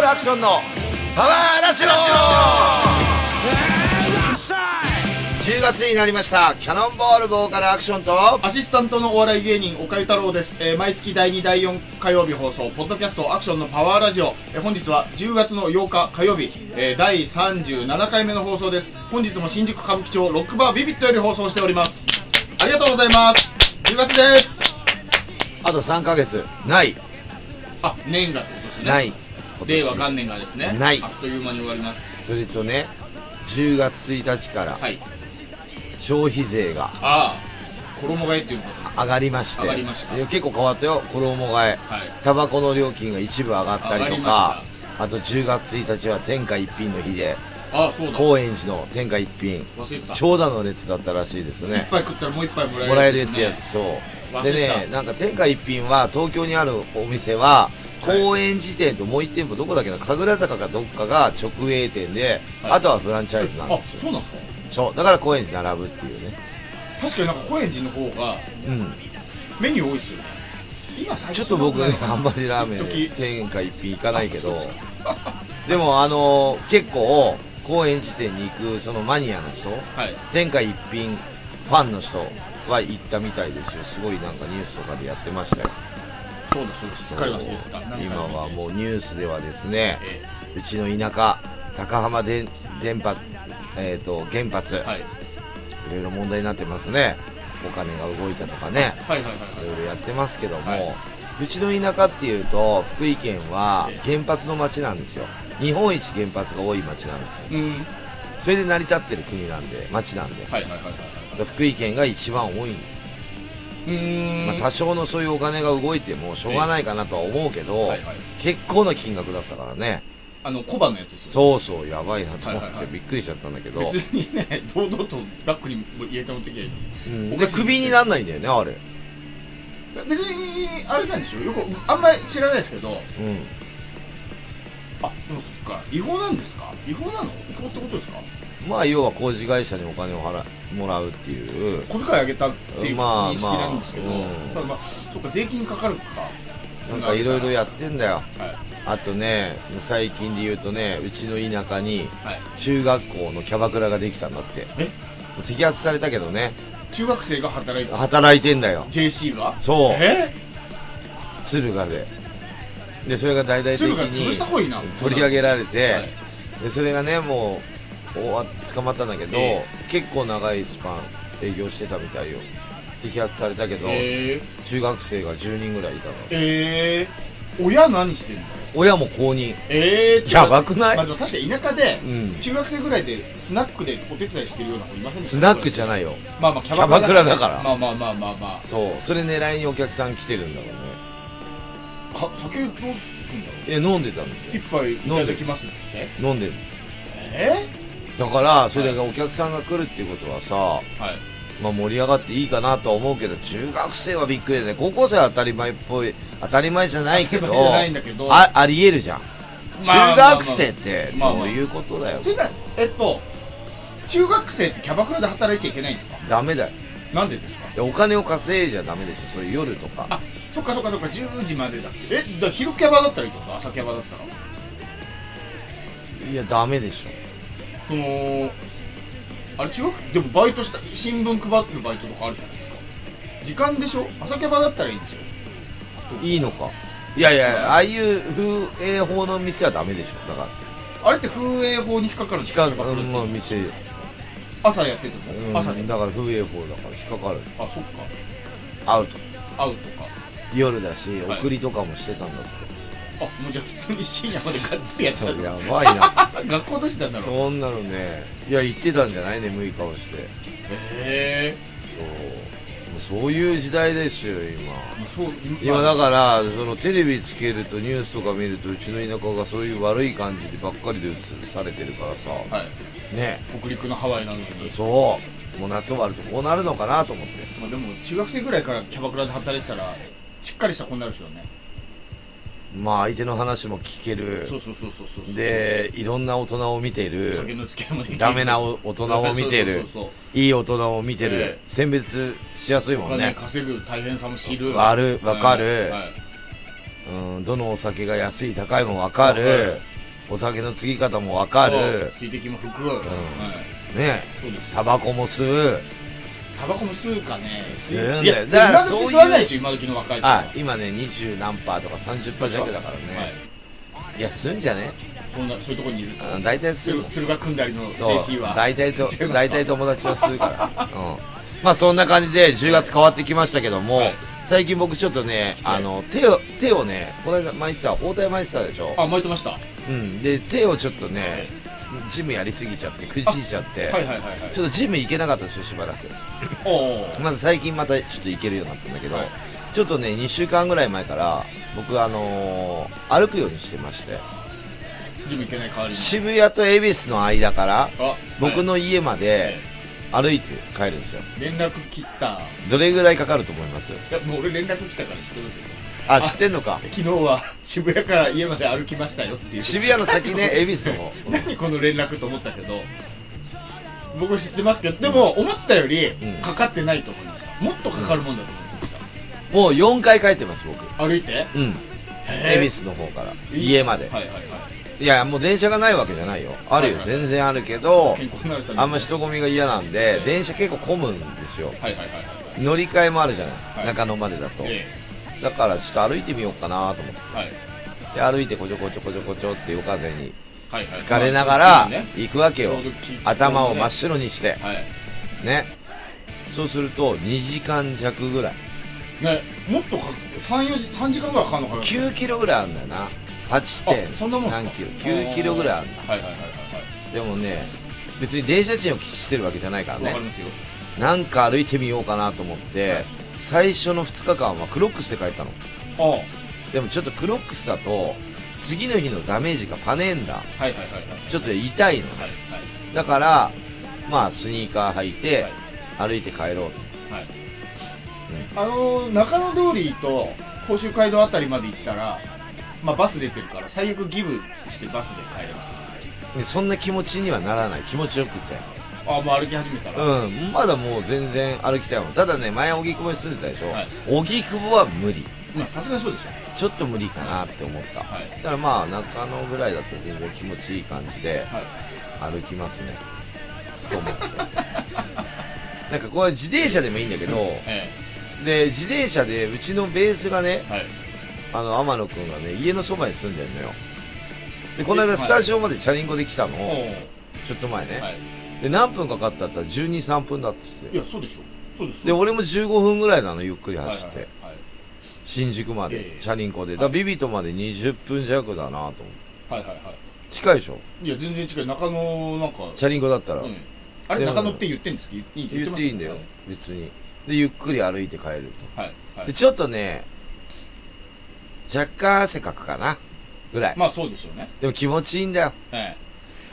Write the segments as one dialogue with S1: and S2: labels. S1: ルアクションのパワーラジオ10月になりましたキャノンボールボーカルアクションと
S2: アシスタントのお笑い芸人、岡ゆ太郎です。えー毎月第2、第4火曜日放送、ポッドキャストアクションのパワーラジオ。えー本日は10月の8日火曜日、えー第37回目の放送です。本日も新宿歌舞伎町ロックバービビットより放送しております。ありがとうございます。10月です。
S1: あと3ヶ月ない
S2: あ、年がってことですね。
S1: ない
S2: 令和元年がですね。
S1: ない
S2: あっという間に終わります。
S1: それとね10月1日から
S2: はい。
S1: 消費税が
S2: ああ、衣替えっていうこと。
S1: 上がりまして
S2: 上がりました
S1: いや結構変わったよ衣替え
S2: はい。
S1: タバコの料金が一部上がったりと
S2: 上
S1: か
S2: が
S1: あと10月1日は天下一品の日で
S2: ああ、そうだ。
S1: 高円寺の天下一品
S2: 忘れてた。
S1: 長蛇の列だったらしいです
S2: いっ
S1: ね
S2: ぱい食ったらもう一杯もらえる、
S1: もらえるってやつ。そう
S2: 忘
S1: で
S2: れてた
S1: ねなんか天下一品は東京にあるお店は
S2: はい
S1: 高円寺店ともう1店舗どこだっけな神楽坂かどっかが直営店で、
S2: はい
S1: あとはフランチャイズなん
S2: あ、
S1: ですよ
S2: そうなんですか
S1: そうだから高円寺並ぶっていうね
S2: 確かになんか高円寺の方が
S1: うん
S2: メニュー多いですよね今最
S1: ちょ
S2: 近
S1: っと僕ね、あんまりラーメ
S2: 一
S1: ン
S2: 時
S1: 天下一品行かないけど、でもあの結構、高円寺店に行くそのマニアの人、
S2: はい
S1: 天下一品ファンの人は行ったみたいですよ。すごいなんかニュースとかでやってましたよ。
S2: そうですそうですしっかりはしてですか
S1: 今はもうニュースではですね、
S2: え
S1: うちの田舎、高浜電電波、えっ、と、原発、
S2: え
S1: い、
S2: はい、
S1: ろいろ問題になってますね。お金が動いたとかね。
S2: はいはいはい
S1: いろいろやってますけども、
S2: は
S1: うちの田舎っていうと福井県は
S2: え
S1: 原発の町なんですよ日本一原発が多い町なんですよ
S2: うんはい
S1: それで成り立ってる国なんで町なんで
S2: はいはいはいはい
S1: 福井県が一番多いんです、
S2: うーん
S1: まあ、多少のそういうお金が動いてもしょうがないかなとは思うけど、
S2: はいはい
S1: 結構な金額だったからね
S2: あの小判のやつですよ
S1: そうそうやばいなと思って、
S2: はいはいはい
S1: びっくりしちゃったんだけど、
S2: 別にね堂々とバッグにも入れて持ってきゃいいのに
S1: うん
S2: お
S1: で
S2: かしい
S1: クビになんないんだよねあれ
S2: 別にあれなんでしょよくあんまり知らないですけど
S1: うん
S2: あでもそっか違法なんですか違法なの違法ってことですか
S1: まあ要は工事会社にお金を払もらうっていう
S2: 小遣いあげたっていう
S1: まあ
S2: 認識なんですけど、
S1: まあうん
S2: ただまあそっか税金かかるか
S1: なんかいろいろ
S2: や
S1: やってんだよ
S2: はい
S1: あとね最近で言うとねうちの田舎に
S2: はい
S1: 中学校のキャバクラができたんだって
S2: え
S1: 摘発されたけどね
S2: 中学生が働いて
S1: 働いてんだよ
S2: JC が
S1: そう
S2: え
S1: 敦賀ででそれが大々的
S2: 鶴が潰した方
S1: に
S2: がいいな
S1: 取り上げられて、
S2: はい
S1: でそれがねもう終わ捕まったんだけど、
S2: え
S1: 結構長いスパン営業してたみたいよ摘発されたけど、
S2: えー、
S1: 中学生が10人ぐらいいたの
S2: えー、親何してんの
S1: 親も公認
S2: ええーって、
S1: やばくない
S2: まあ、でも確かに田舎で、
S1: うん
S2: 中学生ぐらいでスナックでお手伝いしてるような子いませんでした
S1: スナックじゃ
S2: い
S1: ないよ
S2: まあまあキ
S1: ャ
S2: ャ
S1: バ
S2: バ
S1: ク
S2: ク
S1: ラ
S2: ラ
S1: だから
S2: まあまあまあまあまあ
S1: そうそれ狙いにお客さん来てるんだろうね
S2: あ酒どうすんだろ
S1: え飲んでたんだよ
S2: う一杯いただきますっつって
S1: 飲んでる
S2: え
S1: だからそれがお客さんが来るっていうことはさ、
S2: ー、はい
S1: まあ、盛り上がっていいかなとは思うけど中学生はびっくりだね高校生は当たり前っぽい当たり前じゃないけど
S2: 当たり前じゃないんだけど
S1: あありえるじゃん、
S2: まあ
S1: 中学生って
S2: まあま
S1: ど
S2: あ
S1: ういうことだよ、
S2: それじゃえっと中学生ってキャバクラで働いちゃいけないんですか
S1: ダメだよ
S2: なんでですか
S1: いやお金を稼いじゃダメでしょそういう夜とか
S2: あそっかそっかそっか10時までだっけえだから昼キャバだったらいいってこと朝キャバだったら
S1: いやダメでしょ
S2: そのあれ中学でもバイトした新聞配ってるバイトとかあるじゃないですか時間でしょ朝キャバだったらいいんでしょ
S1: いいのかいやいやああいう風営法の店はダメでしょだか
S2: あれって風営法に引っかかるん
S1: ら
S2: です
S1: 近
S2: か
S1: く
S2: キャバクラって
S1: の店、うん、
S2: 朝やってても、朝で
S1: だから風営法だから引っかかる
S2: あそっか
S1: アウト
S2: 会うとか
S1: 夜だし
S2: はい
S1: 送りとかもしてたんだって、
S2: あもうじゃあ普通に深夜までがっつりやって
S1: そ
S2: たと
S1: う
S2: か
S1: やばい な
S2: 学校どうしてたんだろう
S1: そんなのねいや言ってたんじゃない眠い顔して
S2: へえ
S1: そうもうそういう時代ですよ今
S2: そう
S1: 今だからそのテレビつけるとニュースとか見るとうちの田舎がそういう悪い感じでばっかりで映されてるからさ
S2: はい
S1: ね
S2: 北陸のハワイなのに
S1: そうもう夏終わるとこうなるのかなと思って
S2: まあでも中学生ぐらいからキャバクラで働いてたらしっかりした子になるでしょうね
S1: まあ相手の話も聞ける
S2: そうそうそうそうそうそう
S1: でいろんな大人を見て
S2: お酒
S1: る
S2: の付き合いもできる
S1: ダメなお大人を見てる
S2: そうそうそう
S1: いい大人を見てる、
S2: ええ
S1: 選別しやすい
S2: そうお
S1: もん
S2: 金
S1: ね
S2: 稼ぐ大変さも知る
S1: わるわかる
S2: はいはい
S1: うんどのお酒が安い高いも分かるお酒の継ぎ方もわか
S2: そう
S1: る
S2: 水滴も拭く、はい、
S1: ね
S2: そうです
S1: タバコも吸う
S2: タバコも吸うかね
S1: 吸うんだよ
S2: いや
S1: だから
S2: 今時
S1: そういう
S2: 吸わないでしょ今時の若い人は
S1: あ今ね20何パーとか30パー弱だからね、
S2: はい
S1: い、や吸うんじゃね
S2: そんなそういうとこにいる
S1: うん大体吸うも
S2: 鶴
S1: ん
S2: 鶴が組んだりの
S1: そう
S2: JC は
S1: 大体 と
S2: 吸っちゃいますか
S1: 大体友達は吸うからうんまあそんな感じで10月変わってきましたけども、
S2: はい
S1: 最近僕ちょっとねあの手を手をねこの間巻いてた包帯巻いてたでしょ
S2: あ巻いてましたは
S1: うん、で手をちょっとね、ジムやりすぎちゃってくじいちゃって、
S2: いはいはいはい
S1: ちょっとジム行けなかったんですよしばらく
S2: おお
S1: まず最近またちょっと行けるようになったんだけど、
S2: はい
S1: ちょっとね2週間ぐらい前から僕あのー歩くようにしてまして
S2: ジム行けない代わりに
S1: 渋谷と恵比寿の間から
S2: あ
S1: 僕
S2: は
S1: の家ま
S2: い
S1: で歩いて帰るんですよ
S2: 連絡切った
S1: どれぐらいかかると思います
S2: いやもう俺連絡来たから知ってますよ
S1: あ知ってんのか
S2: 昨日は渋谷から家まで歩きましたよっていう
S1: 渋谷の先ね恵比寿の方
S2: 何この連絡と思ったけど僕知ってますけどでも思ったより
S1: うん
S2: かかってないと思いましたもっとかかるもんだと思ってまし
S1: もう4回帰ってます僕
S2: た歩いて
S1: うん恵比寿の方から
S2: えー
S1: 家まで
S2: はいはいはい
S1: いやもう電車がないわけじゃないよあるよ
S2: はいはい
S1: 全然あるけど
S2: 健康になるために
S1: あんま人混みが嫌なんで
S2: ええ
S1: 電車結構混むんですよ
S2: はいはいはいはい
S1: 乗り換えもあるじゃ
S2: は
S1: ない
S2: い
S1: 中野までだと
S2: え
S1: だからちょっと歩いてみようかなと思っ
S2: えはい
S1: て歩いてこちょこちょこちょこちょって夜風に
S2: はいはい
S1: 吹かれながら
S2: ね
S1: 行くわけ
S2: ち
S1: よ
S2: ょうど聞いて
S1: 頭を真っ白にして
S2: はい
S1: ねそうすると2時間弱ぐらい
S2: ねもっとか34時3時間ぐらいかかるのかな
S1: 9キロぐらいあるんだよな8
S2: あそんなも
S1: 点
S2: んっすか
S1: 何キロ9キロぐらいあるんだ
S2: はいはいはいはい
S1: でもね別に電車賃を聞きしてるわけじゃないから
S2: はいわかり
S1: ね
S2: ますよ
S1: なんか歩いてみようかなと思って、
S2: はい
S1: 最初の2日間はクロックスで帰ったの
S2: ああはい
S1: でもちょっとクロックスだと次の日のダメージがパネーンだ
S2: はいはいはいはい
S1: ちょっと痛いの
S2: は
S1: ね
S2: い
S1: だからまあスニーカー履いて
S2: はい
S1: 歩いて帰ろうと
S2: はいあのー中野通りと甲州街道あたりまで行ったら、まあ、バス出てるから最悪ギブしてバスで帰れますよ
S1: でそんな気持ちにはならない気持ちよくて
S2: ああもう歩き始めたら、
S1: うんまだもう全然歩きたいもんただね前荻窪に住んでたでしょ、
S2: はい
S1: 荻窪は無理
S2: まあさすがにそうでしょ
S1: ちょっと無理かなって思った、
S2: はい
S1: だからまあ中野ぐらいだったら全然気持ちいい感じで
S2: はい
S1: 歩きますねと思って なんかこれ自転車でもいいんだけど
S2: え
S1: で自転車でうちのベースがね
S2: えはい
S1: あの天野くんがね家のそばに住んでんのよでこの
S2: は
S1: 間
S2: い
S1: スタジオまでチャリンコで来たの、
S2: お
S1: ちょっと前ね、
S2: はい
S1: で何分かかったったら123分だったっす
S2: い
S1: よ
S2: やそうでしょそうです
S1: で俺も15分ぐらいなのゆっくり
S2: はいはい
S1: 走って、
S2: はい
S1: 新宿まで
S2: ええ
S1: チャリンコでだ
S2: は
S1: か
S2: い
S1: らビビットまで20分弱だなと思って
S2: はいはいは
S1: 近いでしょ
S2: いいや全然違う中野なんか、
S1: チャリンコだったら、
S2: うん、あれ
S1: でも
S2: 中野って言ってんですか言言
S1: 言っていいんだよ、別にでゆっくり歩いて帰る
S2: はいはい、
S1: とでちょっとね若干汗かくかなぐらい
S2: まあそうでしょうね、
S1: でも気持ちいいんだよ
S2: ええ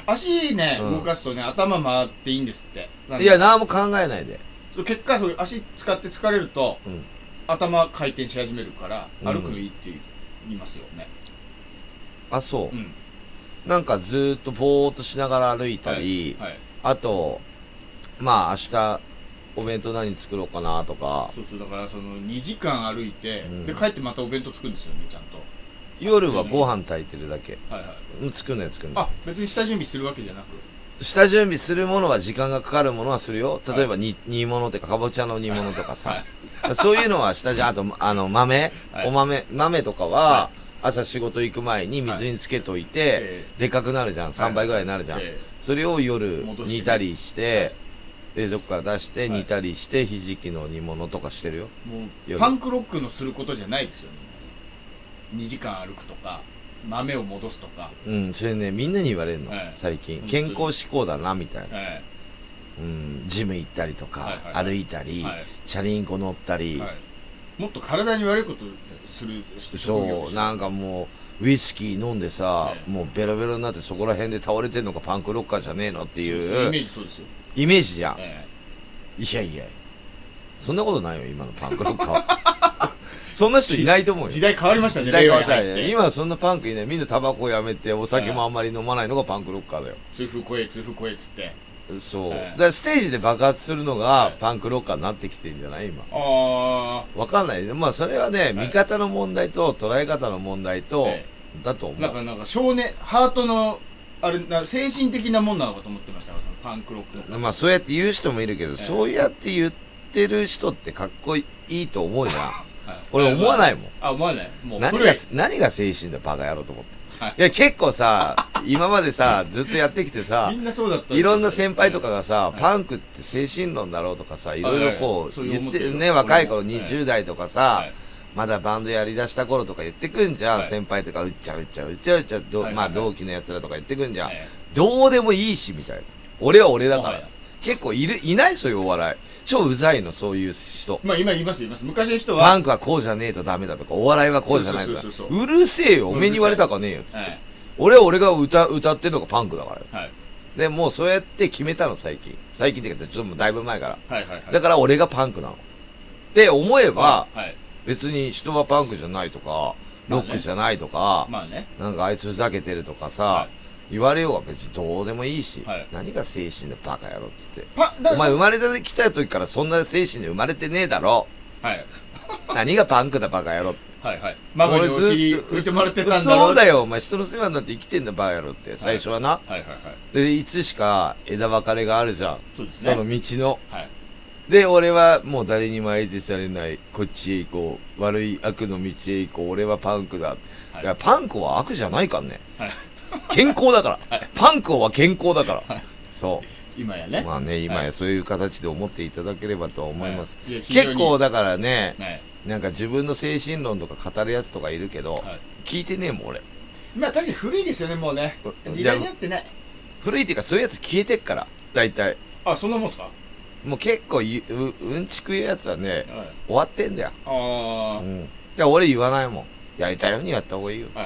S2: 足ね、
S1: うん
S2: 動かすとね頭回っていいんですってなん
S1: い
S2: で
S1: や何も考えないで
S2: そう結果そういう足使って疲れると、
S1: うん
S2: 頭回転し始めるから
S1: うん
S2: 歩くのいいって言いますよね、
S1: あそう
S2: う、ん
S1: なんかずーっとぼーっとしながら歩いたり、
S2: はい、
S1: あとまあ明日お弁当何作ろうかなとか
S2: そうそうだからその2時間歩いて、
S1: うん
S2: で帰ってまたお弁当作るんですよねちゃんと
S1: 夜はご飯炊いてるだけ
S2: はいはい
S1: うん作んない作んない
S2: あ別に下準備するわけじゃなく
S1: 下準備するものは時間がかかるものはするよ。例えば煮煮物とか、かぼちゃの煮物とかさ。 そういうのは下準備、あと、あの、豆、
S2: はい
S1: お豆、豆とか
S2: は
S1: は、朝仕事行く前に水につけといて、
S2: え
S1: でかくなるじゃん。3倍ぐらいになるじ
S2: え
S1: ゃん。
S2: え
S1: それを夜
S2: 戻してね
S1: 煮たりして、冷蔵庫から出して
S2: はい
S1: 煮たりして、ひじきの煮物とかしてるよ。
S2: えも
S1: 夜
S2: うパンクロックのすることじゃないですよね2時間歩くとか豆を戻すとか、
S1: うん、それね、みんなに言われるの
S2: はい、
S1: 最近。
S2: 本当
S1: 健
S2: に
S1: 康志向だな、みたいな。
S2: え
S1: うん、ジム行ったりとか
S2: はい、はいはい
S1: 歩いたり
S2: はい、
S1: チャリンコ乗った
S2: え
S1: り
S2: は、い、もっと体に悪いことする職
S1: そ
S2: 業で
S1: う、
S2: しょ
S1: なんかもう、ウイスキー飲んでさ、
S2: ええ
S1: もうベロベロになってそこら辺で倒れてんのかパンクロッカーじゃねえのって
S2: イメ
S1: いう
S2: ージそうですよ、
S1: イメージじゃん。い
S2: え
S1: やいや、そんなことないよ、今のパンクロッカー は。そんな人いないと思う
S2: え
S1: よ。
S2: 時代変わりましたね
S1: 時代変わった
S2: 令和に
S1: よ。
S2: 入
S1: 今はそんなパンクいない。みんなタバコやめて、お酒もあんまり飲まないのがパンクロッカーだよ。
S2: 痛風怖え痛風怖えっつって
S1: そう。だ
S2: ええ
S1: からステージで爆発するのが
S2: ええ
S1: パンクロッカーになってきてんじゃない今。
S2: あ
S1: わかんない。まあそれはね、見方の問題と捉え方の問題と、
S2: ええ
S1: だと思
S2: なん
S1: う。
S2: かなんか少年ハートのあれな精神的なもんなのかと思ってましたそのパンクロックの
S1: まあそうやって言う人もいるけど、そうやって言ってる人ってかっこいいと思う じゃん。
S2: はい
S1: 俺思わないもん。
S2: あ思わないもう
S1: 何
S2: 古い
S1: が、何が精神だバカ野郎と思って。
S2: はい
S1: いや結構さ、今までさ、ずっとやってきて さ
S2: み、んなそうだった
S1: いろんな先輩とかが
S2: は
S1: さ、
S2: い
S1: パンクって精神論だろうとかさ、いろいろ
S2: は
S1: こ
S2: いそうういう
S1: 言
S2: 思
S1: っ
S2: って
S1: て
S2: る
S1: ね、若い頃
S2: はい
S1: 20代とか
S2: は
S1: さ
S2: い、
S1: まだバンドやりだした頃とか言ってくんじゃん、
S2: はい
S1: 先輩とか、うっちゃうっちゃうっちゃうっちゃ、ど
S2: はい
S1: まあ
S2: はい
S1: 同期の奴らとか言ってくんじゃん、
S2: え
S1: どうでもいいし、みたいな。俺は俺
S2: え
S1: だ
S2: も
S1: か
S2: は
S1: ら
S2: や。
S1: 結構いる、いないそういうお笑い。超うざいの、そういう人。
S2: まあ今言います言います昔の人は
S1: パンクはこうじゃねえとダメだとか、お笑いはこうじゃないとか
S2: そうそうそう。そう
S1: るせえよ、
S2: う
S1: お
S2: るせえ
S1: めえに言われたかねえよ、つっ
S2: は
S1: て
S2: い。
S1: 俺は俺が歌、歌ってるのがパンクだからよ。
S2: はい
S1: で、もうそうやって決めたの、最近。最近って言うか、ちょっともうだいぶ前から。
S2: はいはいはい
S1: だから俺がパンクなの。って思えば、
S2: はい
S1: 別に人はパンクじゃないとか、ロックじゃないとか、
S2: まあね
S1: なんかあいつふざけてるとかさ、
S2: は
S1: 言われようが別にどうでもいいし、
S2: はい
S1: 何が精神でバカ野郎っつって。
S2: パだ
S1: お前
S2: は
S1: 生まれてきた時からそんな精神で生まれてねえだろ。
S2: い
S1: 何がパンクだバカ野郎って。
S2: はいはい孫にお尻拭いてもらってたんだろ
S1: そうだ
S2: よ
S1: よ、お前人の世話になって生きてんだバカ野郎って。最初はな。
S2: はいはいはい
S1: で、いつしか枝分かれがあるじゃん。
S2: そうですね
S1: その道の。
S2: はい
S1: で、俺はもう誰にも相手されない。こっちへ行こう。悪い悪の道へ行こう。俺はパンクだ。
S2: はい
S1: い、や、パンクは悪じゃないからね。
S2: はい
S1: 健康だから。
S2: はい
S1: パンクは健康だから。
S2: はい
S1: そ
S2: 今や
S1: う。
S2: ね
S1: まあね、今やそういう形で思っていただければとは思います。
S2: はいいや非常に
S1: 結構だからね、
S2: はい
S1: なんか自分の精神論とか語るやつとかいるけど、
S2: はい
S1: 聞いてねえもん俺。
S2: まあ確かに古いですよねもうね
S1: うん
S2: 時代に合ってない
S1: 古いっていうかそういうやつ消えてっから、大体。
S2: あそんなもんすかはい
S1: もう結構ゆう、うんちく言うやつはね、終わってんだよ。
S2: あ
S1: うん。いや、俺言わないもん。やりたいようにやった方がいいよ。
S2: あ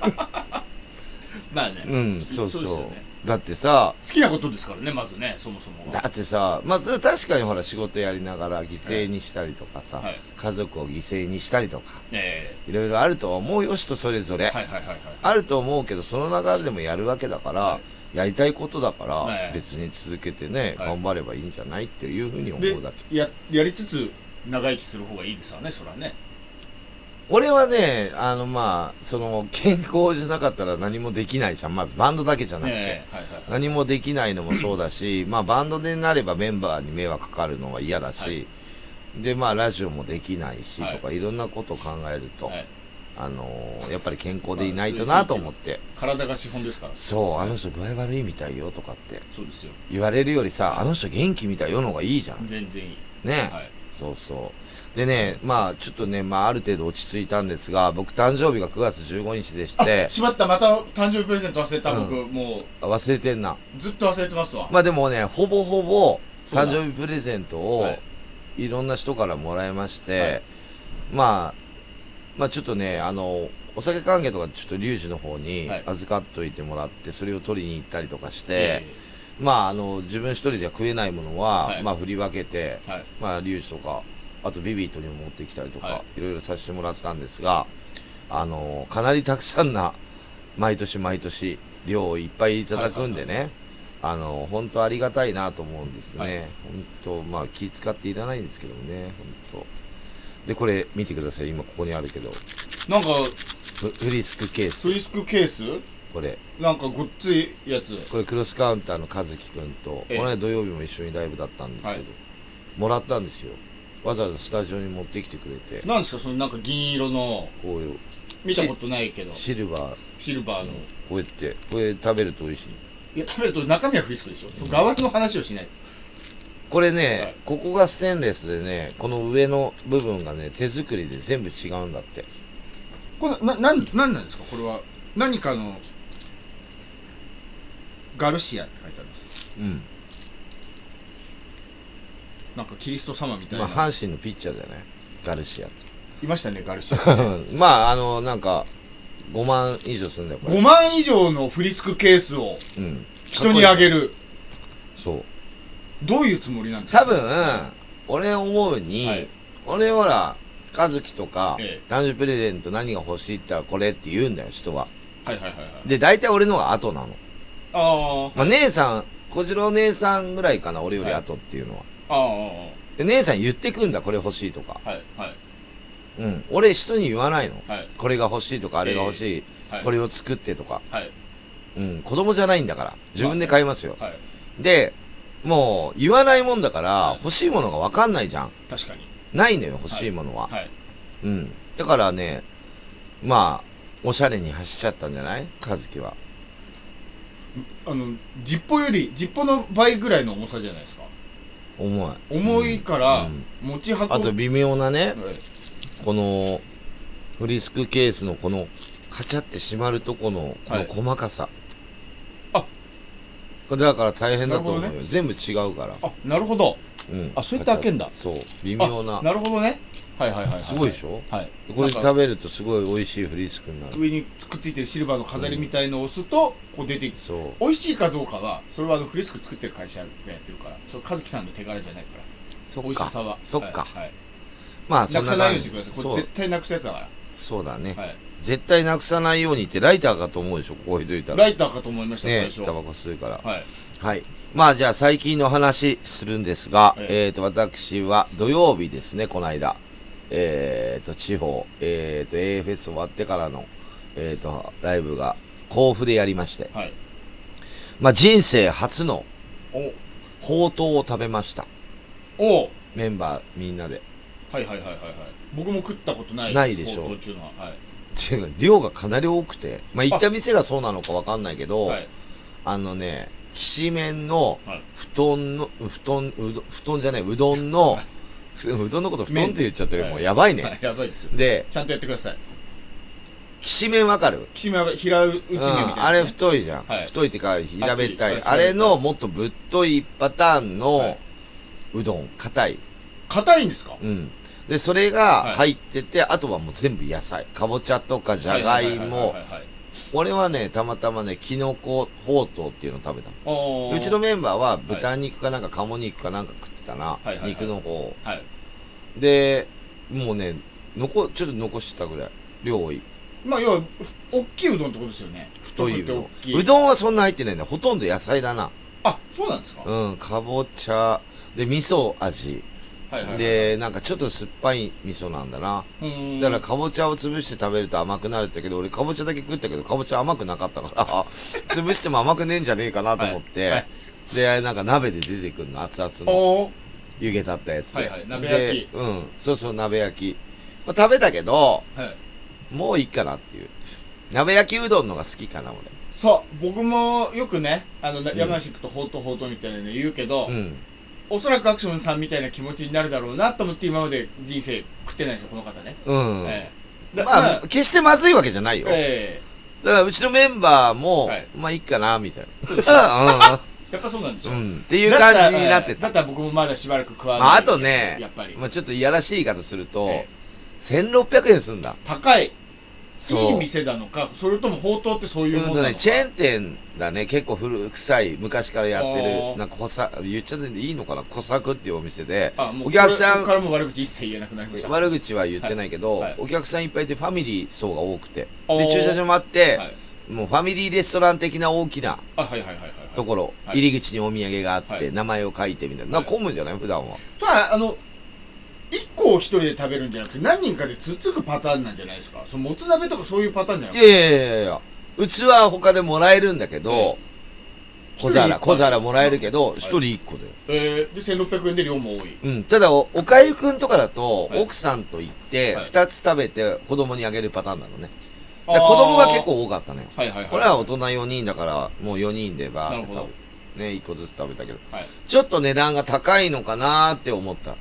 S2: はい まあね
S1: うん、そうそう。
S2: ですよね
S1: だってさ、
S2: 好きなことですからねまずねそもそも
S1: だ
S2: は
S1: ってさ、まあ、確かにほら仕事やりながら犠牲にしたりとかさ、
S2: はい
S1: 家族を犠牲にしたりとか、
S2: え
S1: いろいろあるとは思うよ、人それぞれ。
S2: えはいはいはいはい
S1: あると思うけど、その中でもやるわけだから、
S2: は
S1: やりたいことだから、
S2: はい
S1: 別に続けてね、
S2: はい
S1: 頑張ればいいんじゃないっていうふうに思
S2: で
S1: うだけ。
S2: ややりつつ長生きする方がいいですよねそらね
S1: 俺はね、あのまあ、その、健康じゃなかったら何もできないじゃん。まずバンドだけじゃなくて。
S2: ええはいはいはい
S1: 何もできないのもそうだ し、まあバンドでなればメンバーに迷惑かかるのは嫌だし、
S2: は
S1: でまあラジオもできないし
S2: はい
S1: とか、い、ろんなことを考えると、
S2: はい
S1: あのーやっぱり健康でいないとなと思って、
S2: 体が資本ですから
S1: そう、あの人具合悪いみたいよとかって
S2: そうですよ
S1: 言われるよりさ、あの人元気みたいよの方がいいじゃん。ね、
S2: 全然いいはい
S1: そうそう。でね、まあちょっとね、まあある程度落ち着いたんですが、僕誕生日が9月15日でし
S2: あ
S1: て、
S2: しまったまた誕生日プレゼント忘れた僕
S1: う
S2: も
S1: 忘れてんな。
S2: うずっと忘れてますわ
S1: まあでもね、ほぼほぼ
S2: そうだ
S1: 誕生日プレゼントを
S2: はい
S1: いろんな人からもらいまして、
S2: はい
S1: まあ、まあちょっとね、あの、お酒関係とかちょっとリュウジの方に
S2: はい
S1: 預かっといてもらって、それを取りに行ったりとかして、
S2: え
S1: まああの、自分一人では食えないものは、
S2: はい
S1: まあ振り分けて、
S2: えはい
S1: まあリュウジとか、あとビビットにも持ってきたりとか、、
S2: はい
S1: ろいろさせてもらったんですが、あの、かなりたくさんな、毎年毎年、量をいっぱいいただくんでね、あの、本当ありがたいなと思うんですね。
S2: はい
S1: 本当まあ気使っていらないんですけどもね、本当で、これ見てください。今ここにあるけど、
S2: なんか
S1: フフリスクケー
S2: ス
S1: ス。
S2: イスクケース
S1: これ、
S2: なんかごっついやつ
S1: これクロスカウンターの和樹くんと、
S2: ええ
S1: この間土曜日も一緒にライブだったんですけど、
S2: はい
S1: もらったんですよ。わざわざスタジオに持ってきてくれて、
S2: なんですかそのなんか銀色の
S1: こういう
S2: 見たことないけど
S1: シルバー、
S2: シルバーの
S1: こうやって、これ食べると美味しい。
S2: いや食べると中身はフリスクでしょその側の話をしない
S1: これね、
S2: はい
S1: ここがステンレスでね、この上の部分がね、手作りで全部違うんだって。
S2: これななんなんなんですかこれは何かのガルシアって書いてあります
S1: うん。
S2: なんかキリスト様みたい
S1: ま
S2: な、
S1: あ、阪神のピッチャーだよね。ガルシアって。
S2: いましたねガルシア
S1: まあ、あの、なんか、5万以上するんだよ、これ。
S2: 5万以上のフリスクケースを
S1: うん。
S2: 人にあげ
S1: る。
S2: る
S1: そう。
S2: どういうつもりなんですか
S1: 多分、俺思うに、
S2: はい
S1: 俺ほら、和樹とか、
S2: え
S1: 誕生日プレゼント何が欲しいって言ったらこれって言うんだよ、人は。
S2: はいはいはいはい
S1: で、大体俺のが後なの。
S2: あー
S1: まあ、姉さん、小次郎姉さんぐらいかな、俺より後っていうのは。
S2: あーあー
S1: で、姉さん言ってくんだ、これ欲しいとか。
S2: あーはいはい
S1: うん、俺人に言わないの
S2: はい
S1: これが欲しいとかあれが欲しい、
S2: はい
S1: これを作ってとか、
S2: はい
S1: うん、子供じゃないんだから自分で買いますよ、
S2: はい
S1: でもう言わないもんだから
S2: はい
S1: 欲しいものが分かんないじゃん
S2: 確かに
S1: ないのよ欲しいものは、
S2: はい
S1: うんだからねまあおしゃれに走っちゃったんじゃない和樹は
S2: あのジッポよりジッポの倍ぐらいの重さじゃないですか
S1: 重い
S2: 重いから、
S1: うん
S2: 持ち運ぶ
S1: あと微妙なね
S2: はい
S1: このフリスクケースのこのカチャって閉まるとこのこ
S2: は
S1: の
S2: い
S1: 細かさ、
S2: あ
S1: これだから大変だと思う
S2: な
S1: よ、
S2: るほ
S1: 全部違うから
S2: あなるほど
S1: うん
S2: あそうやって開けんだ
S1: カチャってそう微妙な
S2: あなるほどねはいはいはい、はい、
S1: すごいでしょ
S2: はい
S1: これ
S2: なんか
S1: 食べるとすごい美味しいフリスクになる
S2: 上にくっついてるシルバーの飾りみたいのを押すと、こう出てき
S1: そう
S2: 美味しいかどうかはそれはあのフリスク作ってる会社がやってるからそれ和樹さんの手柄じゃないから
S1: そ
S2: 美
S1: っ
S2: 味し
S1: か
S2: さは
S1: そっか
S2: はいはい
S1: まあ
S2: な
S1: そん
S2: く
S1: な
S2: さない
S1: 感
S2: ようにし
S1: じ
S2: てくださいこ
S1: そ
S2: れ
S1: う
S2: 絶対なくすやつだか
S1: そうだね、
S2: ら、はい、
S1: 絶対なくさないようにってライターかと思うでしょここ置いといたら
S2: ライターかと思いました、
S1: ね
S2: 最
S1: タ
S2: 初
S1: バコ吸うから
S2: はい
S1: はい。まあじゃあ最近の話するんですが、
S2: ええ
S1: えっ、と、私は土曜日ですね、この間。えっ、と、地方、えっ、と、AFS 終わってからの、えっ、と、ライブが甲府でやりまして、
S2: はい
S1: まあ人生初の
S2: お
S1: ほうとうを食べました。
S2: お
S1: メンバーみんなで。
S2: はいはいはいはいはい僕も食ったことない
S1: ないでしょ
S2: ほうとうっていうのははい
S1: 違う量がかなり多くて、まあ行った店がそうなのかわかんないけど、
S2: はい
S1: あのね、きしめんの
S2: はい
S1: 布団の、布団、うど布団じゃない、うどんの、
S2: はい う
S1: どんのこと布団って言っちゃってる、
S2: はい
S1: もうやばいね。
S2: はいやばいですよ
S1: で、
S2: ちゃんとやってください
S1: きしめんわかる
S2: きしめんは平打ち麺みたいなね、
S1: うんあれ太いじゃん。
S2: はい
S1: 太いってか、平べった
S2: 厚
S1: い
S2: い。
S1: あれのもっとぶっといパターン
S2: は
S1: の
S2: いう
S1: どん、硬い。
S2: 硬いんですか
S1: うん。で、それ
S2: は
S1: が
S2: い
S1: 入ってて、あとはもう全部野菜。かぼちゃとかじゃがいも
S2: は。いはいはいはい
S1: 俺はね、たまたまね、きのこほうとうっていうのを食べたの
S2: おー
S1: うちのメンバーは豚肉かなんか鴨肉かなんか食ってたな。
S2: はいはいはい
S1: 肉の方。
S2: はい
S1: で、もうね、残、ちょっと残してたぐらい。量多い。
S2: まあ要は大きいうどんってことですよね
S1: 太いう
S2: 太
S1: ど
S2: く
S1: ん
S2: て大き。いう
S1: どんはそんな入ってないんだよ。ほとんど野菜だな。
S2: あそうなんですか、
S1: うん、かぼちゃ、で、味噌味。
S2: はいはいはい
S1: で、なんかちょっと酸っぱい味噌なんだな。
S2: うーん
S1: だから、かぼちゃを潰して食べると甘くなるって言ったけど、俺かぼちゃだけ食ったけど、かぼちゃ甘くなかったから、 潰しても甘くねえんじゃねえかなと思って、
S2: はいはい
S1: で、なんか鍋で出てくるの、熱々の。
S2: おー
S1: 湯気立ったやつで。
S2: はいはい鍋焼き
S1: でうん、そうそう、鍋焼き。まあ、食べたけど、
S2: はい
S1: もういいかなっていう。鍋焼きうどんのが好きかな、
S2: そう僕もよくねあの、
S1: ん
S2: 山梨行くとほうとうほうとうみたいなの言うけど、
S1: 俺。うん。
S2: おそらくアクションさんみたいな気持ちになるだろうなと思って今まで人生食ってないですよこの方ね、
S1: うん。
S2: ええだ
S1: まあ
S2: だ、
S1: 決してまずいわけじゃないよ。
S2: え
S1: だからうちのメンバーも、
S2: はい
S1: まあいいかなみたいな、
S2: えやっぱそうなんです
S1: う
S2: よ、
S1: ん
S2: っ
S1: うん、っていう感じになって
S2: だ
S1: た、
S2: ったら僕もまだしばらく食わない
S1: まあ、あとね
S2: やっぱり、
S1: まあ、ちょっといやらしい言い方すると、
S2: ええ
S1: 1600円すんだ
S2: 高いいい
S1: そう
S2: 店なのかそれともほうとうってそうい
S1: う
S2: うも
S1: ん
S2: の
S1: と
S2: なの
S1: ね、
S2: か
S1: チェーン店だね結構古臭い昔からやって
S2: あー
S1: るなんか小作言っちゃっていいのかな小作っていうお店で
S2: あもう
S1: お客さん
S2: これからも悪口一切言えなくなりました
S1: 悪口は言ってないけど、
S2: はいはい
S1: お客さんいっぱいいてファミリー層が多くて
S2: あー
S1: で駐車場もあって、
S2: はい
S1: もうファミリーレストラン的な大きな
S2: あはいはいはいはいはい
S1: ところ、
S2: はい
S1: 入り口にお土産があって、
S2: はい
S1: 名前を書いてみたいななんか混むんじゃない普段は
S2: まあ、あの、一個を一人で食べるんじゃなくて、何人かでつっつくパターンなんじゃないですか。そのもつ鍋とかそういうパターンじゃない
S1: や
S2: くて。
S1: いやいやいやうちは他でもらえるんだけ
S2: え
S1: ど、
S2: 一
S1: 小
S2: 人一
S1: 皿、
S2: 個
S1: 小皿もらえるけど、
S2: い
S1: 一人一個で。
S2: えー、で、1600円で量も多い。
S1: うん。ただお、おかゆくんとかだと、
S2: はい
S1: 奥さんと行って、
S2: はい
S1: 二つ食べて子供にあげるパターンなのね。だから子供が結、構多かったのよ。
S2: はいはいはい。
S1: 俺は大人4人だから、もう4人でバーって
S2: な
S1: 食
S2: るほ
S1: べね、一個ずつ食べたけど、
S2: はい
S1: ちょっと値段が高いのかなーって思った。
S2: あ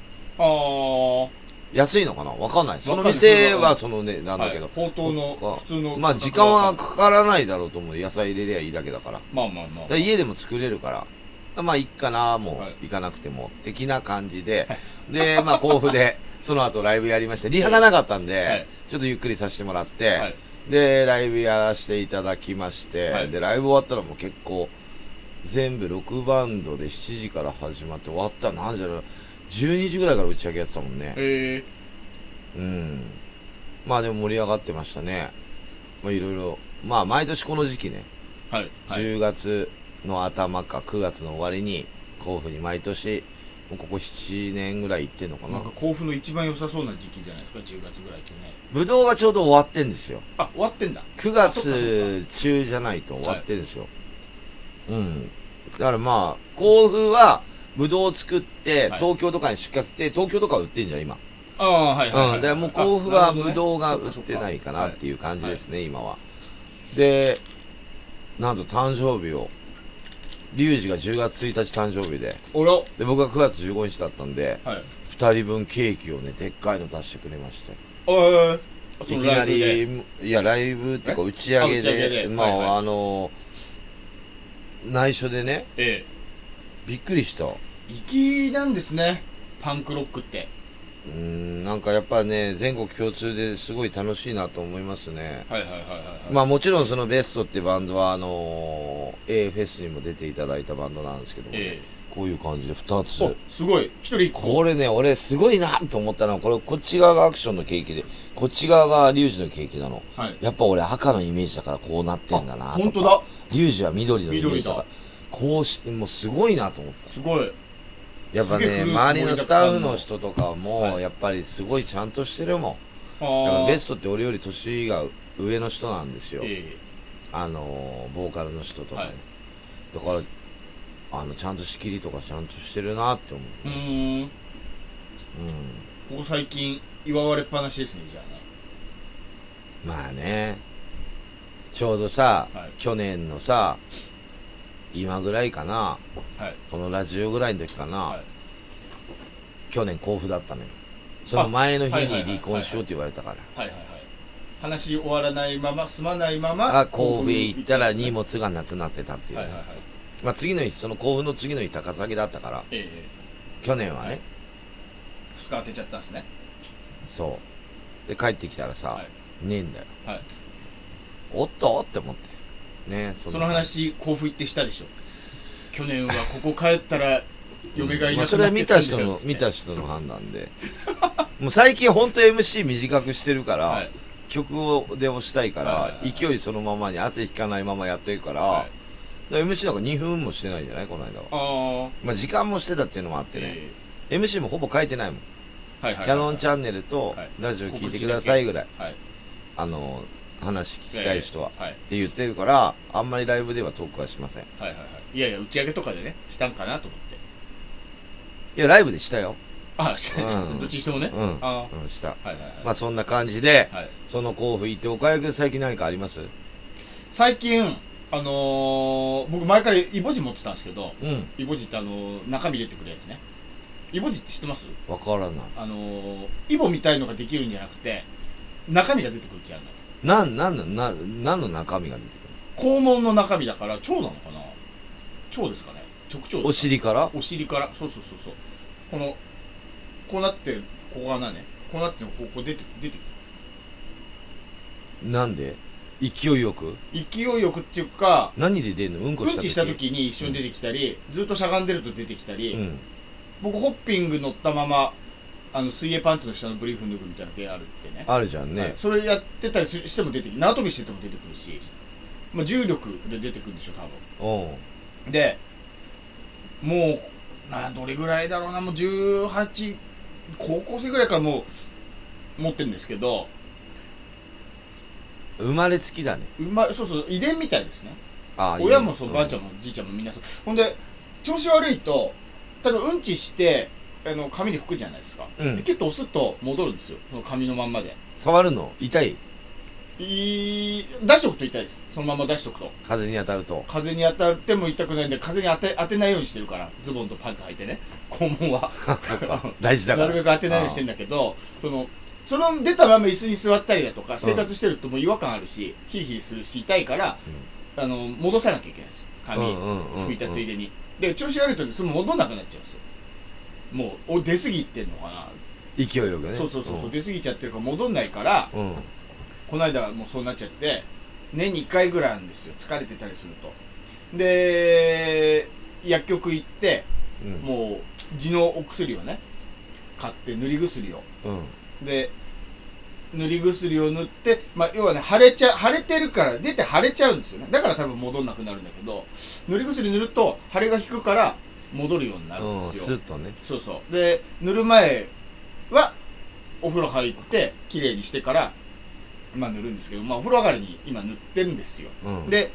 S2: ー
S1: 安いのかなわかんない。その
S2: わかんない
S1: 店はその値段だけど
S2: はい、。ほうとうの普通の。
S1: まあ時間はかからないだろうと思う。野菜入れりゃいいだけだから。
S2: まあまあまあ
S1: だから。家でも作れるから、まあ、いっかな、もう、
S2: はい
S1: 行かなくても、的な感じで、で、まあ、甲府で、その後ライブやりまして、リハがなかったんで、
S2: はい
S1: ちょっとゆっくりさせてもらって、
S2: はい
S1: で、ライブやらせていただきまして、
S2: はい
S1: で、ライブ終わったらもう結構、全部6バンドで7時から始まって終わったのなんじゃろう12時ぐらいから打ち上げやってたもんね。
S2: え
S1: うん。まあでも盛り上がってましたね。まあいろいろ。まあ毎年この時期ね、
S2: ー、はい。はい。
S1: 10月の頭か9月の終わりに甲府に毎年もうここ7年ぐらい行ってんのか
S2: な
S1: なん
S2: か甲府の一番良さそうな時期じゃないですか10月ぐらいってね
S1: ブドウがちょうど終わってんですよ
S2: あ終わってんだ
S1: 9月中じゃないと終わってるんですよ、うんだからまあ甲府はブドウを作って
S2: はい
S1: 東京とかに出荷して東京とかは売ってんじゃん今
S2: ああはいはい、は
S1: う
S2: い、
S1: ん、でもう甲府はブ
S2: ウ
S1: ドウが売ってないかなっていう感じですね、今は。で、なんと誕生日を、リュウジが10月1日誕生日で、
S2: おらは
S1: で僕が9月15日だったんで、
S2: い
S1: 2人分ケーキをね、でっかいの出してくれまして。
S2: ええ
S1: いきなり、いや、ライブっていうか、打ち上げ
S2: あ打ち上
S1: で、
S2: げで
S1: ま
S2: はいは
S1: あ、
S2: い
S1: あの、内緒でね、
S2: え
S1: びっくりした。
S2: え粋なんですねパンクロックって
S1: うん、なんかやっぱね、全国共通ですごい楽しいなと思いますね。
S2: はいはいはいはい、はい
S1: まあもちろんそのベストってバンドはあのー、AFS にも出ていただいたバンドなんですけども、
S2: え
S1: こういう感じで2
S2: えお
S1: つ
S2: すごい一人一個
S1: これね俺すごいなと思ったのはこれこっち側がアクションのケーキでこっち側がリュウジのケーキなの
S2: はい
S1: やっぱ俺赤のイメージだからこうなってんだなとか
S2: 本当だ
S1: リュウジは緑のイメージだから
S2: 緑
S1: こうしてもうすごいなと思った
S2: すごい
S1: やっぱ
S2: すげえ
S1: ね
S2: フルーツ盛
S1: 周
S2: り
S1: り
S2: だ
S1: の
S2: くさ
S1: ス
S2: んの
S1: タッフの人とかも
S2: はい
S1: やっぱりすごいちゃんとしてるもん、やっ
S2: あ
S1: ぱ
S2: あ
S1: ベストって俺より年が上の人なんですよ、
S2: え
S1: あのーボーカルの人とかね、
S2: はい
S1: だからあのちゃんと仕切りとかちゃんとしてるなって思
S2: え
S1: う、
S2: うー
S1: う
S2: ん
S1: ん、
S2: ここ最近祝われっぱなしですねじゃ
S1: まあねちょうどさ、
S2: はい
S1: 去年のさ今ぐらいかな
S2: あねはい
S1: このラジオぐらいの時かな、
S2: はい
S1: 去年甲府だったのよその前の日
S2: あはいはいは
S1: に
S2: い
S1: 離婚しようって言われたから、
S2: はいはいはい話終わらないまま済まないまま
S1: あ神戸へ行ったら荷
S2: も
S1: 物がなくなってたっていう、
S2: は
S1: ね
S2: いはいはい
S1: まあ次の日その甲府の次の日高崎だったから
S2: ええ
S1: 去年はね、
S2: はい二日空けちゃったんですね
S1: そうで帰ってきたらさ、
S2: はい
S1: ねえんだよ
S2: はい
S1: おっとって思ってねそ
S2: そ
S1: ん
S2: の
S1: な
S2: 話甲府行ってしたでしょ去年はここ帰ったら嫁がい
S1: ま
S2: な
S1: あ、
S2: く
S1: それ
S2: な
S1: は
S2: って
S1: 見
S2: た
S1: た
S2: んだ
S1: 人
S2: よ
S1: の
S2: っつって
S1: 見た人の判断でもう最近本当 MC 短くしてるから、
S2: はい
S1: 曲をで押したいから、
S2: はいはいはい
S1: 勢いそのままに汗引かないままやってるから,、
S2: はい
S1: から MC なんか2分もしてないじゃないこの間は、
S2: ああ
S1: まあ、時間もしてたっていうのもあってね、
S2: え
S1: MC もほぼ書いてないもん、
S2: えはいはいはい
S1: キャノンチ
S2: ャ
S1: ャンネルと
S2: はい
S1: ラジオ聞いてくださいぐらい、
S2: はい
S1: あの話聞きたい人は、
S2: はい
S1: って言ってるからあんまりライブではトークはしません
S2: はいはいはいいやいや打ち上げとかでねしたんかなと思って
S1: いやライブでしたよ
S2: あし
S1: うん
S2: どっちにしてもね
S1: うん
S2: あ
S1: うんした
S2: あはいはいはい
S1: まあそんな感じで
S2: はい
S1: その甲府行って岡く最近何かあります
S2: 最近あのー僕前からイボジ持ってたんですけど
S1: うん
S2: イボジってあのー中身出てくるやつねイボジって知ってます
S1: わからない
S2: あのーイボみたいのができるんじゃなくて中身が出てくる気あるの
S1: なんなんなんなんなんの中身が出てく
S2: 肛門の中身だから腸なのかな腸ですかね直腸ですかね
S1: るお尻から
S2: お尻からそうそうそうそうこのこうなってここが何ねこうなってこうこう出て出て
S1: なんで勢いよく
S2: 勢いよくっていうか
S1: 何で出んのうん
S2: う
S1: こ
S2: ん
S1: した時
S2: ちした時に一緒に出てきたり、ずっとしゃがんでると出てきたり、
S1: うん
S2: 僕ホッピング乗ったままあの水泳パンツの下のブリーフ脱ぐみたいな芸あるってね
S1: あるじゃん
S2: はい
S1: ね
S2: それやってたりすしても出てき縄跳びしてても出てくるし、まあ、重力で出てくるんでしょ多分
S1: うん
S2: でもうなどれぐらいだろうなもう18高校生ぐらいからもう持ってるんですけど
S1: 生まれつきだね
S2: うまそうそう遺伝みたいですね
S1: ああ
S2: 親もそうばあちゃ
S1: ん
S2: んもじいちゃんもみんなそうほんで調子悪いと例えばうんちしてあの髪で拭くじゃないですか、
S1: うん
S2: でキュッと押すと戻るんですよその髪のまんまで
S1: 触るの痛い
S2: いい出しておくと痛いですそのまま出しておくと
S1: 風に当たると
S2: 風に当たっても痛くないんで風に当て当てないようにしてるからズボンとパンツ履いてね肛門は
S1: 大事だか
S2: な
S1: ら
S2: るべく当てないようにしてんだけど、その、その出たまま椅子に座ったりだとか、生活してるともう違和感あるし、ヒリヒリするし、痛いから、あの、戻さなきゃいけないんですよ。髪、
S1: うんうんうんうん
S2: 拭いたついでに。で、調子悪いとその戻んなくなっちゃうんですよ。もう、お出過ぎてんのかな、
S1: 勢いよくね
S2: そうそうそうそう、出過ぎちゃってるから戻んないから、
S1: うんうん
S2: この間はもうそうなっちゃって、年に1回ぐらいあるんですよ。疲れてたりすると。で、薬局行って、
S1: うん
S2: もう、地のお薬をね、買って塗り薬を。
S1: うん
S2: で塗り薬を塗って、まあ、要はね腫れちゃ腫れてるから出て腫れちゃうんですよねだから多分戻んなくなるんだけど塗り薬塗ると腫れが引くから戻るようになる
S1: うんん、
S2: です
S1: ス
S2: よ、
S1: ッとね。
S2: そうそうで塗る前はお風呂入って綺麗にしてからまあ塗るんですけどまあお風呂上がりに今塗ってるんですよ
S1: うん。
S2: で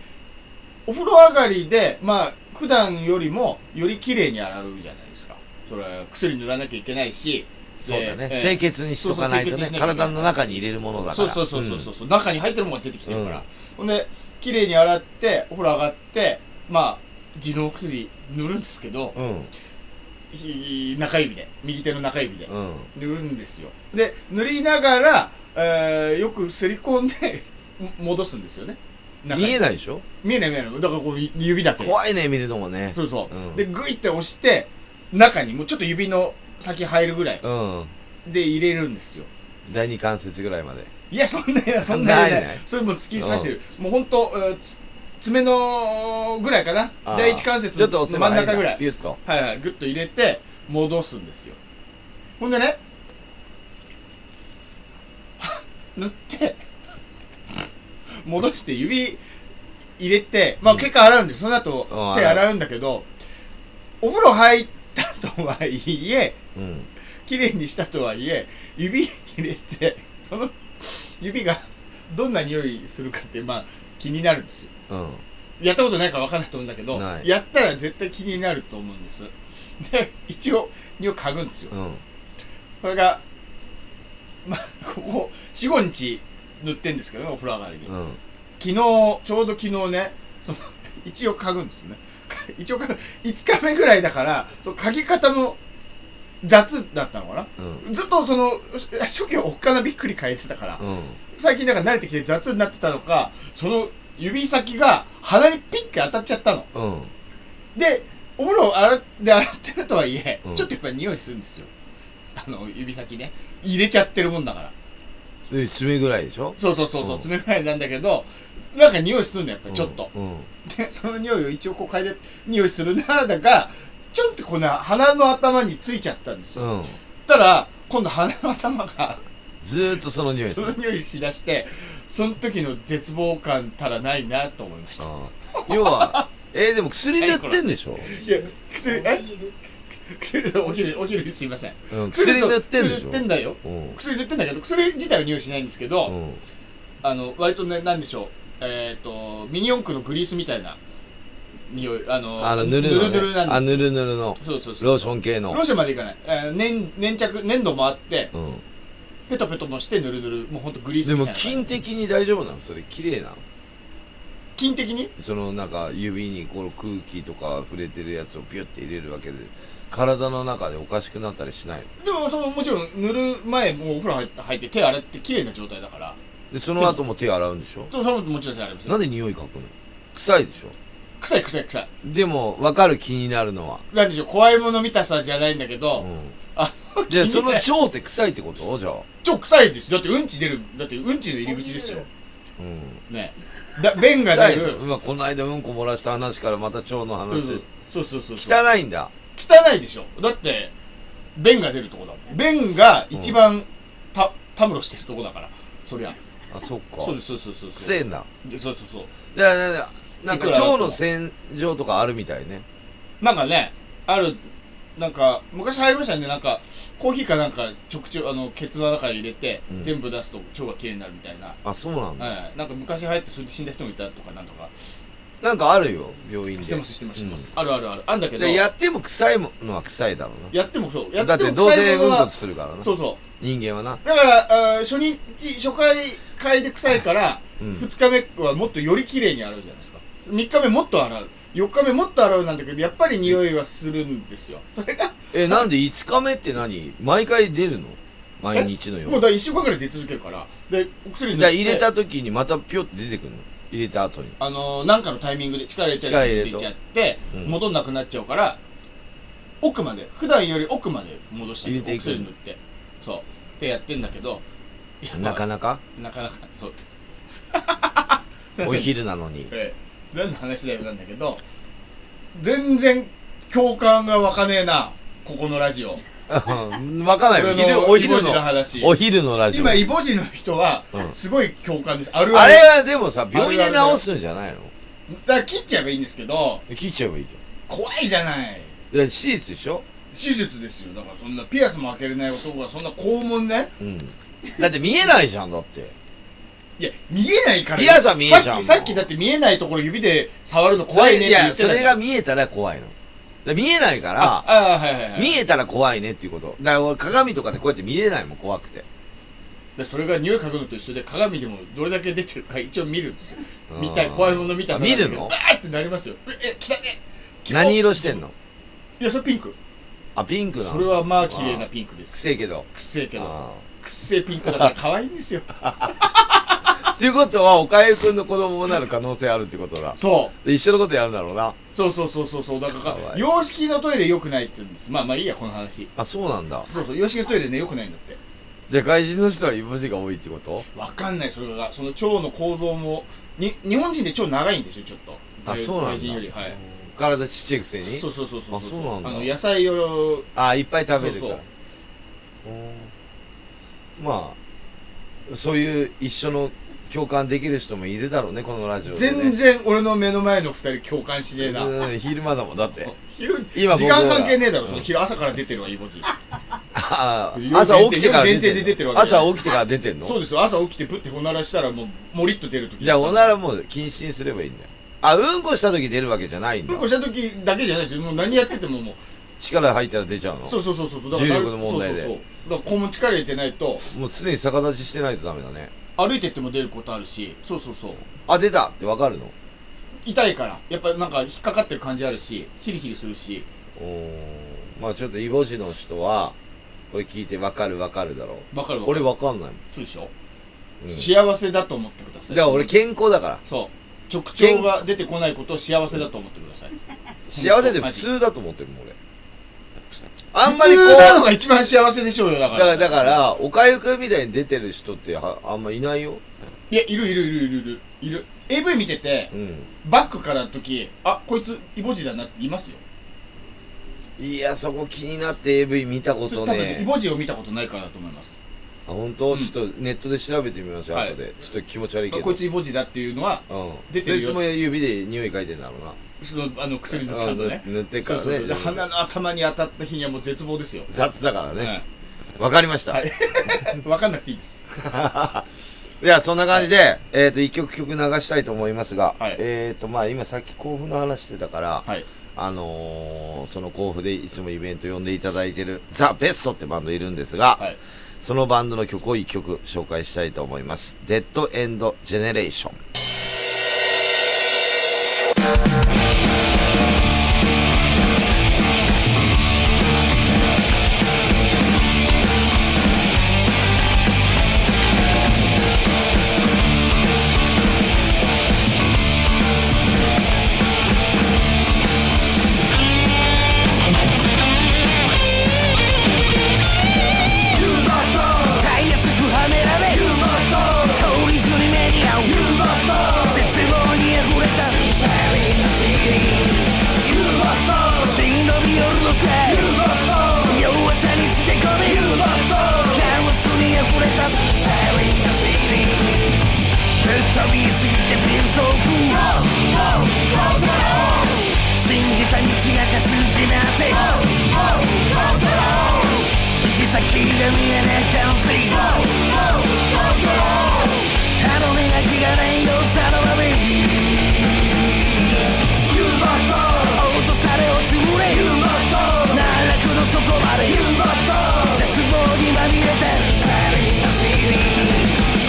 S2: お風呂上がりでまあ普段よりもより綺麗に洗うじゃないですかそれは薬塗らなきゃいけないし
S1: そうだね、
S2: ええ
S1: 清潔にしとかないとね
S2: そうそう清潔にしなきゃいけない
S1: 体の中に入れるものだから。
S2: そうそうそうそうそう
S1: う、
S2: そう中に入ってるものが出てきてるから、
S1: うん
S2: ほんで綺麗に洗ってお風呂上がってまあ地の薬塗るんですけど、
S1: ん。うん。
S2: ひ中指で右手の中指で
S1: うん。
S2: 塗るんですよで塗りながら、えーよくすり込んで 戻すんですよね中に
S1: 見えないでしょ
S2: 見えない見えないだからこう指だけ
S1: 怖いね、見るのもね。
S2: そうそう、
S1: うん
S2: でグイって押して中にもうちょっと指の先入るぐらい
S1: うん。
S2: で入れるんですよ
S1: 第二関節ぐらいまで。
S2: いや、そんな、いや、そんな、
S1: ない
S2: ね
S1: ない、
S2: それもう突き刺してる。もう本当、えーつ爪のぐらいかな。
S1: あー
S2: 第一関節
S1: ちょっと
S2: の
S1: 押せ
S2: 真
S1: ば
S2: ん中ぐらい。
S1: ピュッと。
S2: はいはい、ぐっと入れて、戻すんですよ。ほんでね、 塗って、戻して指入れて、まあ結果洗うんです。その後
S1: うん、
S2: 手洗うんだけど、お風呂入ったとはいえ、
S1: うん。
S2: 綺麗にしたとはいえ指入れてその指がどんな匂いするかってまあ気になるんですよ
S1: うん。
S2: やったことないから分かんないと思うんだけど
S1: ない
S2: やったら絶対気になると思うんですで一応匂い嗅ぐんですよ
S1: うん。
S2: これがまあここ45日塗ってんですけどねお風呂上がりに、
S1: うん。
S2: 昨日ちょうど昨日ねその一応嗅ぐんですね 一応嗅ぐ5日目ぐらいだからその嗅ぎ方も雑だったのかな
S1: うん。
S2: ずっとその初期はおっかなびっくり変えてたから、
S1: うん。
S2: 最近なんか慣れてきて雑になってたのかその指先が鼻にピッて当たっちゃったの
S1: うん。
S2: でお風呂洗って洗ってるとはいえ、
S1: うん
S2: ちょっとやっぱり匂いするんですよあの指先ね入れちゃってるもんだから
S1: で、爪ぐらいでしょ
S2: そうそうそうそう、
S1: うん
S2: 爪ぐらいなんだけどなんか匂いするんだやっぱりちょっと、
S1: うん。
S2: でその匂いを一応こう嗅いで匂いするなだがちょんってこんな鼻の頭についちゃったんですよ、
S1: うん。うん
S2: たら今度鼻の頭が
S1: ずーっとその匂いす
S2: そ
S1: る
S2: の。匂いしだして、その時の絶望感たらないなと思いました。
S1: うん要は、えーでも薬塗ってんでしょ
S2: いや、薬、え薬、お昼、お昼すいません。
S1: うん。薬塗ってんでしょ
S2: 薬塗ってんだよ。
S1: うん。
S2: 薬塗ってんだけど、薬自体は匂いしないんですけど、
S1: うん。
S2: あの、割とね、なんでしょう、えっ、と、ミニ四駆のグリースみたいな匂い、あの、
S1: あの、塗るの、ね。
S2: ぬるぬるなんです
S1: あ、ぬるぬるの。
S2: そうそうそう。
S1: ローショ
S2: ン。
S1: ン系の
S2: ロー。ションまでいかない。えー粘粘着、粘土もあって、
S1: うん。
S2: ペトペトもしてぬるぬる、もうほんとグリース
S1: で
S2: みたい
S1: も
S2: な。
S1: 菌的に大丈夫なのそれ綺麗なの
S2: 菌的に
S1: そのなんか指にこの空気とか触れてるやつをピュッて入れるわけで体の中でおかしくなったりしないの
S2: でも、その、もちろん、塗る前、もうお風呂入って入って、手洗って、綺麗な状態だから、
S1: でその後も手洗うんでしょ
S2: そう、それももちろんあります
S1: な
S2: よ。
S1: んで匂い嗅くの臭いでしょ
S2: 臭い臭い臭い。
S1: でも分かる気になるのは、
S2: なんでしょう、怖いもの見たさじゃないんだけ
S1: う
S2: ど、
S1: ん、
S2: あの、
S1: じゃあその
S2: ちょ、
S1: 腸って臭いってことじゃあ、
S2: 超臭いですよ。だってうんち出る、だってうんちの入り口ですよ。
S1: うん、
S2: ね。だ便が
S1: 臭
S2: 出
S1: い
S2: る
S1: の。まあこの間うんこ漏らした話からまた腸の
S2: そう
S1: 話
S2: そうそうそうそうそう。
S1: 汚いんだ
S2: 汚いでしょ。だって、便が出るとこだもん。便が一番た、たむろしてるとこだから、そりゃ。
S1: あそっか
S2: そうです、そうそうそう。
S1: 臭いんだ
S2: でそうそうそう。
S1: だからだからなんか
S2: いくら
S1: 腸の洗浄とかあるみたいね
S2: なんかね、ある、なんか、昔流行りましたよね、なんか、コーヒーかなんか、直腸、あの、ケツの中に入れて、
S1: うん
S2: 全部出すと腸が綺麗になるみたいな。
S1: あそうなんだ
S2: はい、なんか昔流行ってそれで死んだ人もいたとかなんとか
S1: なんかあるよ病院で
S2: してますしてますしてます、あるあるあるあんだけど
S1: で
S2: や
S1: やっても臭いものは臭いだろう
S2: ってもそう
S1: な
S2: やっ
S1: だってて
S2: も
S1: どうせうんこ
S2: は
S1: するからな
S2: そうそ
S1: 人間はな
S2: うだからあー初日初回会で臭いから
S1: うん
S2: 2日目はもっとより綺麗に洗うじゃないですか3日目もっと洗う4日目もっと洗うなんだけどやっぱり匂いはするんですよそれが
S1: えなんで5日目って何毎回出るの毎日のよう
S2: もう
S1: に
S2: だ1週間ぐらい出続けるからでお薬塗って
S1: だ入れた時にまたピョって出てくるの入れた後に
S2: あのーなんかのタイミングで力入れたりして出ちゃって、
S1: 力入れとうん
S2: 戻んなくなっちゃうから奥まで普段より奥まで戻したり
S1: 入れていく
S2: お薬塗ってそうってやってんだけどいや
S1: なかなか
S2: なかなかそう
S1: お昼なのに
S2: ええ何の話だよなんだけど全然共感が湧かねえなここのラジオ
S1: 分かんないよ昼
S2: 俺の
S1: お昼
S2: イボ痔の
S1: の
S2: 話
S1: お昼のラジオ
S2: 今
S1: あれ
S2: イボジの人は
S1: うん
S2: すごい共感です、あるある
S1: はでもさ病院
S2: あ
S1: で
S2: るある
S1: 治すんじゃないの
S2: だから切っちゃえばいいんですけど
S1: 切っちゃえばいいじ
S2: 怖いじゃない
S1: 手術でしょ
S2: 手術ですよだからそんなピアスも開けれない男がそんな肛門ね
S1: うん。だって見えないじゃん、だって。
S2: いや見えないから
S1: ピアスは見えちゃう
S2: さっ
S1: もん
S2: きさっきだって見えないところ指で触るの怖いねっ
S1: それい
S2: て言
S1: や、
S2: って
S1: そ
S2: た
S1: れ
S2: じゃ
S1: が
S2: ん
S1: 見えたら怖いの。だから見えないか
S2: あ
S1: ら、
S2: あはいはいはい
S1: 見えたら怖いねっていうこと。だから俺鏡とかでこうやって見れないもん、怖くて。
S2: でそれが匂い嗅ぐのと一緒で鏡でもどれだけ出てるか一応見るんですよ見たい怖いもの見た
S1: あ
S2: さ
S1: 見る
S2: わ
S1: の
S2: ーってなりますよえ来たね
S1: 何色してんの
S2: いやそれピンク
S1: あ、ピンクなの
S2: それはまあ綺麗なピンクで
S1: く
S2: す
S1: せえけど。
S2: くっせえけど
S1: あ
S2: くっせえピンクだから可愛いんですよ
S1: ーっていうことは、おかゆくんの子供になる可能性あるってことだ。
S2: そう
S1: で一緒のことやるんだろうな。
S2: そうそうそうそうそうだか
S1: かわ
S2: ら
S1: いい
S2: 洋式のトイレ良くないって言うんですまあまあいいやこの話
S1: あ、そうなんだ。
S2: そうそう洋式のトイレね良くないんだって
S1: じゃあ外人の人はイボジが多いってこと
S2: わかんないそれがその腸の構造もに日本人で腸長いんでしょちょっと
S1: あ、
S2: 外
S1: そうなんだ。
S2: 外人よりはい
S1: 体ちっちゃいくせに
S2: そうそうそうそう
S1: あそうなんだ
S2: あの野菜を
S1: あ、いっぱい食べるから。
S2: そう
S1: うんまあ、そういう一緒の共感できる人もいるだろうね、このラジオで、ね。
S2: 全然俺の目の前の二人共感しねえな
S1: うん昼間だもん、だって。
S2: 昼
S1: 今
S2: 時間
S1: 僕ら
S2: 関係ねえだろその
S1: うん
S2: 昼朝から出てるわイボジ
S1: あ
S2: 夜
S1: あ朝起きてから出
S2: 限定
S1: てん
S2: で
S1: の
S2: 出てるわけ
S1: 朝起きてから出てんの
S2: そうですよ朝起きてプッておならしたらもうもりっと出るとき
S1: じゃあ、おな
S2: ら
S1: らもう禁止にすればいいんだよ。あ、うんこした時出るわけじゃないんだ
S2: うん。こした時だけじゃないですよもう何やっててももう
S1: 力入ったら出ちゃうの。
S2: そうそうそうそう
S1: 重力の問題で
S2: そうそうそうだから肛門力入れてないと
S1: もう常に逆立ちしてないとダメだね。
S2: 歩いてっても出ることあるしそうそうそう
S1: あ、出たってわかるの
S2: 痛いからやっぱなんか引っかかってる感じあるしヒリヒリするし
S1: おーまあちょっとイボジの人は、これ聞いてわかるわかるだろう。
S2: わかるわ
S1: 俺わかんないもん。
S2: そうでしょ、
S1: うん
S2: 幸せだと思ってくださ
S1: だ
S2: い
S1: から俺健康だから。
S2: そう直腸が出てこないことを幸せだと思ってください
S1: 幸せで普通だと思ってるもん、俺。あんまりこ
S2: 普通なの
S1: う、
S2: が一番幸せでしょうよだか
S1: だ
S2: ら
S1: から、だから、おかゆくんみたいに出てる人ってはあんまいないよ。
S2: いやいるいるいるいるいるいる AV 見てて
S1: うん。
S2: バックからの時あこいつイボジだなって言いますよ
S1: いや、そこ気になって AV 見たこ
S2: それ
S1: と
S2: 多分イ
S1: ね。
S2: ボジを見たことないからだと思います
S1: あ、本当、
S2: うん
S1: ちょっとネットで調べてみますよ、
S2: はい
S1: 後で。ちょっと気持ち悪い
S2: あ
S1: けど。
S2: こいつイボジだっていうのは
S1: うん。
S2: 出てるよ
S1: そいつも指で匂い嗅いでんだろうな。
S2: そのあの薬のちゃんとね
S1: うん塗ってっからね。
S2: そうそうで鼻の頭に当たった日にはもう絶望ですよ
S1: 雑だからね。
S2: はい
S1: わかりました。、
S2: はいい分かんなくていいです
S1: や、そんな感じで、えっ、と、一曲曲流したいと思いますが、
S2: はい
S1: えっ、と、まあ、今さっき甲府の話してたから、
S2: はい
S1: あのーその甲府でいつもイベント呼んでいただいてる、ザ・ベストってバンドいるんですが、
S2: はい
S1: そのバンドの曲を一曲紹介したいと思います。デッド・エンド・ジェネレーション。
S3: タイヤすぐはめられ通りずに目に合う絶望に溢れた忍び寄るのさ弱さにつけ込みカオスに溢れたぶっ飛びすぎて feel so good 信じた道がかすじなって行き先が見えねえ感じ歯の磨きがないよサラダビーチ落とされ落ちぶれ奈落の底まで絶望にまみれてど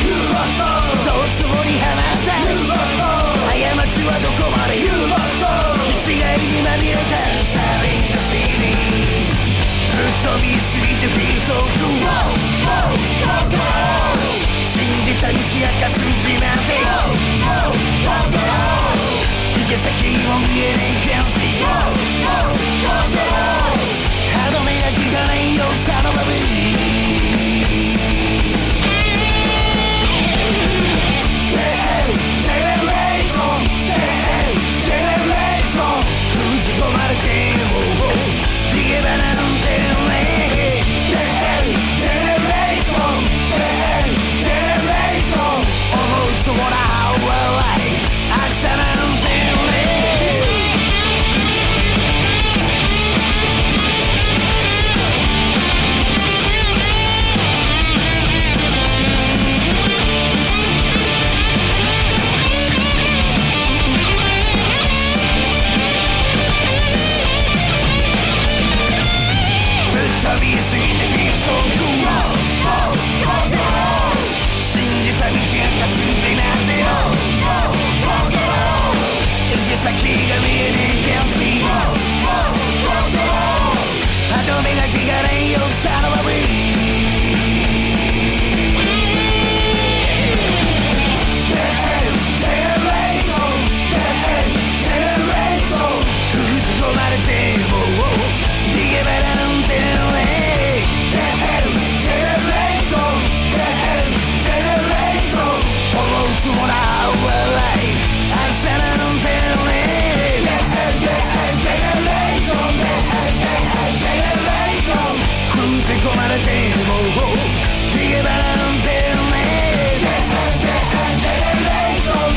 S3: つぼにはまった過ちはどこまで気違いにまみれてぶっ飛びすぎて feel so cool 込まれても逃げ場なんてねえ Generation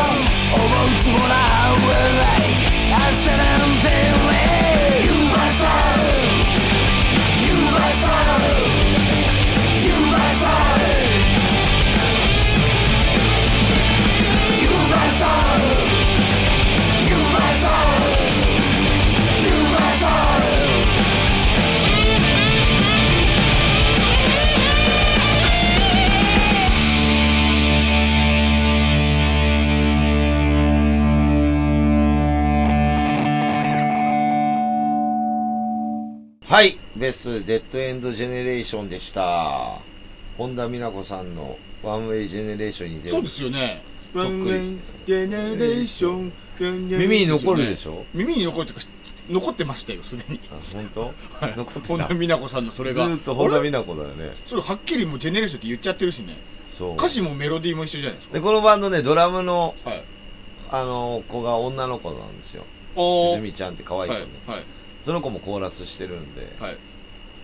S3: 思うつもな We're like 明日なんてねえ You myself You myself You myself You myself You myself You myself
S1: はい、ベストデッドエンドジェネレーションでした。本田美奈子さんのワンウェイジェネレーションに出
S2: そう
S1: る
S2: ですよね。
S1: そっくり
S2: ジェネレーション。
S1: 耳
S2: 耳
S1: に残るでしょ
S2: 耳に残るというか、残ってましたよ、すでに。
S1: あ、本当
S2: はい
S1: 残って
S2: 本
S1: た
S2: 田。美奈子さんのそれ
S1: ず
S2: が。
S1: ーっと本田
S2: あれ
S1: 美奈子だよね。
S2: それはっきりもうジェネレーションって言っちゃってるしね。
S1: そう。
S2: 歌詞もメロディーも一緒じゃないです
S1: で、
S2: か。
S1: このバンドね、ドラムの、
S2: はい。
S1: あの、子が女の子なんですよ。
S2: おー
S1: 泉ちゃんって可愛い子
S2: はい
S1: ね。。
S2: はい。
S1: その子もコーラスしてるんで、
S2: はい。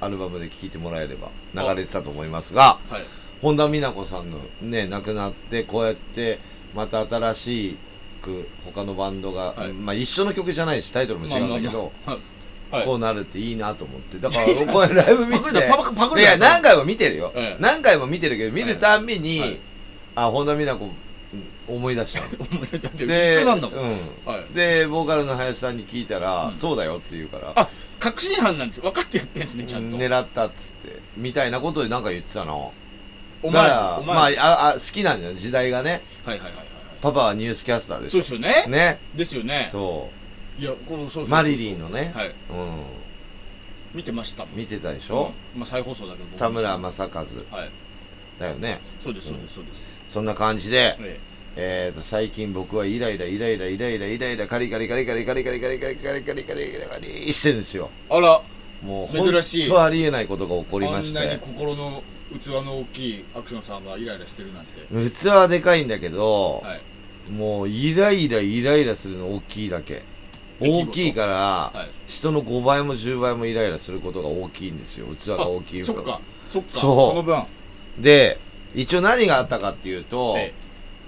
S1: アルバムで聴いてもらえれば流れてたと思いますが、
S2: はい。
S1: 本田美奈子さんのね、亡くなって、こうやって、また新しく、他のバンドが、
S2: はい
S1: まあ一緒の曲じゃないし、タイトルも違うんだけど、
S2: まあまあまあはい
S1: こうなるっていいなと思って。だから
S2: いいじゃ、ん
S1: これライブ見て
S2: パク
S1: て、
S2: リだパクパクリ
S1: い
S2: だ
S1: や、何回も見てるよ
S2: ええ。
S1: 何回も見てるけど、見るたんびに、
S2: はいはい
S1: あ、本田美奈子、うん思い出したの。
S2: 思い出したって
S1: で、
S2: 一緒なんだもん。
S1: う
S2: はい
S1: ん。で、ボーカルの林さんに聞いたら、
S2: うん
S1: そうだよって言うから、
S2: あ、確信犯なんですよ。分かってやってんですね、ちゃんと。
S1: 狙ったっつって、みたいなことでなんか言ってたの。
S2: お
S1: だ
S2: 前
S1: から
S2: ら、お、
S1: ま
S2: 前
S1: あ
S2: ら。
S1: ああ、好きなんじゃん、時代がね。
S2: はいはいはいはい。
S1: パパはニュースキャスターでし
S2: そう
S1: ょ。
S2: ですよね。
S1: ね。
S2: ですよね。
S1: そ
S2: いや、これそう
S1: う。
S2: そう
S1: マリリンのね。
S2: はい。
S1: う
S2: 見てましたも
S1: ん。
S2: ん。
S1: 見てたでし
S2: う
S1: ょ、
S2: んまあ再放送だけど僕も
S1: 田村正和
S2: はい。
S1: だよね。
S2: そうです、そうです、そうです。
S1: そんな感じで、
S2: え
S1: えーと、最近僕はイライライライライライライライラカリカリカリカリカリカリカリカリカリカリカリカリカリしてるんですよ。
S2: えあら、
S1: もう、
S2: 珍しい
S1: 本当ありえないことが起こり
S2: あ
S1: ま
S2: ん
S1: し
S2: なに
S1: て。
S2: 心の器の大きいアクションさんがイライラしてるなんて。
S1: 器はでかいんだけど、
S2: はい。
S1: もうイライライライラするの大きいだけ。
S2: 出来
S1: 大
S2: 事
S1: きいから、
S2: はい。
S1: 人の5倍も10倍もイライラすることが大きいんですよ。器が大きい
S2: あそっか。そっか。
S1: そう
S2: この分。
S1: で、一応何があったかっていうと、
S2: え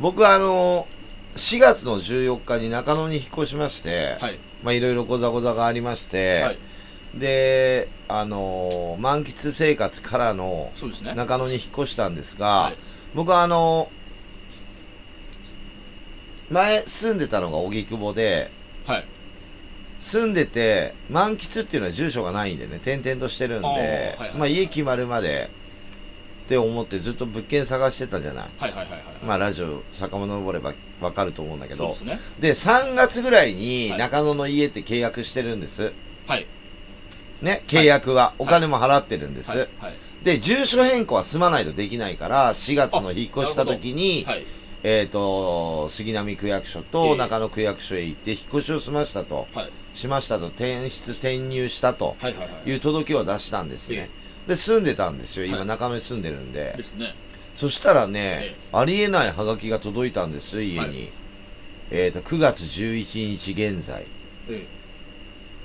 S1: 僕はあの、4月の14日に中野に引っ越しまして
S2: え、はい。
S1: まあいろいろござござがありまして、
S2: はい。
S1: で、あのー満喫生活からの
S2: そうですね。
S1: 中野に引っ越したんですが、
S2: はい
S1: 僕はあの前住んでたのが荻窪で、
S2: はい。
S1: 住んでて、満喫っていうのは住所がないんでね、転々としてるんで、
S2: あーはいはいはい
S1: まあ家決まるまでって思ってずっと物件探してたじゃない。
S2: はいはいはいはい。
S1: まあラジオ遡ればわかると思うんだけ
S2: そうで
S1: ど
S2: す。ね。
S1: で3月ぐらいに
S2: はい
S1: 中野の家って契約してるんです。
S2: はい。
S1: ね、契約は。お金も払ってるんです。
S2: はい。はい。
S1: で、住所変更は済まないとできないから、4月の引っ越した時に、
S2: はい。
S1: えっ、と、杉並区役所
S2: え
S1: と
S2: え
S1: 中野区役所へ行って、引っ越しをしましたと、
S2: はい。
S1: しましたと、転出、転入したと
S2: はいはいはい。
S1: いう届けを出したんですね。で、住んでたんですよ。今、
S2: はい
S1: 中野に住んでるんで。
S2: ですね。
S1: そしたらね
S2: え、
S1: ありえないハガキが届いたんです、家に。
S2: はい
S1: えっ、と、9月11日現在、
S2: え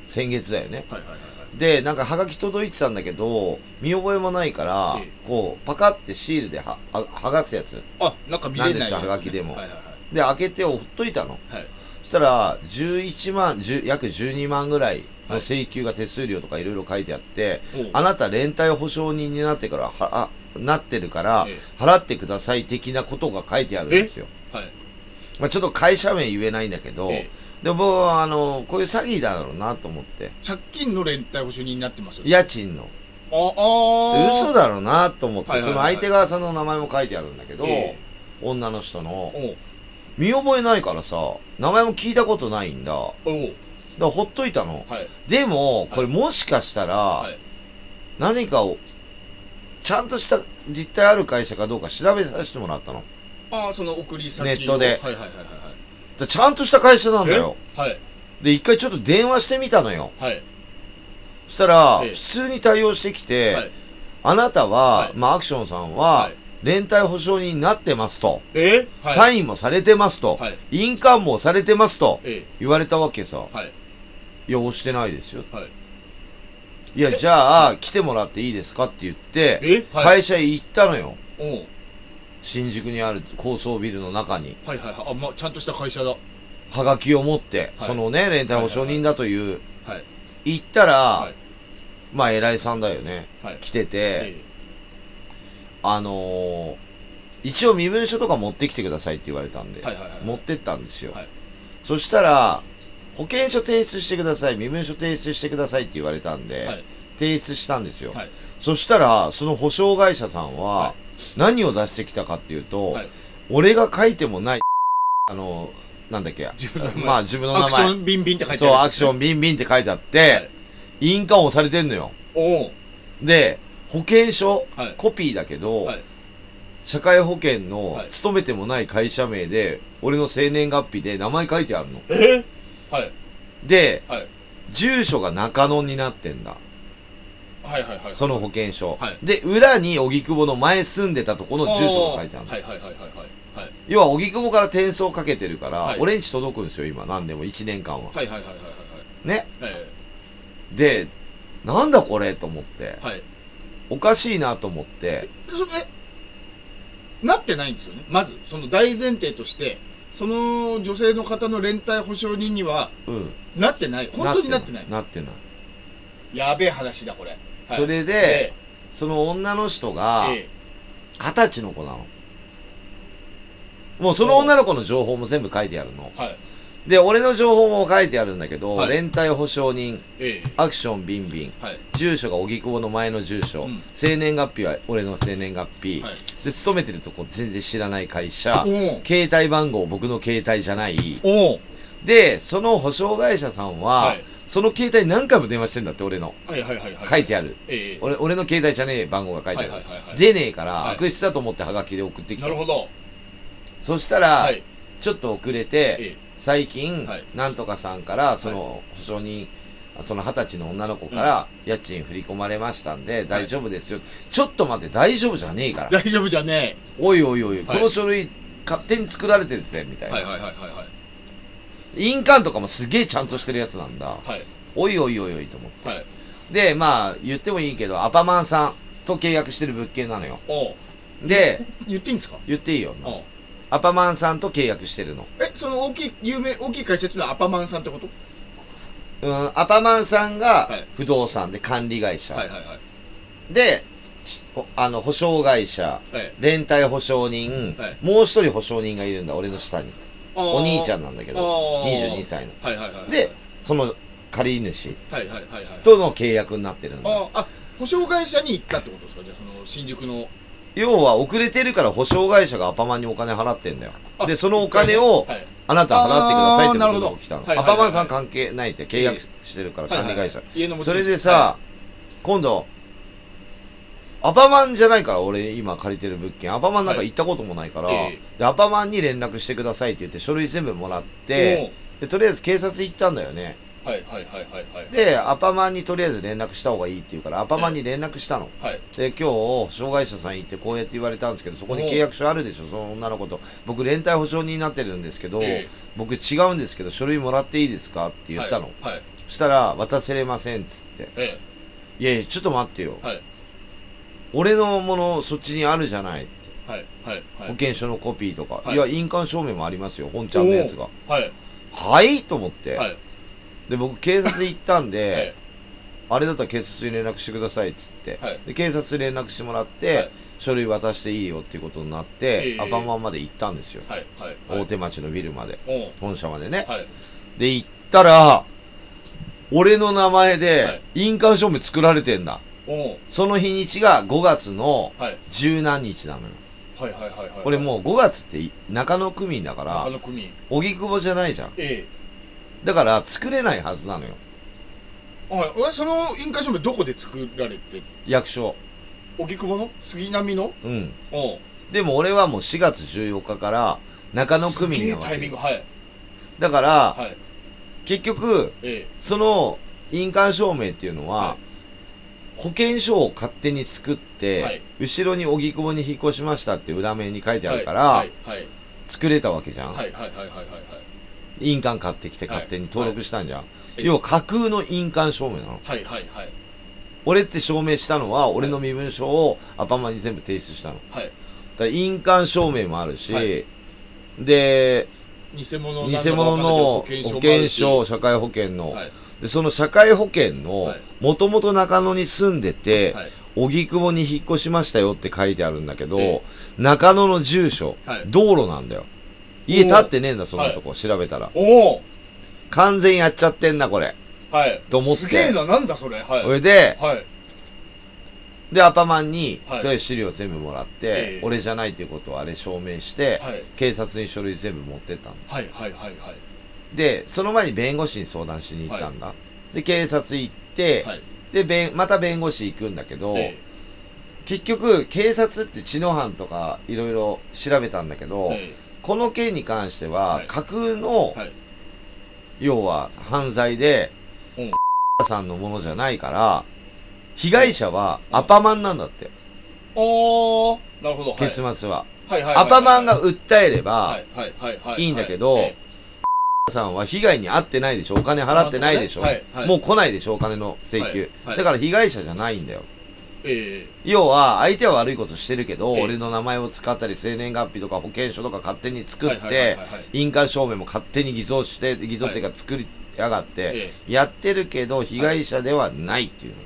S1: 先月だよね
S2: え。。はいはいはいはい。
S1: で、なんかハガキ届いてたんだけど、見覚えもないから、
S2: え
S1: こう、パカってシールでは、は剥がすやつ。
S2: あ、なんか見れないや
S1: なん
S2: つね
S1: ですよハガキでも
S2: はいはい
S1: で、開けてほっといたの。
S2: はい。はい。
S1: そしたら、11万、10約12万ぐらいの請求が手数料とかいろいろ書いてあって、
S2: おう
S1: あなた連帯保証人になってから、は、あ、なってるから
S2: ええ、
S1: 払ってください的なことが書いてあるんですよ。
S2: はい。
S1: まあちょっと会社名言えないんだけど、
S2: ええ
S1: でも僕はあの、こういう詐欺だろうなと思って、
S2: 借金の連帯保証人になってますよね。
S1: 家賃の。
S2: あ、ああ。
S1: 嘘だろうなと思って、
S2: はいはいはい
S1: その相手側さんの名前も書いてあるんだけど、
S2: ええ
S1: 女の人の
S2: おう
S1: 見覚えないからさ名前も聞いたことないんだだか
S2: おう
S1: らほっといたの
S2: はい。
S1: でもこれもしかした
S2: は
S1: ら
S2: い。
S1: 何かをちゃんとした実態ある会社かどうか調べさせてもらったのだか
S2: ああ、その送り先を
S1: ネットで
S2: はいはいはいはいはい。
S1: らちゃんとした会社なんだよ
S2: え。はい。
S1: で一回ちょっと電話してみたのよ
S2: はい。
S1: そしたら
S2: ええ
S1: 普通に対応してきて、
S2: はい。
S1: あなたは、
S2: はい
S1: まあアクションさんは、
S2: はい
S1: 連帯保証人になってますと、
S2: えはい。
S1: サインもされてますと、
S2: はい
S1: 印鑑もされてますと
S2: え
S1: 言われたわけさ、
S2: はい。
S1: いや押してないですよ
S2: はい。
S1: いや、じゃあ、来てもらっていいですかって言って、
S2: えはい、
S1: 会社へ行ったのよ。
S2: おう
S1: 新宿にある高層ビルの中に、
S2: はいはいはいあ、まあ、ちゃんとした会社だは
S1: はがきを持って、
S2: はい
S1: そのね、連帯保証人だという、
S2: い
S1: 行ったら、
S2: はい
S1: まあ、偉いさんだよね。
S2: はい
S1: 来てて、
S2: え
S1: あのー一応身分証とか持ってきてくださいって言われたんで、
S2: えはいはいはい
S1: 持ってったんですよ、
S2: はい
S1: そしたら保険証提出してください身分証提出してくださいって言われたんで、
S2: はい
S1: 提出したんですよ、
S2: はい
S1: そしたらその保証会社さんは、
S2: は
S1: 何を出してきたかっていうと、
S2: はい
S1: 俺が書いてもないあのなんだっけ
S2: 自分の名前
S1: まあ自分の
S2: ア
S1: 名
S2: クショ
S1: 前
S2: ンビンビンって書いて
S1: そう
S2: ある
S1: アクションビンビンって書いてあって、
S2: はい
S1: 印鑑押されてんのよ
S2: おう
S1: で保険証、
S2: はい
S1: コピーだけど、
S2: はい
S1: 社会保険の
S2: はい
S1: 勤めてもない会社名で、俺の生年月日で名前書いてあるの。
S2: えはい
S1: で、
S2: はい
S1: 住所が中野になってんだ。
S2: はいはいはい
S1: その保険証。
S2: はい
S1: で、裏に荻窪の前住んでたとこの住所が書いてあるの。
S2: はいはいはいはいはいはい
S1: 要は荻窪から転送かけてるから、
S2: はい
S1: 俺んち届くんですよ、今。何でも、1年間は。
S2: はいはいはいはい
S1: ね。
S2: はいはい
S1: で、なんだこれと思って。
S2: はい
S1: おかしいなと思って。
S2: そえなってないんですよねまずその大前提としてその女性の方の連帯保証人には
S1: うん。
S2: なってない本当になってない
S1: なってない。
S2: やべえ話だこれ、はい
S1: それで、その女の人が、
S2: ええ
S1: 二十歳の子なの。もうその女の子の情報も全部書いてあるの。
S2: はい
S1: で、俺の情報も書いてあるんだけど、
S2: はい
S1: 連帯保証人、
S2: え
S1: アクションビンビン、
S2: えはい
S1: 住所が荻窪の前の住所、
S2: うん
S1: 生年月日は俺の生年月日、
S2: はい
S1: で、勤めてるとこ全然知らない会社、
S2: お
S1: 携帯番号僕の携帯じゃない。
S2: おお
S1: で、その保証会社さんは、
S2: はい
S1: その携帯何回も電話してんだって俺の。
S2: はいはいはいはい
S1: 書いて
S2: ある
S1: ある。
S2: ええ
S1: 俺俺の携帯じゃねえ番号が書いてある。
S2: はいはいはいはい
S1: 出ねえから、
S2: はい
S1: 悪質だと思ってハガキで送ってきた
S2: なる。ほど
S1: そしたら、
S2: はい
S1: ちょっと遅れて、
S2: え
S1: 最近、
S2: はい
S1: なんとかさんから、その、保証人、その二十歳の女の子から、家賃振り込まれましたんで、大丈夫ですよ。ちょっと待って、大丈夫じゃねえか
S2: え
S1: ら。
S2: 大丈夫じゃね
S1: おいおいおい、
S2: い
S1: この書類、勝手に作られてるぜ、みた
S2: え
S1: いな。
S2: はいはいはいはいはい
S1: 印鑑とかもすげえちゃんとしてるやつなんだ。
S2: はい
S1: おいおいおいおいと思って。
S2: はい
S1: で、まあ、言ってもいいけど、アパマンさんと契約してる物件なのよ。
S2: おう
S1: で、
S2: 言っていいんですか
S1: 言っていいよ。
S2: おう
S1: アパマンさんと契約してるの。
S2: えその大きい有名大きい会社っていうのはアパマンさんってこと
S1: うん、アパマンさん
S2: は
S1: が
S2: い
S1: 不動産で管理会社。
S2: はいはいはい
S1: で、しほあの、保証会社、
S2: はい
S1: 連帯保証人、
S2: はい
S1: もう一人保証人がいるんだ、俺の下に。
S2: あー
S1: お兄ちゃんなんだけど、
S2: あー
S1: 22歳の。
S2: はいはいはいはい
S1: で、その借り主
S2: はいはいはいはい
S1: との契約になってるんだ。
S2: ああ保証会社に行ったってことですかじゃあその新宿の
S1: 要は遅れてるから保証会社がアパマンにお金払ってんだよ。
S2: あ
S1: で、そのお金を
S2: はい
S1: あなた払ってくださいって
S2: あーな
S1: こ
S2: るほ
S1: と
S2: ど
S1: が起きたの。
S2: はい
S1: ア
S2: はいはい
S1: パマンさん関係ないって契約してるから
S2: はい
S1: 管理会社
S2: はい。はい家の持ち
S1: それでさ、今度、アパマンじゃないから、俺今借りてる物件。アパマンなんか行ったこともないから、
S2: はいえ
S1: で、アパマンに連絡してくださいって言って書類全部もらっ
S2: はい
S1: て、で、とりあえず警察行ったんだよね。
S2: おうはいはいはいはいはい
S1: で、アパマンにとりあえず連絡した方がいいって言うから、アパマンに連絡したの。
S2: はい
S1: で、今日、障害者さん行ってこうやって言われたんですけど、そこに
S2: おう
S1: 契約書あるでしょ、その女の子と。僕、連帯保証人になってるんですけど、
S2: ええ
S1: 僕違うんですけど、書類もらっていいですかって言ったの。
S2: はいはい
S1: そしたら、渡せれませんっつって。
S2: え
S1: いやいや、ちょっと待ってよ。
S2: えはい
S1: 俺のものそっちにあるじゃないって
S2: はいはいは
S1: 保
S2: い
S1: 険証のコピーとか、
S2: はい
S1: い、や印鑑証明もありますよ本ちゃんのやつが
S2: おうはい
S1: はいと思って、
S2: はい
S1: で僕警察行ったんで、
S2: え
S1: あれだったら警察に連絡してくださいっつって、
S2: はい
S1: で警察に連絡してもらって、
S2: はい
S1: 書類渡していいよっていうことになって、
S2: ええ
S1: アパマンまで行ったんですよ、
S2: はいはい
S1: 大手町のビルまで
S2: おう
S1: 本社までね、
S2: はい
S1: で行ったら俺の名前
S2: は
S1: で印鑑証明作られてんだ
S2: おう
S1: その日にちが5月の
S2: はい
S1: 十何日なのよ
S2: はいはいはいはい
S1: 俺もう5月ってい中野区民だか
S2: 中
S1: ら、
S2: 野区民
S1: 荻窪じゃないじゃん。
S2: え
S1: だから作れないはずなのよ。
S2: えはいえその印鑑証明どこで作られて
S1: 役所。
S2: 荻窪の杉並の
S1: うん。
S2: おう
S1: でも俺はもう4月14日から中野区民
S2: すげ
S1: な
S2: え
S1: わ
S2: タイミン
S1: け
S2: グ。はい
S1: だから、
S2: はい
S1: 結局、
S2: え
S1: その印鑑証明っていうのは、
S2: は
S1: 保険証を勝手に作って、
S2: はい
S1: 後ろに荻窪に引っ越しましたって裏面に書い
S2: え
S1: てあるから、
S2: はいはい
S1: 作れたわけじゃん、
S2: はいはいはいはいはいはい
S1: 印鑑買ってきて勝手に登録したんじゃん。
S2: い
S1: 要は架空の印鑑証明なの。
S2: はいはいはい
S1: 俺って証明したのは、俺の身分証を頭に全部提出したの。だ
S2: はい。
S1: から印鑑証明もあるし、
S2: はい
S1: で、
S2: 偽物なん
S1: 偽
S2: だかわ
S1: 物
S2: かん
S1: の保
S2: ないけど
S1: 険証、
S2: も
S1: 社会保険の、
S2: あるし
S1: で、その社会保険の
S2: はい、
S1: もともと中野に住んでて、
S2: はい。はい。
S1: 荻窪に引っ越しましたよって書いてあるんだけど、
S2: ええ
S1: 中野の住所、
S2: はい
S1: 道路なんだよ。家建ってねえんだ、そんなとこ、調べたら。
S2: おお
S1: 完全やっちゃってんな、これ。
S2: はい。
S1: と思って
S2: すげえな、なんだそれ。はい。
S1: それで、
S2: はい。
S1: で、アパマンに、
S2: はい
S1: とりあえず資料全部もらって、
S2: ええ
S1: 俺じゃないということをあれ証明して、
S2: はい。
S1: 警察に書類全部持ってったの。
S2: はい。はい。はい。は
S1: で、その前に弁護士に相談しに行ったんだ。で、警察行って、
S2: い。はい。
S1: で、弁また弁護士行くんだけど、
S2: え
S1: 結局、警察って知能犯とかいろいろ調べたんだけ
S2: え
S1: ど、
S2: え
S1: この件に関しては、
S2: はい
S1: 架空の、
S2: えはい。
S1: 要は犯罪で、
S2: うん
S1: さんのものじゃないから、被害者はアパマンなんだって、
S2: おー、なるほど。はい
S1: 結末は。
S2: はいはいはい
S1: アパマンが
S2: は
S1: 訴えれば、
S2: いはいはいはい
S1: いいんだけど
S2: はい
S1: さんは被害に遭ってないでしょお金払ってないでしょ、
S2: はいはい
S1: もう来ないでしょお金の請求、
S2: はいはい
S1: だから被害者じゃないんだよ。
S2: え
S1: 要は、相手は悪いことしてるけど、
S2: ええ
S1: 俺の名前を使ったり、生年月日とか保険証とか勝手に
S2: え
S1: 作っ
S2: はいはい
S1: て
S2: はい、はい
S1: 印鑑証明も勝手に偽造して、偽造っていうか作りやがって、
S2: え
S1: やってるけど、被害者ではないっていうの。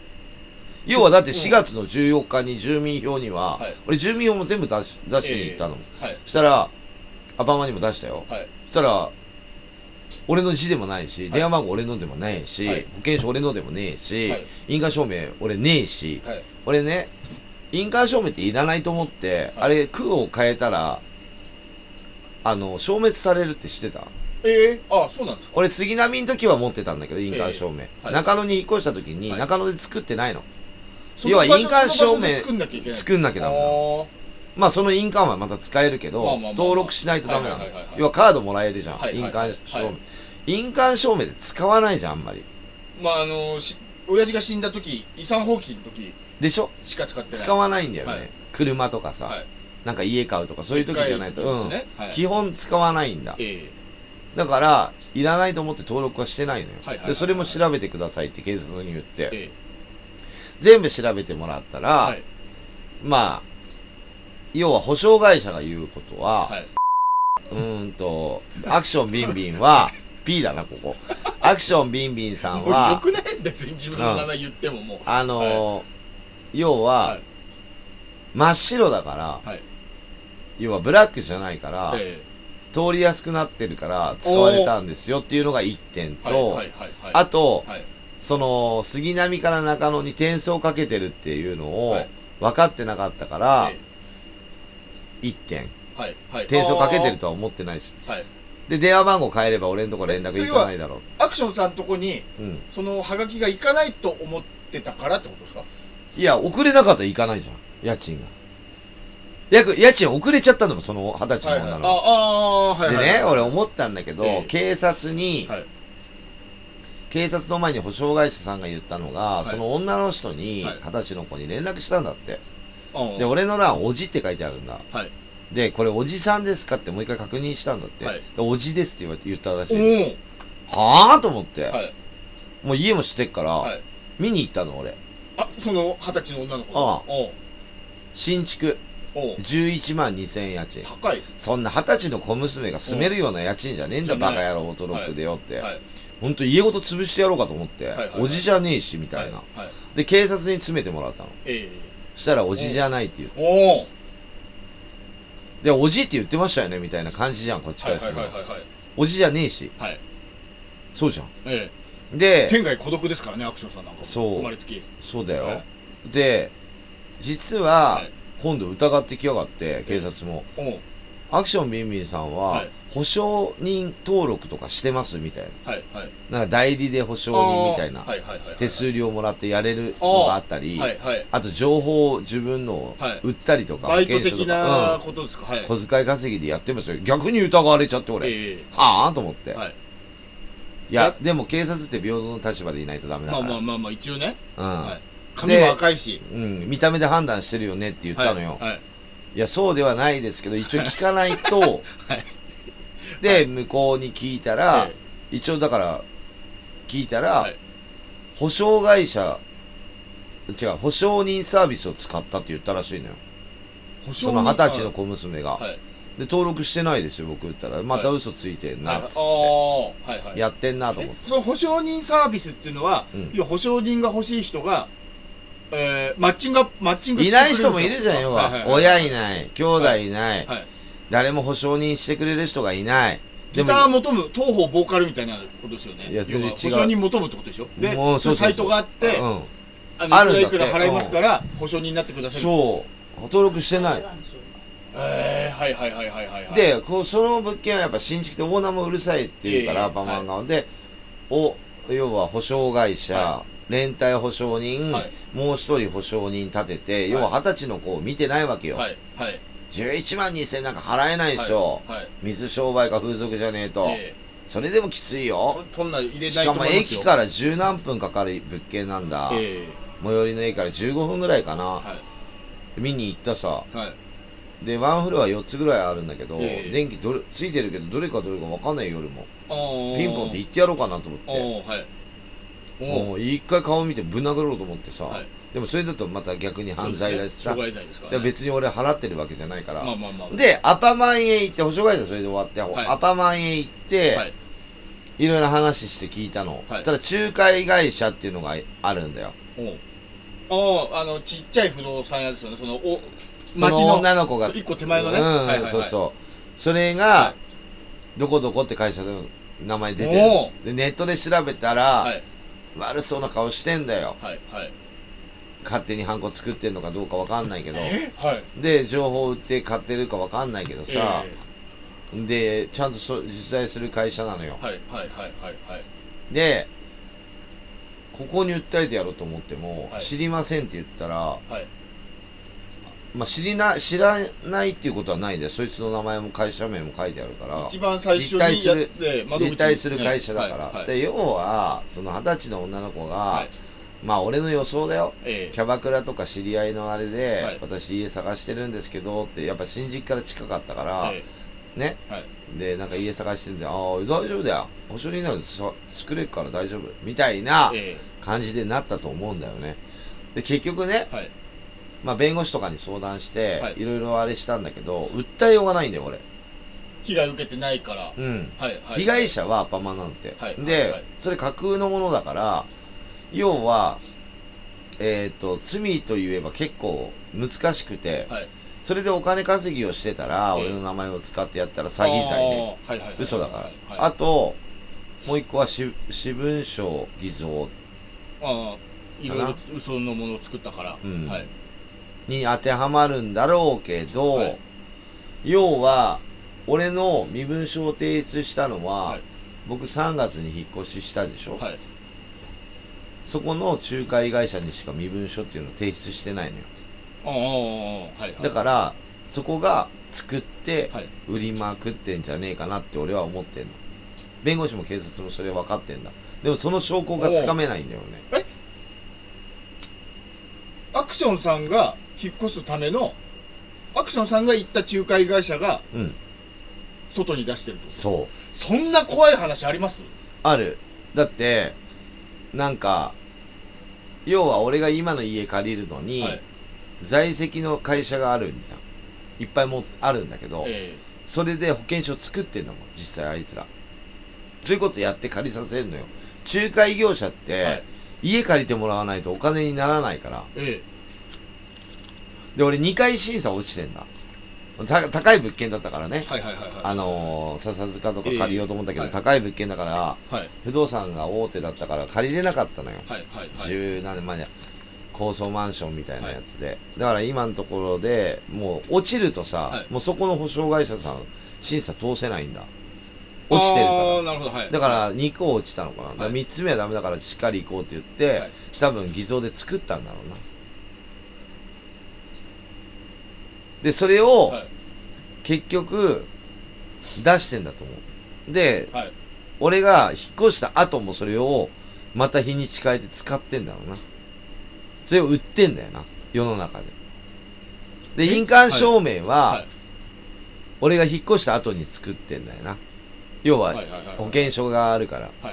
S1: 要はだって
S2: うん
S1: 4月の14日に住民票には
S2: はい、
S1: 俺住民票も全部出し出しに行ったの。
S2: えはい
S1: したら、アパマにも出したよ。
S2: はい
S1: そしたら、俺の字でもないし、電話番号俺のでもないし、
S2: はい
S1: 保険証俺のでもねえし、
S2: はい
S1: 印鑑証明俺ねえし、
S2: はい
S1: 俺ね、印鑑証明っていらないと思って、
S2: はい
S1: あれ、空を変えたら、あの、消滅されるって知ってた
S2: ええあそうなんですか
S1: 俺、杉並の時は持ってたんだけど、印鑑証明。
S2: えはい
S1: 中野に引っ越した時に、
S2: はい
S1: 中野で作ってないの。
S2: そ
S1: 要
S2: の
S1: は
S2: 場所
S1: 印鑑証
S2: その場所
S1: 明
S2: で作んなきゃいけない
S1: 作んなきゃダメなの。
S2: あ
S1: まあ、その印鑑はまた使えるけど、
S2: まあまあまあまあ
S1: 登録しないとダメなの
S2: はいはいはいは。い
S1: 要はカードもらえるじゃん、
S2: はいはいはい
S1: 印鑑証明。
S2: はい
S1: 印鑑証明で使わないじゃん、あんまり。
S2: ーまああのし親父が死んだ時遺産放棄の時
S1: でしょ
S2: しか使ってない
S1: 使わないんだよね。
S2: はい
S1: 車とかさ、
S2: はい
S1: なんか家買うとか、そういう時じゃないと。
S2: 一回
S1: うん。
S2: ですねはい
S1: 基本使わないんだ。
S2: え
S1: だから、いらないと思って登録はしてないのよ。
S2: はいはいはいはい
S1: で、それも調べてくださいって警察に言って、
S2: ええ
S1: 全部調べてもらったら、
S2: はい
S1: まあ、要は保証会社が言うことは、
S2: はいう
S1: ーんと、アクションビンビン は、P だな、ここ。アクションビンビンさん
S2: もうよ
S1: は、
S2: くない別に自分の名前言ってももう
S1: あのー要は、
S2: はい
S1: 真っ白だから、
S2: はい
S1: 要はブラックじゃないから、
S2: え
S1: 通りやすくなってるから使われたんですよっていうのが1点
S2: えは
S1: と、
S2: いはいはいはい
S1: あと、
S2: はい
S1: その、杉並から中野に転送をかけてるっていうの
S2: は
S1: を
S2: い
S1: 分かってなかったから
S2: え、
S1: 1点。
S2: えはいはい
S1: 転送かけてるとは思ってないし。
S2: あーはい
S1: で、電話番号変えれば俺のとこ連絡行かないだろ
S2: アクションさんとこに
S1: う。うん。
S2: そのハガキが行かないと思ってたからってことですか
S1: いや、遅れなかったら行かないじゃん。家賃が。約、家賃遅れちゃったんだもん、その二十歳
S2: はい
S1: の女
S2: はいあ
S1: の
S2: あー
S1: 子。
S2: はい
S1: で
S2: はいはい
S1: ね、俺思ったんだけど、
S2: ええ
S1: 警察に、
S2: はい
S1: 警察の前に保証会社さんが言ったのが、
S2: い
S1: その女の人に、二
S2: はい
S1: 十歳の子に連絡したんだって。
S2: うん
S1: で、俺の欄、おじって書いてあるんだ。
S2: はい
S1: で、これおじさんですかってもう一回確認したんだって。
S2: はい
S1: でおじですって言わ言ったらし
S2: お
S1: い。
S2: ー
S1: はぁと思って、
S2: はい
S1: もう家も知ってっから、
S2: はい
S1: 見に行ったの俺。
S2: あその二十歳の女の子
S1: ああ
S2: おう
S1: 新築、
S2: おう
S1: 11万2000円家賃。
S2: 高い
S1: そんな二十歳の小娘が住めるような家賃じゃねえんだ、
S2: うん
S1: バカ野郎、オトロックでよって。
S2: はい
S1: ほんと家ごと潰してやろうかと思って、
S2: はいはい
S1: おじじゃねえし、みたいな、
S2: はいはい
S1: で、警察に詰めてもらったの。
S2: え
S1: したら、おじじゃないって言う。
S2: えおお
S1: で、おじって言ってましたよね、みたいな感じじゃん、こっちか
S2: はい
S1: ら
S2: は
S1: する
S2: い
S1: と
S2: はいはいはい
S1: おじじゃねえし。
S2: はい
S1: そうじゃん。
S2: ええ
S1: で、
S2: 天外孤独ですからねアクションさんなんかも
S1: そう
S2: 生まれつき
S1: そうだよ、
S2: は
S1: で実は、
S2: はい
S1: 今度疑ってきやがって警察も、
S2: おう
S1: アクションビンビンさんは、
S2: はい
S1: 保証人登録とかしてますみたい
S2: はいはい
S1: ななんか代理で保証人みたい
S2: あ
S1: な
S2: ーはいはいはいはい
S1: 手数料もらってやれるのがあったり、
S2: はいはい
S1: あと情報を自分のを
S2: はい
S1: 売ったりとか、
S2: バイト
S1: 保険証
S2: 的
S1: とか
S2: なことですかは
S1: うん
S2: い
S1: 小遣い稼ぎでやってますよ逆に疑われちゃって俺、
S2: ええ
S1: はあと思って、、
S2: はいい
S1: やでも警察って平等の立場でいないとダメだ
S2: ま
S1: か
S2: あ
S1: ら、
S2: まあまあまあ一応ね
S1: うん
S2: はい髪も赤いし
S1: うん、見た目で判断してるよねって言ったのよ、
S2: はいはい
S1: いや、そうではないです けど、一応聞かないと、
S2: はい
S1: で、向こうに聞いたら、
S2: はい
S1: 一応だから、聞いたら、
S2: はい
S1: 保証会社違う、保証人サービスを使ったって言ったらしいのよ。その二十歳の子娘が。
S2: はい。
S1: で、登録してないですよ、僕言ったら。また嘘ついてんな、つ
S2: あ
S1: っ
S2: あ
S1: て。
S2: ー、はいはい。
S1: やってんなと
S2: え
S1: 思って。
S2: その保証人サービスっていうのは、
S1: うん
S2: 要は保証人が欲しい人が、えー、マッチングアップ、マッチング
S1: い
S2: してくれ
S1: な
S2: る
S1: い人もいるじゃん、要
S2: はい
S1: は。
S2: はいはい
S1: 親いない、兄弟いない、
S2: はい。
S1: 誰も保証人してくれる人がいない。
S2: ギター求む、東方ボーカルみたいなことですよね。
S1: いや全然違う
S2: 要は保証人求むってことでしょで、
S1: もうそうそうそう
S2: サイトがあって、
S1: うん。
S2: あ
S1: あ
S2: の、
S1: る
S2: い
S1: ん
S2: く
S1: だ
S2: ら
S1: って
S2: いくら払いますから、保証人になってください。う。
S1: そう。登録してない。
S2: えー、はいはいはいはいはいはい。、
S1: で、こうその物件はやっぱ新築でオーナーもうるさいっていうか
S2: いえい
S1: ら、
S2: え
S1: バンバンが。で、お、要は保証会社
S2: は、
S1: 連帯保証人
S2: はい、
S1: もう一人保証人立てて、要は二十歳の子を見てないわけよ
S2: は。いはい。
S1: 11万2000なんか払えないでしょ。
S2: はい。
S1: 水商売か風俗じゃねえと。
S2: え
S1: それでもきつい
S2: ーそ
S1: よ。
S2: れそんなん入れない
S1: し
S2: と
S1: か
S2: 思いま
S1: も
S2: すよ。
S1: 駅から十何分かかる物件なんだ。
S2: え
S1: 最寄りの駅から15分ぐらいかな。
S2: ー、はい
S1: 見に行ったさ。
S2: はい。
S1: で、ワンフロア4つぐらいあるんだけど、
S2: ええ
S1: 電気どれついてるけど、どれかどれかわかんないよ夜も。
S2: おー
S1: ピンポンって行ってやろうかなと思って。
S2: おーはい。おー
S1: もう一回顔見てぶん殴ろうと思ってさ、
S2: はい
S1: でもそれだとまた逆に犯罪だしさ、
S2: 障害罪ですから、
S1: で
S2: ね。
S1: 別に俺払ってるわけじゃないから、
S2: まあまあまあ。
S1: でアパマンへ行って保証会社それで終わって、
S2: はい
S1: アパマンへ行って、
S2: はいい、
S1: ろいろ話して聞いたの、そ
S2: はい
S1: したら仲介会社っていうのがあるんだよ
S2: おおあの、ちっちゃい不動産屋ですよね。その、お、
S1: その
S2: 街の
S1: 女の子が
S2: そう一個手前のね。
S1: うん、
S2: はいはいはい、
S1: そう
S2: う。
S1: そうそれが、
S2: は
S1: どこどこって会社の名前出
S2: お
S1: てるでネットで調べたら、
S2: はい
S1: 悪そうな顔してんだよ
S2: はいはい。
S1: 勝手にハンコ作ってんのかどうかわかんないけど
S2: はい。
S1: で情報売って買ってるかわかんないけどさ、
S2: え
S1: でちゃんとそ実在する会社なのよ
S2: えはいはいはいはいはい。
S1: でここに訴えてやろうと思っても、
S2: はい
S1: 知りませんって言ったら、
S2: はい。
S1: まあ、知りな知らないっていうことはないんだよそいつの名前も会社名も書いてあるから
S2: 一番最初
S1: 実
S2: に
S1: 態する
S2: やって窓口
S1: 実態する会社だから、
S2: はいはい
S1: で要はその二十歳の女の子が、
S2: はい
S1: まあ俺の予想だよ
S2: え
S1: キ
S2: え
S1: ャバクラとか知り合いのあれで、
S2: はい
S1: 私家探してるんですけどってやっぱ新宿から近かったから、
S2: え
S1: ね
S2: えはい。
S1: でなんか家探してるんで「ああ大丈夫だよ保証人なんてさ作れっから大丈夫」みたいな
S2: え
S1: 感じでなったと思うんだよねで結局ね、
S2: えはい。
S1: まあ、弁護士とかに相談して、
S2: はい
S1: い、ろいろあれしたんだけど訴えようがないんだよ俺
S2: 被害受けてないから。
S1: うん、
S2: はいはい。
S1: 被害者はアパマなんて、
S2: はい
S1: で、
S2: はいはい
S1: それ架空のものだから要はえっ、と罪といえば結構難しくて、
S2: はい。
S1: それでお金稼ぎをしてたら、
S2: ええ
S1: 俺の名前を使ってやったら詐欺罪で、ね、
S2: あー。はいはいはい。
S1: 嘘だから、
S2: はいはい
S1: あともう一個はし私文書偽造
S2: ああ、いろい
S1: か
S2: ろ嘘のものを作ったから。
S1: うん
S2: はい。
S1: に当てはまるんだろうけど、
S2: はい
S1: 要は俺の身分証を提出したのは、
S2: はい
S1: 僕3月に引っ越ししたでしょ、
S2: はい。
S1: そこの仲介会社にしか身分証っていうのを提出してないのよ
S2: ああ、はい。
S1: だからそこが作って
S2: はい
S1: 売りまくってんじゃねえかなって俺は思ってんの弁護士も警察もそれ分かってんだでもその証拠がつかめないんだよね
S2: アクションさんが引っ越すための、アクションさんが行った仲介会社が
S1: うん
S2: 外に出してると。
S1: そう
S2: そんな怖い話あります
S1: ある。だって、なんか、要は俺が今の家借りるのに、
S2: はい
S1: 在籍の会社があるんじゃん。いっぱいもあるんだけど、
S2: え
S1: それで保険証作ってんだもん、実際あいつら。そういうことやって借りさせるのよ。仲介業者って、
S2: はい
S1: 家借りてもらわないとお金にならないから。
S2: ええ
S1: で、俺2回審査落ちてんだ。た高い物件だったからね
S2: え。はいはいはいは
S1: あのー笹塚とか借りようと思ったけど、
S2: ええはい
S1: 高い物件だから、
S2: い。はい
S1: 不動産が大手だったから借りれなかったのよ。
S2: はいはいはい。
S1: 十何年前に高層マンションみたいなやつで、だから今のところでもう落ちるとさ、
S2: はい
S1: もうそこの保証会社さん審査通せないんだ落ちてるか
S2: ああ、なるほど、はい。
S1: らだから2個落ちたのかな、だから
S2: はい
S1: 3つ目はダメだからしっかり行こうって言って、
S2: はい
S1: 多分偽造で作ったんだろうなでそれを
S2: はい
S1: 結局出してんだと思うで
S2: はい。
S1: 俺が引っ越した後もそれをまた日にち変えて使ってんだろうな。それを売ってんだよな、世の中で。で、
S2: え
S1: 印鑑証明
S2: は、
S1: はい俺が引っ越した後に作ってんだよな。要は
S2: はいはいはい、
S1: 保険証があるから。で
S2: あ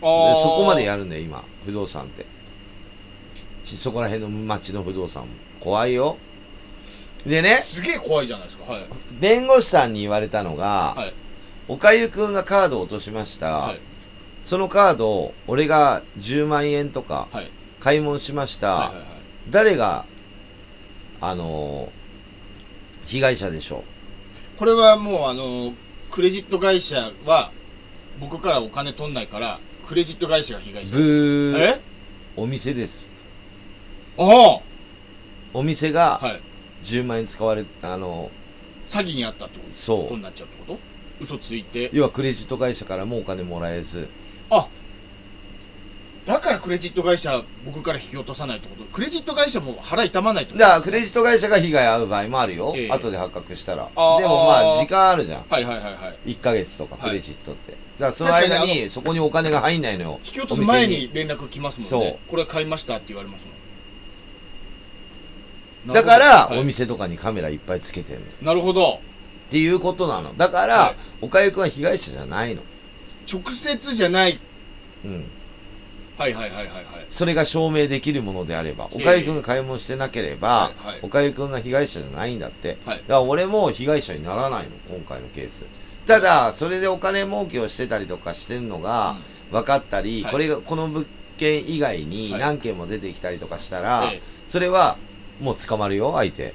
S2: あ。
S1: そこまでやるんだよ、今、不動産って。ちそこら辺の町の不動産も怖いよでね
S2: すげえ怖いじゃないですか。はい。
S1: 弁護士さんに言われたのが、
S2: はい。
S1: おかゆくんがカードを落としました、
S2: はい。
S1: そのカードを俺が10万円とか
S2: はい。
S1: 買い物しました、
S2: はいはいはい。
S1: 誰があのー被害者でしょ
S2: これはもうあの、クレジット会社は、僕からお金取んないから、クレジット会社が被害
S1: う
S2: 者。
S1: ブー
S2: え
S1: お店です
S2: あ
S1: お店が
S2: あはい。
S1: 10万円使われあの
S2: 詐欺にあったってこと
S1: そう
S2: ことになっちゃうってこと嘘ついて。
S1: 要はクレジット会社からもお金もらえず
S2: あだからクレジット会社、僕から引き落とさないってことクレジット会社も腹痛まないってこと
S1: だからクレジット会社が被害遭う場合もあるよ、
S2: ええ
S1: 後で発覚したら
S2: あー
S1: でもまあ時間あるじゃん
S2: はいはいはいはい。
S1: 1ヶ月とか
S2: はい
S1: クレジットって、だからその間
S2: 確かに
S1: にそこにお金が入んないのよ
S2: 引き落とす前
S1: お店
S2: に連絡来ますもんね。
S1: そ
S2: これ買いましたって言われますもん。
S1: だから
S2: はい
S1: お店とかにカメラいっぱいつけてるのっ
S2: なるほど。
S1: ていうことなのだから、
S2: はい
S1: おかゆくんは被害者じゃないの
S2: 直接じゃない。
S1: うん
S2: はいはいはいはいはい。
S1: それが証明できるものであれば、
S2: え
S1: おかゆくんが買い物してなければ、
S2: はいはい
S1: おかゆくんが被害者じゃないんだって。
S2: はい
S1: だから俺も被害者にならないの、今回のケース。ただ、それでお金儲けをしてたりとかしてるのが分かったり、
S2: はい
S1: これが、この物件以外に
S2: はい
S1: 何件も出てきたりとかしたら、
S2: ええ
S1: それはもう捕まるよ、相手。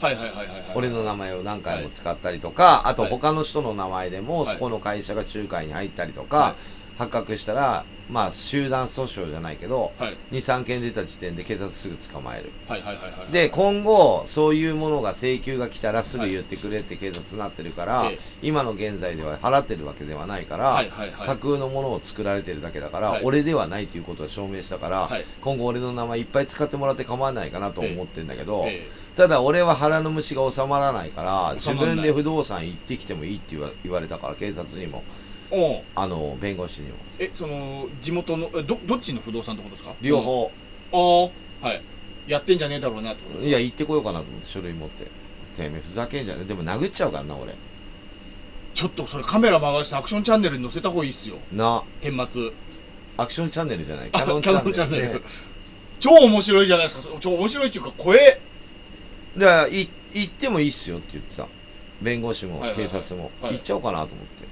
S2: はいはいはいはいはい。
S1: 俺の名前を何回も使ったりとか、あと他の人の名前でも、
S2: はい
S1: そこの会社が仲介に入ったりとか、
S2: は
S1: 発覚したら、まあ集団訴訟じゃないけど、
S2: いはい
S1: 23件出た時点で警察すぐ捕まえる
S2: はいはいはいはい。
S1: で今後そういうものが請求が来たらすぐ言ってくれって警察になってるから、
S2: はいええ
S1: 今の現在では払ってるわけではないから、
S2: はいはいはい
S1: 架空のものを作られてるだけだから、
S2: はい
S1: 俺ではないということは証明したから、
S2: はい
S1: 今後俺の名前いっぱい使ってもらって構わないかなと思ってんだけど、
S2: え
S1: ただ俺は腹の虫が収まらないから
S2: 収
S1: 自
S2: まんな
S1: 分
S2: い
S1: で不動産行ってきてもいいって言わ言われたから警察にも
S2: えおう
S1: あの弁護士にも
S2: え、その、地元の、えど、どっちの不動産ってことですか
S1: 両。方、
S2: おああ、はい。やってんじゃねえだろうなってことです
S1: いや、行ってこようかなと思って、書類持って。てめえ、ふざけんじゃねえ。でも殴っちゃうからな、俺。
S2: ちょっとそれカメラ回してアクションチャンネルに載せた方がいいっすよ。
S1: な、
S2: 天末。
S1: アクションチャンネルじゃない。
S2: あ
S1: キャノンチャンネル。
S2: キャノンチャンネル
S1: ね
S2: 超面白いじゃないですか。そ超面白いっていうか、声。
S1: だから、い行ってもいいっすよって言ってた。弁護士も
S2: はいはいは
S1: 警
S2: い
S1: 察も。
S2: はい
S1: 行っちゃおうかなと思って。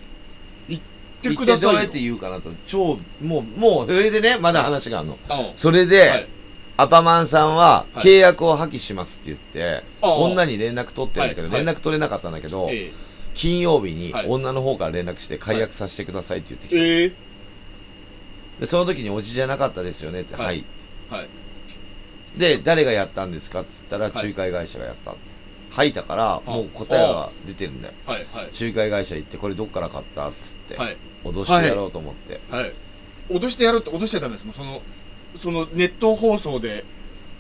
S2: 言って
S1: 行
S2: く
S1: って
S2: だ
S1: ど
S2: さ
S1: う
S2: いよ。
S1: やって言うかなと。超、もう、もう、それでね、まだ話があるの。
S2: あ
S1: それで、
S2: はい
S1: アパマンさんは
S2: はい
S1: 契約を破棄しますって言って、
S2: あ
S1: 女に連絡取ってるんだけど、
S2: はいはい
S1: 連絡取れなかったんだけど、
S2: え
S1: 金曜日に
S2: はい
S1: 女の方から連絡して解約させてくださいって言ってき
S2: え
S1: て、
S2: ええ
S1: でその時におじじゃなかったですよねって、
S2: はい
S1: はい
S2: はい。
S1: で、誰がやったんですかって言ったら、
S2: はい
S1: 仲介会社がやったって。吐いたから、
S2: あ
S1: もう答えは出てるんだよ。
S2: はいはい。
S1: 仲介会社行って、これどっから買ったっつって、
S2: はい。
S1: 脅してやろうと思って。
S2: はい。脅してやるって脅しちゃダメですもん。その、そのネット放送で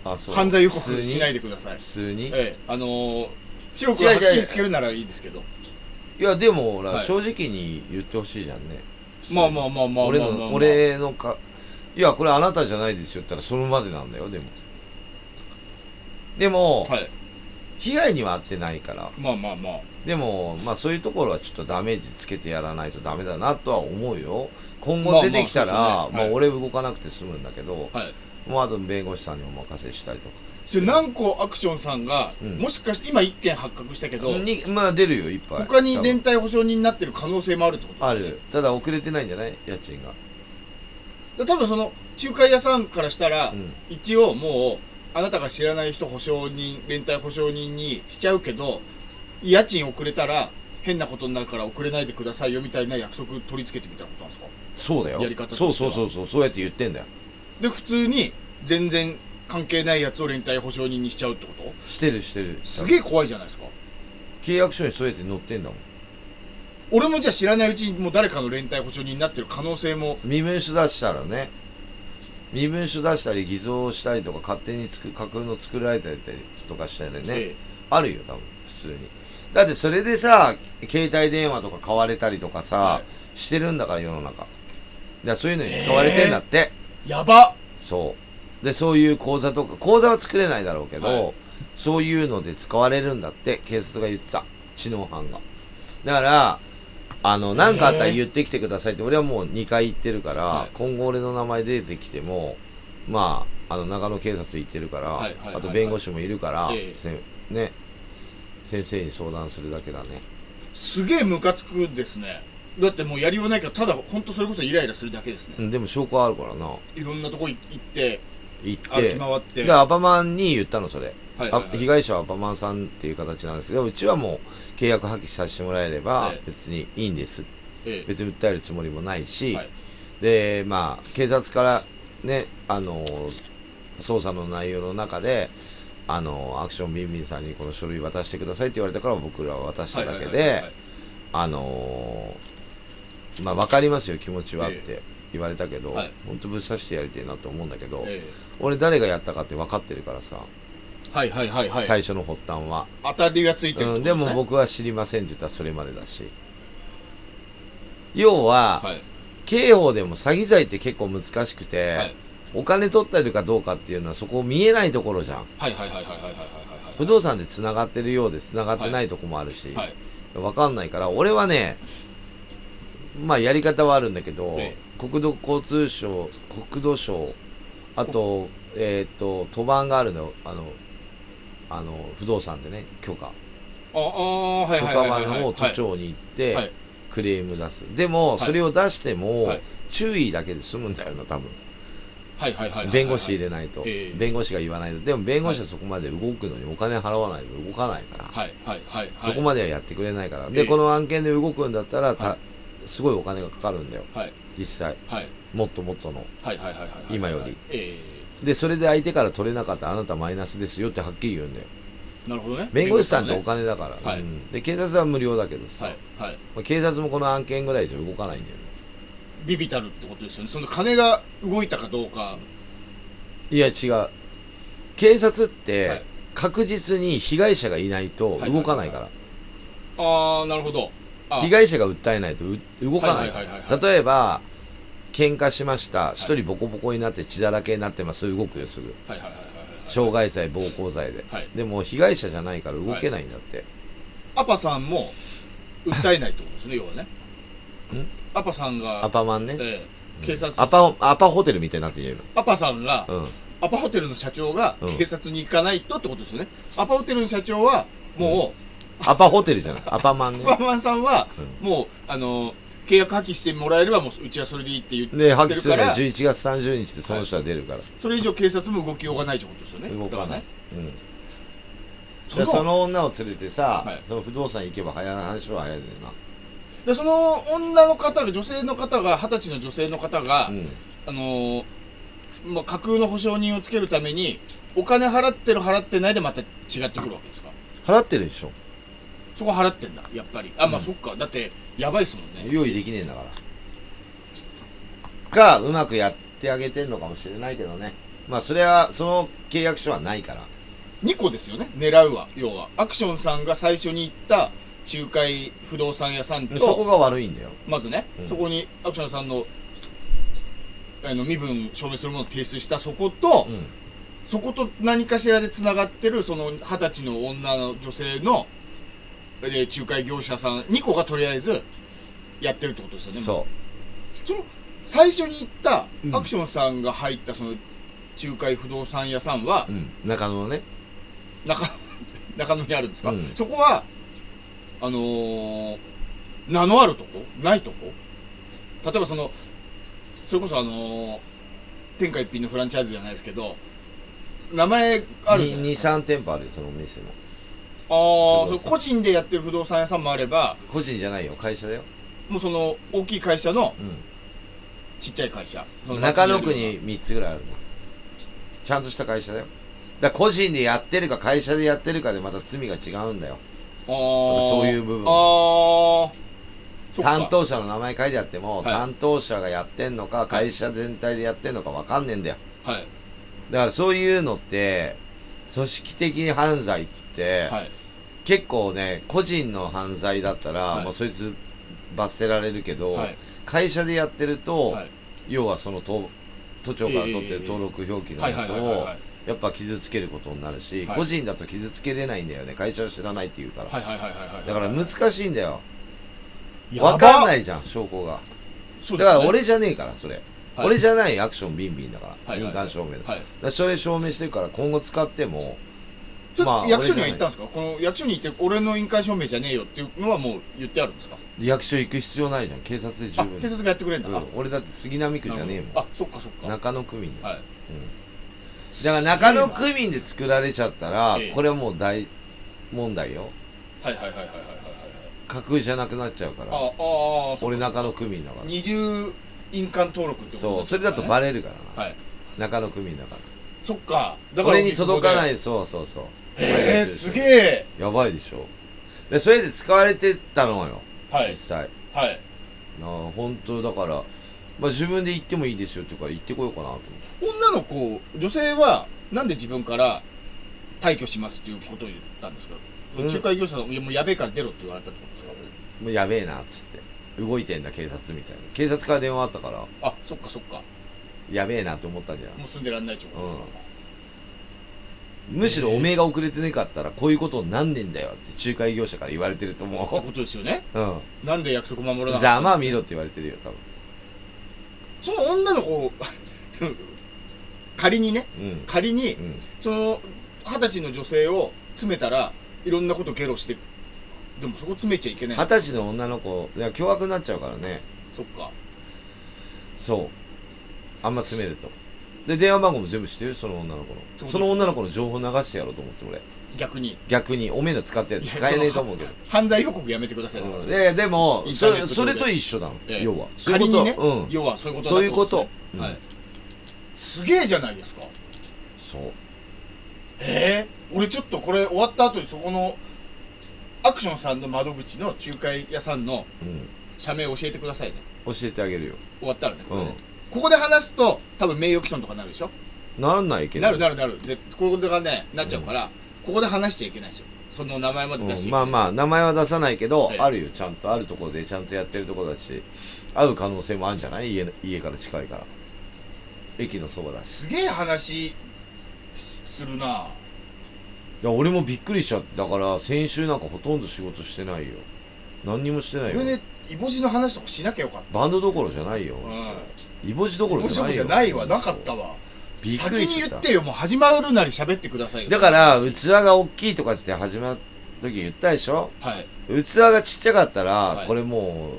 S1: あ、そ
S2: 犯罪予告
S1: 普通に
S2: しないでください
S1: 普。通に。
S2: ええ、あのー、白黒はっきりつけるならいいですけど。
S1: いや、でも、ほら、
S2: はい
S1: 正直に言ってほしいじゃんね。
S2: まあま
S1: あ
S2: あまあまあまあまあ。
S1: 俺の、。俺のか、いや、これあなたじゃないですよって言ったら、そのまでなんだよ、でも。でも、
S2: はい。
S1: 被害には遭ってないから。
S2: まあまあまあ。
S1: でも、まあそういうところはちょっとダメージつけてやらないとダメだなとは思うよ。今
S2: ま
S1: 後
S2: あまあ
S1: 出てきたら、まあ
S2: そうですねはい
S1: 俺動かなくて済むんだけど、
S2: はい。
S1: もうあと弁護士さんにお任せしたりとか。
S2: じゃあ南光アクションさんが、
S1: うん
S2: もしかして、今1件発覚したけど、
S1: にまあ出るよ、いっぱい。
S2: 他に
S1: 多分
S2: 連帯保証人になってる可能性もあるってこと
S1: ある。ただ遅れてないんじゃない家賃が。
S2: で多分その仲介屋さんからしたら、
S1: うん
S2: 一応もうあなたが知らない人保証人連帯保証人にしちゃうけど家賃遅れたら変なことになるから遅れないでくださいよみたいな約束取り付けてみたいなことなんですか
S1: そうだよ。
S2: やり方として
S1: そ
S2: は
S1: うそうそうそう、そうやって言ってんだよ。
S2: で普通に全然関係ないやつを連帯保証人にしちゃうってこと
S1: してるしてる。
S2: すげえ怖いじゃないですか
S1: 契約書にそうやって載ってんだもん。
S2: 俺もじゃあ知らないうちにもう誰かの連帯保証人になってる可能性も
S1: 身分証出したらね。身分証出したり偽造したりとか勝手につく架空の作られたりとかしたりね、
S2: え
S1: あるよ、多分、普通に。だってそれでさ、携帯電話とか買われたりとかさ、
S2: は
S1: してるんだから世の中。じゃそういうのに使われてんだって。
S2: えやば
S1: そう。で、そういう口座とか、口座は作れないだろうけど、
S2: はい
S1: そういうので使われるんだって、警察が言ってた。知能犯が。だから、あの、なんかあったら言ってきてくださいって、俺はもう2回言ってるから、
S2: はい
S1: 今後俺の名前出てきても、まあ、あの長野警察行ってるから、
S2: はいはいはいはい
S1: あと弁護士もいるから、
S2: ええ
S1: せね先生に相談するだけだね
S2: すげえムカつくですねだってもうやりようないからただ本当それこそイライラするだけですね、
S1: うんでも証拠あるからない
S2: ろんなとこ行って
S1: 行って
S2: 歩き回って
S1: だからアパマンに言ったのそれ、
S2: はい
S1: あ
S2: はいはい
S1: 被害者はアパマンさんっていう形なんですけどうちはもう契約破棄させてもらえれば
S2: ええ
S1: 別にいいんです、
S2: え
S1: 別に訴えるつもりもない
S2: え
S1: し、
S2: はい
S1: でまあ警察からねあの捜査の内容の中であのアクションビンビンさんにこの書類渡してくださいって言われたから僕らは渡しただけ
S2: はいはいはいは
S1: で
S2: い
S1: あのまあ分かりますよ気持ちはって言われたけど、
S2: はい
S1: 本当ぶっ刺してやりてえなと思うんだけど、
S2: え
S1: 俺誰がやったかって分かってるからさ、
S2: えはいはいはいはい
S1: 最初の発端は、
S2: 当たりがついてるって
S1: う
S2: こ
S1: ん、
S2: と
S1: です
S2: ね
S1: も僕は知りませんって言ったらそれまでだし要は、
S2: はい
S1: 刑法でも詐欺罪って結構難しくて、
S2: はい
S1: お金取ったりかどうかっていうのはそこ見えないところじゃん
S2: はいはいはいはいはいはいはい
S1: 不動産で繋がってるようで繋がってないとこもあるし、
S2: はいはい
S1: 分かんないから俺はねまあやり方はあるんだけど、
S2: え
S1: 国土交通省国土省あとえっ、と都番があるのあのあの不動産でね許可
S2: ああーはい
S1: 許
S2: はい
S1: 可
S2: はいは
S1: 番
S2: いはい
S1: の都庁に行って、
S2: はい
S1: クレーム出すでも、
S2: い
S1: それを出しても、
S2: はい
S1: 注意だけで済むんだよな多分
S2: はいはいはいはいはい
S1: 弁護士入れないと、
S2: ええ
S1: 弁護士が言わないとでも弁護士はそこまで動くのにお金払わないと動かないから、
S2: はいはいはいはい
S1: そこまではやってくれないから、
S2: え
S1: で
S2: え
S1: この案件で動くんだったら、た
S2: は
S1: すごいお金がかかるんだよ
S2: はい
S1: 実際
S2: はい
S1: もっともっとの
S2: はいはいはいはいはい
S1: 今より
S2: え
S1: でそれで相手から取れなかったらあなたマイナスですよってはっきり言うんだよ
S2: えなるほどね
S1: 弁護士さんってお
S2: 弁護
S1: 金だから、
S2: はい
S1: うんで警察は無料だけど
S2: 士
S1: さ、
S2: さんねはいはい
S1: まあ警察もこの案件ぐらいじゃ動かないんだよね
S2: ビビたるってことですよねその金が動いたかどうか
S1: いや違う警察っ
S2: は
S1: て
S2: い
S1: 確実に被害者がいないと動かないから、
S2: ああなるほどあ
S1: 被害者が訴えないとう動かない
S2: はいはいはいはい
S1: か
S2: は
S1: ら
S2: い
S1: 例えば喧嘩しました一人ボコボコになって血だらけになってます動くよすぐ
S2: はいはいはいはいはい
S1: 傷害罪暴行罪で、
S2: はい
S1: でも被害者じゃないから動けないんだって、
S2: アパさんも訴えないってこと ですね要はね
S1: ん
S2: アパさんが
S1: アパマンね、
S2: ええ警察
S1: アパアパホテルみたいになってるよ
S2: アパさんが
S1: 今うん
S2: アパホテルの社長が
S1: うん
S2: 警察に行かないとってことですよね、アパホテルの社長はも
S1: アパホテルじゃ ないアパマン
S2: う、
S1: ね
S2: アパマンさんはもうあの契約破棄してもらえればもううちはそれでいいって言って
S1: で破棄 するの
S2: か
S1: は
S2: ら
S1: 11月30日でその人は出るから、
S2: それ以上警察も動きようがないってことですよね
S1: 動かない、うん
S2: だ
S1: いや
S2: らね
S1: そ
S2: その
S1: の女を連れてさ、
S2: はい
S1: その不動産行けば早い話は早いねんな、
S2: でその女の方が女性の方が二十歳の女性の方が、
S1: うん、
S2: あのーまあ、架空の保証人をつけるためにお金払ってる払ってないでまた違ってくるわけですか
S1: 払ってるでしょ
S2: そこ払ってんだやっぱりあま
S1: う
S2: あ、
S1: ん
S2: そっかだってやばいですもんね
S1: 用意できねえんだからがうまくやってあげてんのかもしれないけどねまあそれはその契約書はないから
S2: 2個ですよね狙うは要はアクションさんが最初に行った仲介不動産屋さん
S1: そことが悪いんだよ
S2: まずね、
S1: うん
S2: そこにアクションさんのあの身分証明するものを提出したそこと、
S1: うん
S2: そこと何かしらでつながってるその二十歳の女の女性のえー仲介業者さん2個がとりあえずやってるってことですよね
S1: そう
S2: その最初に行った
S1: うん
S2: アクションさんが入ったその仲介不動産屋さんは
S1: うん、中野のね、
S2: 中 中野にあるんですか、
S1: うん
S2: そこはあのー名のあるとこないとこ例えばそのそれこそあのー天下一品のフランチャイズじゃないですけど名前あるじゃないですか
S1: 23店舗あるよそのお店も
S2: ああ
S1: 不動産
S2: 個人でやってる不動産屋さんもあれば
S1: 個人じゃないよ会社だよ、
S2: もうその大きい会社の
S1: う
S2: ちっちゃい会社その
S1: ん、中野
S2: 街
S1: 区
S2: にある
S1: に3つぐらいあるのちゃんとした会社だよだから個人でやってるか会社でやってるかでまた罪が違うんだよ
S2: ようなあー
S1: またそういう部分
S2: あーそっか
S1: 担当者の名前書いてあっても、
S2: はい
S1: 担当者がやってんのか会社全体でやってんのかわかんねえんだよ
S2: はい
S1: だからそういうのって組織的犯罪って言って、
S2: はい
S1: 結構ね個人の犯罪だったら、
S2: はい
S1: もうそいつ罰せられるけど、
S2: はい
S1: 会社でやってると、
S2: はい
S1: 要はその都都庁から取ってる
S2: ええ
S1: 登録表記の
S2: はい
S1: や
S2: はい
S1: つ
S2: はいはい
S1: を
S2: はい
S1: やっぱ傷つけることになるし、
S2: はい
S1: 個人だと傷つけれないんだよね会社は知らないっていうから、
S2: はいはいはいはいはい
S1: だから難しいんだよ
S2: やば
S1: わかんないじゃん証拠が
S2: そう
S1: だ
S2: です
S1: か
S2: ね
S1: ら俺じゃねえからそれ
S2: はい
S1: 俺じゃないアクションビンビンだから、
S2: はいはい
S1: 印鑑証明だ,、
S2: はい
S1: それ証明してるから今後使っても
S2: ちょっと
S1: まあ
S2: 役所には行ったんですかこの役所に行って俺の印鑑証明じゃねえよっていうのはもう言ってあるんですか
S1: 役所行く必要ないじゃん警察で十
S2: あ
S1: 分
S2: 警察がやってくれるんだ、
S1: うん
S2: あ
S1: 俺だって杉並区じゃねえもん
S2: あそっかそっか
S1: 中野区民だよ、
S2: はい
S1: うん、だから中野区民で作られちゃったら
S2: ええ
S1: これはもう大問題よ
S2: はいはいはいはいはいはいはい
S1: 架空じゃなくなっちゃうか
S2: あ
S1: ら
S2: ああ
S1: 俺中野区民だから
S2: 二重印鑑登録ってこと
S1: そうそれだとバ
S2: レ
S1: レるからな、
S2: はい
S1: 中野区民だか
S2: そっから
S1: 俺に届かないいそうそうそう
S2: へえすげえ
S1: やばいでしょでそれで使われてたのよ、
S2: はい
S1: 実際
S2: はい
S1: なあ本当だから、まあ、自分で行ってもいいですよっていうから行ってこようかなと思って
S2: 女の子女性はなんで自分から退去しますっていうことを言ったんですか、
S1: うん
S2: 仲介業者のいやもうやべえから出ろって言われたってことですか
S1: もうやべえなっつって動いてんだ警察みたいな警察から電話あったから
S2: あそっかそっか
S1: やべえなって思ったんじゃん
S2: もう住んでらんないってことですか、
S1: むしろおめえが遅れてなかったらこういうことになんねえんだよって仲介業者から言われてると
S2: って
S1: 思
S2: ことですよね
S1: ううん
S2: なんで約束守らなかった
S1: ざまあ見ろって言われてるよ多分
S2: その女の子を その仮にね
S1: うん
S2: 仮に
S1: うん
S2: その二十歳の女性を詰めたらいろんなことゲロしてでもそこ詰めちゃいけない
S1: 二十歳の女の子いや凶悪になっちゃうからね
S2: そっか
S1: そうあんま詰めるとで電話番号も全部知ってるよその女の子のその女の子の情報流してやろうと思って俺
S2: 逆に
S1: 逆におめえの使ったやつ使えねえと思うけど
S2: 犯罪予告やめてください、
S1: うんででも
S2: インタ
S1: そ
S2: ーネッ
S1: れ
S2: ト
S1: それと
S2: 上で
S1: 一緒なの、
S2: ええ
S1: 要はそういうこ
S2: 仮
S1: と
S2: にね、
S1: うん、
S2: 要はそういうことだ
S1: そういうこと
S2: ってですね
S1: うん
S2: はい、すげえじゃないですか
S1: そう
S2: ええ俺ちょっとこれ終わった後にそこのアクションさんの窓口の仲介屋さんの
S1: うん、
S2: 社名教えてくださいね
S1: 教えてあげるよ
S2: 終わったらねこれね
S1: うん
S2: ここで話すと多分名誉毀損とかなるでしょ
S1: ならないけど
S2: なるなるなる絶ここがねなっちゃうから、ここで話しちゃいけないですよその名前まで出し
S1: う
S2: て、
S1: ん、まあまあ名前は出さないけど、
S2: はい
S1: あるよちゃんとあるところでちゃんとやってるところだし会う可能性もあるんじゃない家の家から近いから駅のそばだし
S2: すげえ話しするない
S1: や俺もびっくりしちゃってだから先週なんかほとんど仕事してないよ何にもしてない
S2: こ
S1: よ、
S2: れねイボジの話とかしなきゃよかっ
S1: バンドどころじゃないよ
S2: た、うん
S1: イボジどころ
S2: 面
S1: じゃ
S2: 白
S1: ないい
S2: じ
S1: よ
S2: ゃないわなかったわ
S1: びっ
S2: 先
S1: くりしちゃ
S2: に
S1: っ
S2: 言
S1: た
S2: ってよもう始まるなり喋ってくださいよ
S1: だから器が大きいとかって始まった時言ったでしょ
S2: はい
S1: 器がちっちゃかったら、
S2: はい
S1: これも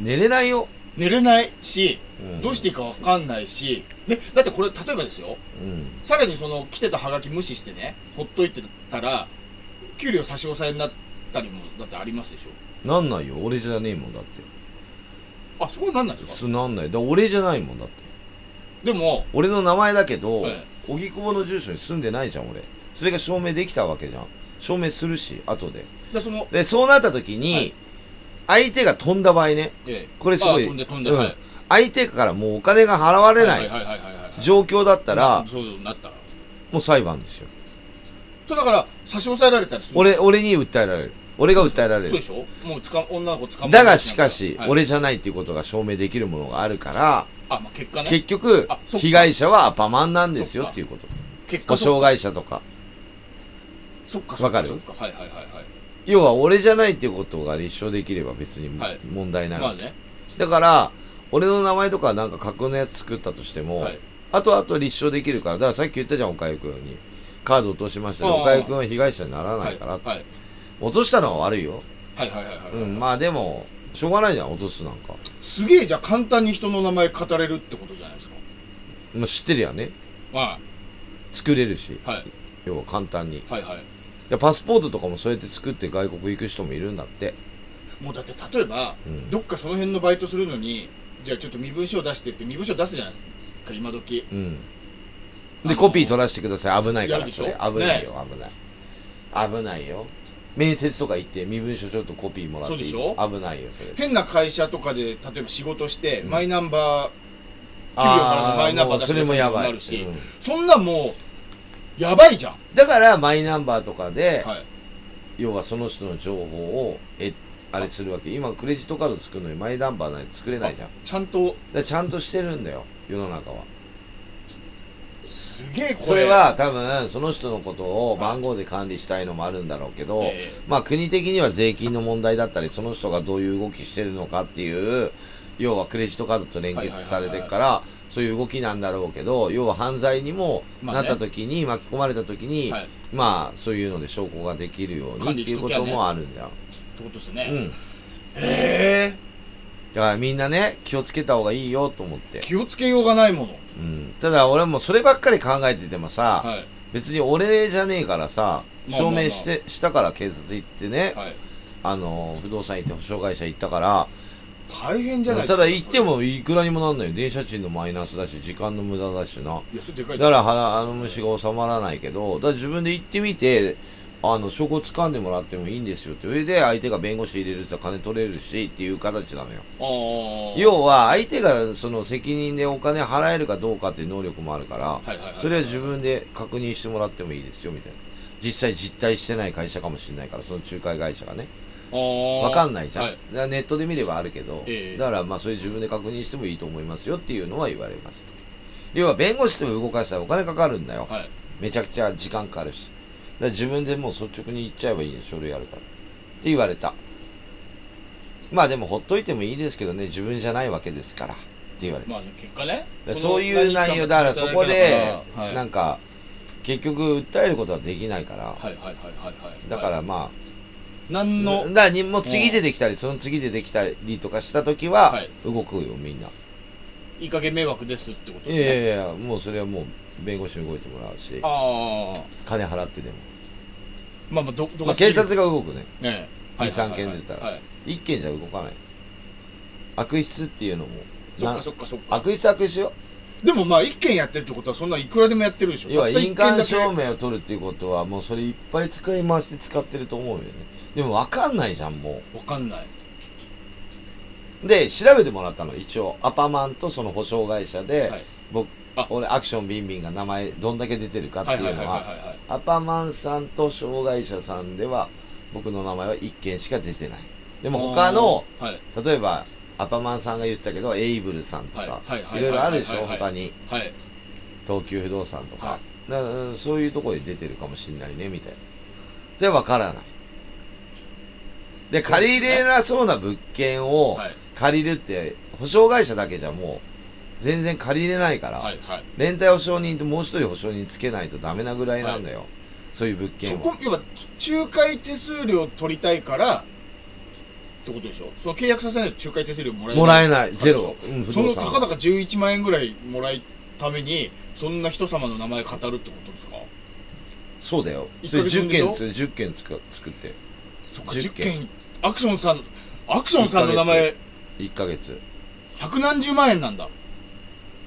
S1: う寝れないよ、
S2: 寝れないし
S1: うん
S2: どうしていいかわかんないし、ね、だってこれ例えばですよ
S1: うん
S2: さらにその来てたハガキ無視してねほっといてたら給料差し押さえになったりもだってありますでし
S1: なんないよ俺じゃねえもんだって
S2: ょあそこはなんなんですか
S1: すなんないだ俺じゃないもんだって
S2: でも
S1: 俺の名前だけど、
S2: はい
S1: 荻窪の住所に住んでないじゃん俺それが証明できたわけじゃん証明するし後で
S2: でその、
S1: でそうなった時
S2: は
S1: に
S2: い、
S1: 相手が飛んだ場合ね
S2: ええ
S1: これすごい
S2: あ飛んで飛んで、
S1: うん
S2: はい
S1: 相手からもうお金が払われない
S2: はいはいはいはいはいはい
S1: 状況だったら、
S2: そうなったら
S1: もう裁判ですよ
S2: そうだから差し押さえられたりする
S1: 俺俺に訴えられる俺が訴えられる
S2: そうでしょもうつか女の子つかまえ
S1: だがしかし、
S2: はい
S1: 俺じゃないっていうことが証明できるものがあるから、
S2: あ、まあ、結果ね
S1: 結局
S2: あそっか
S1: 被害者はアパマンなんですよ
S2: そっか
S1: っていうこと
S2: 結
S1: ご
S2: 果そ
S1: 障
S2: っか
S1: 害者とか
S2: そっか
S1: わかる
S2: そっかはいはいはいはい
S1: 要は俺じゃないっていうことが立証できれば別に
S2: はい
S1: 問題ない、
S2: まあね、
S1: だから俺の名前とかなんか架空のやつ作ったとしても、
S2: はい、
S1: あとあと立証できるからだからさっき言ったじゃん岡井君にカード落としました
S2: あ
S1: ね
S2: あ
S1: 岡井君は被害者になら
S2: は
S1: ない
S2: い
S1: から、
S2: はい
S1: 落としたのは悪いよ、
S2: はいはいはいはい、
S1: うん、まあでもしょうがないじゃん落とすなんか、
S2: すげえじゃあ簡単に人の名前語れるってことじゃないですか
S1: まあ、知ってるやんね
S2: は
S1: 作れるし
S2: いはい
S1: 要は簡単に
S2: はいはい
S1: でパスポートとかもそうやって作って外国行く人もいるんだって
S2: もうだって例えば、
S1: うん
S2: どっかその辺のバイトするのにじゃあちょっと身分証出してって身分証出すじゃないですか今時
S1: うん
S2: あ
S1: で
S2: の
S1: コピー取らせてください危ないか
S2: や
S1: ら
S2: るでし
S1: そ
S2: ょ
S1: れ危ないよ、危ない危ないよ面接とか行って身分証ちょっとコピーもらっていいです
S2: そうでし
S1: 危ないよそれ
S2: 変な会社とかで例えば仕事して、マイナンバー企業から
S1: あ
S2: の
S1: あ
S2: マイナンバー
S1: もう
S2: 出
S1: そ
S2: して
S1: れ
S2: く
S1: も
S2: だ
S1: や
S2: さいって
S1: ば、
S2: ないるし
S1: うん
S2: そんなんもうやばいじゃん
S1: だからマイナンバーとかで、
S2: はい
S1: 要はその人の情報をえあれするわけ今クレジットカード作るのにマイナンバーないと作れないじゃんだか
S2: ちゃんと
S1: らちゃんとしてるんだよ世の中は
S2: すげえこれ
S1: それは多分その人のことを番号で管理したいのもあるんだろうけど、
S2: ええ
S1: まあ国的には税金の問題だったりその人がどういう動きしてるのかっていう要はクレジットカードと連結されてるから、そういう動きなんだろうけど、要は犯罪にも
S2: まあ
S1: な
S2: ね
S1: った時に、巻き込まれた時に、
S4: はい。っ
S1: まあ、そういうので証拠ができるように
S4: 管理
S1: って
S4: し
S1: いう
S4: と
S1: こ
S4: きゃね
S1: ともあるんじゃん。
S4: てことですよ
S1: う
S4: ね。
S1: ん。
S2: へえ
S1: だからみんなね、気をつけた方がいいよと思って。
S2: 気をつけようがないもの
S1: うん。ただ俺もそればっかり考えててもさ、
S4: はい。
S1: 別に俺じゃねえからさ、
S4: まあまあ
S1: 証
S4: まあ
S1: 明して、したから警察行ってね、
S4: はい。
S1: あの、不動産行って保証会社行ったから、
S2: 大変じゃないです
S1: た
S2: か
S1: だ行ってもいくらにもなんないよ。電車賃のマイナスだし、時間の無駄だしな。
S4: いや、それでか
S1: だ
S4: い
S1: から腹、あの虫が収まらないけど、だから自分で行ってみて、あの、証拠掴んでもらってもいいんですよって。それで相手が弁護士入れると金取れるしっていう形なのよ。
S4: ああ。
S1: 要は、相手がその責任でお金払えるかどうかっていう能力もあるから、
S4: はいはいはい。
S1: それは自分で確認してもらってもいいですよみたいな実際実態してない会社かもしれないからその仲介会社がね
S4: わ
S1: わかんないじゃん、
S4: は
S1: だからネットで見ればあるけど、
S4: ええ
S1: だからまあそれ自分で確認してもいいと思いますよっていうのは言われました要は弁護士と動かしたらお金かかるんだよ、
S4: はい。
S1: めちゃくちゃ時間かかるしだから自分でもう率直に言っちゃえばいいよ書類あるからって言われたまあでもほっといてもいいですけどね自分じゃないわけですからって言われた
S4: まあ、結果ね
S1: だか。らそういう内容だからそこで
S4: はい。
S1: なんか結局訴えることはできないから、
S4: はいはいはいはいはい。
S1: だからま
S2: 何
S1: あ、
S2: の
S1: だからにもう次出てきたりその次出てきたりとかした時
S4: は
S1: はい動くよみんな、
S4: いい加減迷惑ですってことです
S1: い
S4: ね。
S1: やいやいやもうそれはもう弁護士に動いてもらうし
S4: ああ。
S1: 金払ってでも、
S4: まあまあ、ど、ど
S1: まあ、警察が動くね
S4: ね
S1: 二三件出たら
S4: はい。
S1: 1件じゃ動かない悪質っていうのも
S4: そっ
S1: な
S4: かそっかそっか。
S1: 悪質悪質よ
S2: でもまあ一件やってるってことはそんなんいくらでもやってるでしょ
S1: 要は
S2: たった一
S1: 印
S2: 件だけ
S1: 鑑証明を取るっていうことはもうそれいっぱい使い回して使ってると思うよねでも分かんないじゃんもう
S4: わかんない。
S1: で、調べてもらったの、一応。アパマンとその保証会社で、
S4: はい
S1: 僕
S4: あ、
S1: 俺、アクションビンビンが名前、どんだけ出てるかって
S4: はいはい
S1: い
S4: はいうは
S1: の
S4: い
S1: は、
S4: はい。
S1: アパマンさんと障害者さんでは、僕の名前は1件しか出てない。でも他の、
S4: あー、はい、
S1: 例えば、アパマンさんが言ってたけど、エイブルさんとか
S4: はいはいはいはい、はい
S1: いろいろあるでし
S4: は
S1: ょ、
S4: いはい
S1: 他に。
S4: はい、
S1: 東急不動産と
S4: は
S1: か。だうんそういうところで出てるかもしんないね、みたいな。それはわからない。で、借りれなそうな物件を、
S4: はい、
S1: 借りるって、保証会社だけじゃもう、全然借りれないから、
S4: はい、はい。
S1: 連帯保証人ともう一人保証人つけないとダメなぐらいなんだよ。そういう物
S2: そ
S1: 件は
S2: こ。要は仲介手数料取りたいからってことでしょその契約させないと仲介手数料もらえない
S1: もらえない、ゼロ
S2: そ。
S1: うん、不
S2: その
S1: 動産
S2: 高
S1: は。
S2: 々11万円ぐらいもらうためにそんな人様の名前語るってことですか
S1: そうだよ。
S2: 一
S1: それ
S2: ヶ月
S1: 10
S2: 分でし
S1: 件
S2: ょ
S1: つ、10件つく作って。
S2: そっか
S1: 10
S2: 10
S1: 件
S2: 件アクションさんアクションさんの名前
S1: 1ヶ月。
S2: 百何十万円なんだ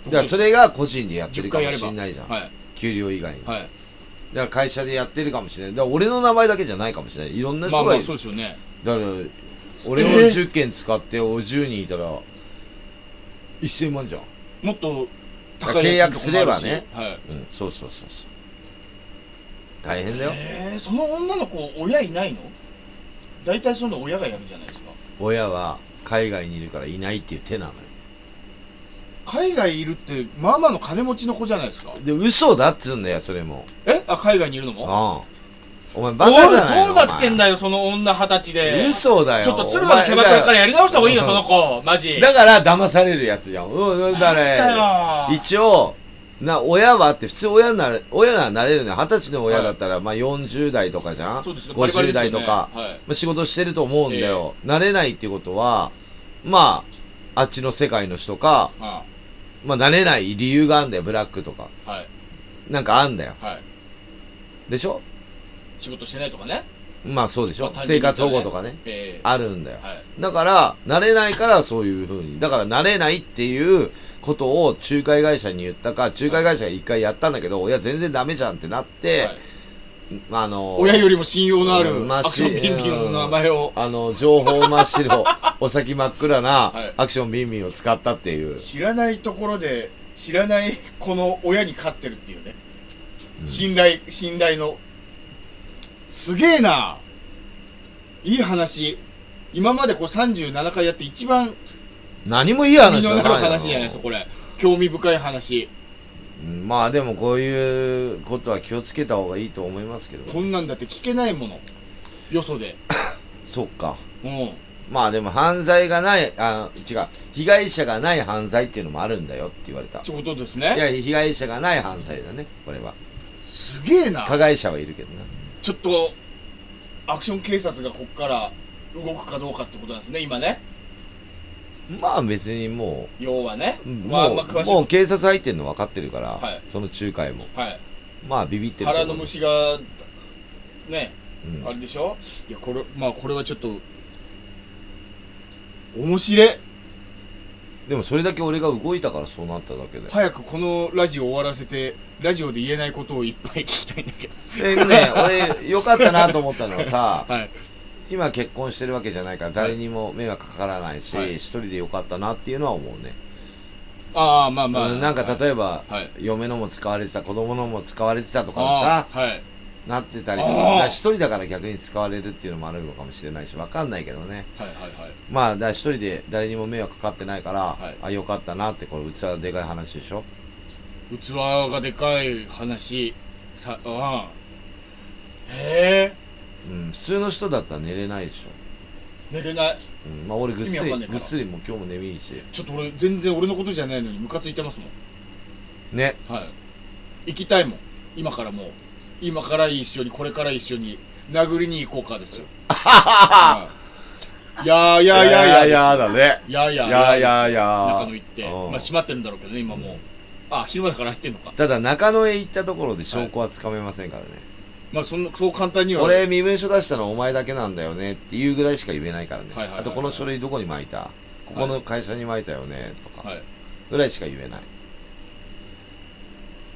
S1: だからそれが個人でやってる
S2: 10
S1: か
S2: 回
S1: も
S2: やれ
S1: し
S2: ば
S1: んないじゃん。
S4: はい、
S1: 給料以外に。だか
S4: はい。
S1: ら会社でやってるかもしれない。だから俺の名前だけじゃないかもしれない。いろんな
S4: まあ
S1: 人
S4: ま
S1: がい
S4: あ、
S1: る。
S4: そうですよね。
S1: だから、俺も
S2: えー
S1: 10件使って、俺10人いたら、1000万じゃん。
S4: もっと
S1: 契約すればね
S4: とこもあるし。
S1: うん、そうそうそうそう。大変だよ
S4: はい。。
S2: えー、その女の子親いないの大体そういうの親がやるじゃないですか
S1: 親は海外にいるからいないっていう手なのよ。
S2: 海外いるってまあまあの金持ちの子じゃないですか
S1: で、嘘だっつうんだよ、それも。
S2: えあ海外にいるの
S1: うん。
S2: も
S1: お前バカじゃない
S2: ど
S1: の
S2: うどうなってん
S1: よ。
S2: だよその女二十歳
S1: お
S2: で
S1: 前嘘だよ。
S2: ちょっと鶴葉のキャバクラから
S1: や
S2: やり直した方がいいよ
S1: うん
S2: その子マジ
S1: だから騙されるやつじゃん。うん、うん、だ
S2: マジ
S1: ね。
S2: かよ
S1: 一応、な、親はって普通親なら、親ならなれるのよ。二十歳の親だったら、まあ40代とかじゃん。
S4: そうですね。バリバリ
S1: 50
S4: ですよ
S1: 代
S4: ね
S1: とか。
S4: はい。
S1: まあ仕事してると思うんだよ。慣れないってことは、まあ、あっちの世界の人か、
S4: あ
S1: まあ、慣れない理由があんだよ、ブラックとか。
S4: あはい、
S1: なんかあんだよ。
S4: はい。
S1: でしょ
S4: 仕事してないとかね。
S1: まあそうでしょ
S4: まあ
S1: 生活保護とかね。
S4: え
S1: あるんだよ
S4: え。はい。
S1: だから、慣れないからそういうふうに。だから、慣れないっていうことを仲介会社に言ったか、仲介会社が一回やったんだけど、親全然ダメじゃんってなっ
S4: は
S1: て、
S4: い
S1: まああの、
S2: 親よりも信用のある
S1: うんまあ
S2: アクションピンピンの名前を
S1: あの、情報真っ 白、お先真っ暗な
S4: はい
S1: アクションビンビンを使ったっていう。
S2: 知らないところで知らない子の親に勝ってるっていうね
S1: うん
S2: 信頼信頼のすげえないい話今までこう37回やって一番
S1: 何もいい話
S2: 身
S1: じ
S2: の
S1: ゃない
S2: 中
S1: の
S2: の話じゃないですかこれ興味深い話
S1: うんまあでもこういうことは気をつけた方がいいと思いますけど
S2: こんなんだって聞けないものよそで
S1: そうか
S2: うん
S1: まあでも犯罪がない、あの、違う、被害者がない犯罪っていうのもあるんだよって言われた。
S2: ち
S1: い
S2: ょことですね
S1: や、被害者がない犯罪だね、これは。
S2: すげえな
S1: 加害者はいるけどな。
S2: ちょっとアクション警察がここから動くかどうかってことなんですね今ね
S1: まあ別にも
S2: 要はね
S1: う、
S2: まああん
S1: も
S2: ま
S1: う、
S2: 詳しい
S1: もう警察入ってんの分かってるから、
S2: はい
S1: その仲介も。
S2: はい
S1: まあビビってると
S2: 腹
S1: 思
S2: の
S1: う。
S2: 虫がね
S1: うん
S2: あれでしょいやこれまあこれはちょっと面白い
S1: でもそれだけ俺が動いたからそうなっただけで。
S2: 早くこのラジオ終わらせてラジオで言えないことをいっぱい聞きたいんだけ
S1: で
S2: ど
S1: ね、俺、よかったなと思ったのはさ、
S2: はい
S1: 今結婚してるわけじゃないから誰にも迷惑かからないし、
S2: はい
S1: 一人でよかったなっていうのは思うね、
S2: ああまあまあ
S1: うんなんか例えば、
S2: はい
S1: 嫁のも使われてた子供のも使われてたとかさ
S2: ああはい
S1: なってたりとか
S2: あ
S1: だ
S2: ー
S1: から一人だから逆に使われるっていうのもあるのかもしれないしわかんないけどね
S2: はいはいはい
S1: まあだから一人で誰にも迷惑かかってないから、
S2: はい
S1: あよかったなってこれ器はでかい話でしょ
S2: 器がでかい話さああへえ
S1: うん、普通の人だったら寝れないでしょ、
S2: 寝れない
S1: うん、まあ俺ぐっす
S2: 意味わかん
S1: り
S2: ないか
S1: ぐっ
S2: ら
S1: すりもう今日も眠いし
S2: ちょっと俺全然俺のことじゃないのにムカついてますもん
S1: ね
S2: はい行きたいもん今からもう今から一緒にこれから一緒に殴りに行こうかですよはいいやーいやいやいや
S1: やだね
S2: いやい
S1: い
S2: や
S1: やいや
S2: い
S1: いや
S2: 中野行って
S1: うん
S2: まあ閉まってるんだろうけどね今もうあ昼間だから入ってんのか
S1: ただ中野へ行ったところで証拠はつかめませんからね、
S2: まあそんなそう簡単には
S1: 俺身分証出したのはお前だけなんだよねっていうぐらいしか言えないからね、
S2: はいはいはいはい
S1: あとこの書類どこに巻いたここの会社に巻いたよねとか
S2: はい
S1: ぐらいしか言えない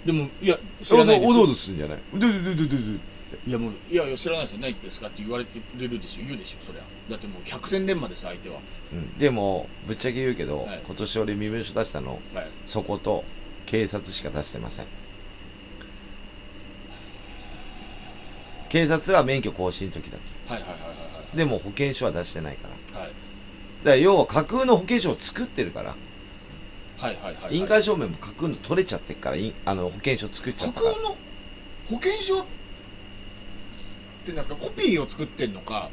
S2: でもいや知
S1: それ
S2: ら
S1: で
S2: ない
S1: お
S2: です
S1: どお
S2: よ
S1: どするんじゃないおどおどおどおどおどっつって
S2: いやもういやいや知らないですよないですかって言われてるでしょ言うでしょそりゃだってもう百戦錬磨です相手は
S1: うん、でもぶっちゃけ言うけど、
S2: はい
S1: 今年俺身分証出したの
S2: はい
S1: そこと警察しか出してません警察は免許更新の時だけ
S2: はいはいはいはい
S1: でも保険証は出してないから
S2: はい
S1: だから要は架空の保険証を作ってるから、
S2: はいはいはいはい
S1: 印鑑証明も架空の取れちゃってるから、印あの保険証作っちゃ
S2: 架
S1: ったか
S2: 空
S1: ら。
S2: の保険証ってなんかコピーを作ってんのか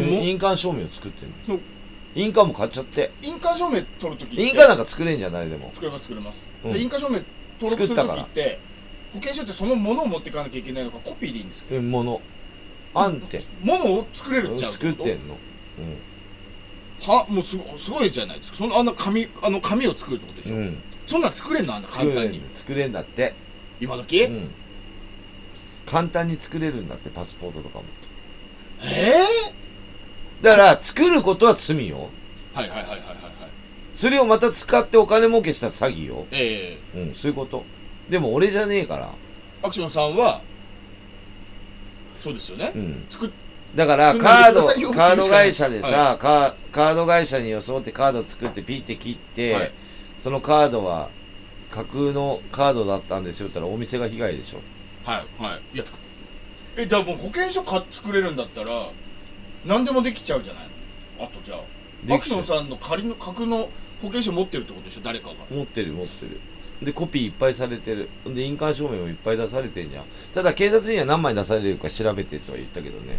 S1: そう
S2: の
S1: 印鑑証明を作ってる
S2: そう
S1: 印鑑も買っちゃって。
S2: 印鑑証明取るとき
S1: 印鑑なんか作れんじゃん、誰でも。
S2: 作れます作れます、
S1: うん
S2: で印鑑証明登録する
S1: 作った
S2: と
S1: か
S2: き
S1: ら
S2: って保険証ってそのものを持っていかなきゃいけないのかコピーでいいんですか
S1: うん物。あんって。
S2: ものを作れるっちゃう
S1: 作って
S2: こ
S1: んの。
S2: とはもうすごすごいじゃないですかそのあんな紙あの紙を作るってことで
S1: う
S2: し
S1: ん。
S2: ょ、
S1: うん。
S2: そんなん作れんのあんな
S1: 作
S2: 簡
S1: れ
S2: 単
S1: ん
S2: に
S1: 作れんだって。
S2: 今時、き
S1: うん。簡単に作れるんだって、パスポートとかも。
S2: え
S1: だから、作ることは罪よ。
S2: ー、はいはいはいはいはいはい
S1: それをまた使ってお金儲けしたら詐欺よ。
S2: え
S1: うん、そういうこと。でも俺じゃねえから。
S2: ー、アクションさんはそうですよね、
S1: うん。
S2: 作っ
S1: だから
S2: そん
S1: カ
S2: な
S1: ード
S2: のくださいよ
S1: カード会社でさ、
S2: は
S1: カーカード会社に装ってカード作ってピッて切って、
S2: はい
S1: そのカードは架空のカードだったんですよって言ったらお店が被害でしょ
S2: はいはいいやえじゃあもう保険証か作れるんだったら何でもできちゃうじゃないのあとじゃあ
S1: で
S2: ア
S1: き
S2: ク
S1: ち
S2: シ
S1: ゃう
S2: ョンさんの仮の架空の保険証持ってるってことでしょ誰かが
S1: 持ってる持ってるでコピーいっぱいされてるで印鑑証明もいっぱい出されてんじゃんただ警察には何枚出されるか調べてとは言ったけどね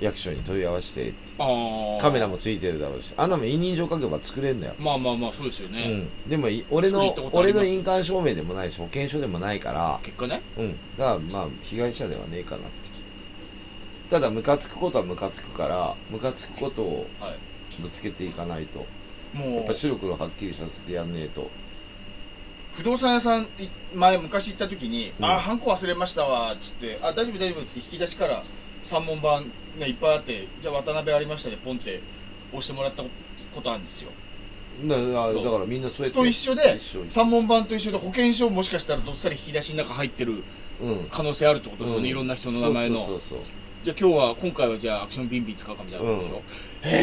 S1: 役所に問い合わせてって
S2: ああ
S1: カメラもついてるだろうしあんなもん委任状書けば作れんだよ
S2: まあまあまあそうですよ
S1: う
S2: ね、
S1: ん、でもい俺の
S2: 作りに行ったことあ
S1: 俺
S2: ります
S1: の印鑑証明でもないし保険証でもないから
S2: 結果ね
S1: うん、だからまあ被害者ではねえかなっていうただムカつくことはムカつくからムカつくことを
S2: はい
S1: ぶつけていかないとや
S2: も
S1: っ
S2: う
S1: ぱ白黒はっきりさせてやんねえと
S5: 不動産屋さんい前昔行った時に「
S1: うん
S5: ああハンコ忘れましたわ」っつって「あ大丈夫大丈夫」っつって引き出しから三門版ねいっぱいあって「じゃあ渡辺ありましたね」ポンって押してもらったことあるんですよ
S1: だから
S2: そう
S1: だからみんなそうやって
S5: と一緒で
S1: 一緒に
S5: 三門版と一緒で保険証もしかしたらどっさり引き出しの中入ってる
S1: うん
S2: 可能性あるってことですよね、
S1: うん
S2: いろんな人の名前の
S1: そうそうそうそう
S2: じゃあ今日は今回はじゃあアクションビンビン使うかみたいなことでしょ、
S1: うん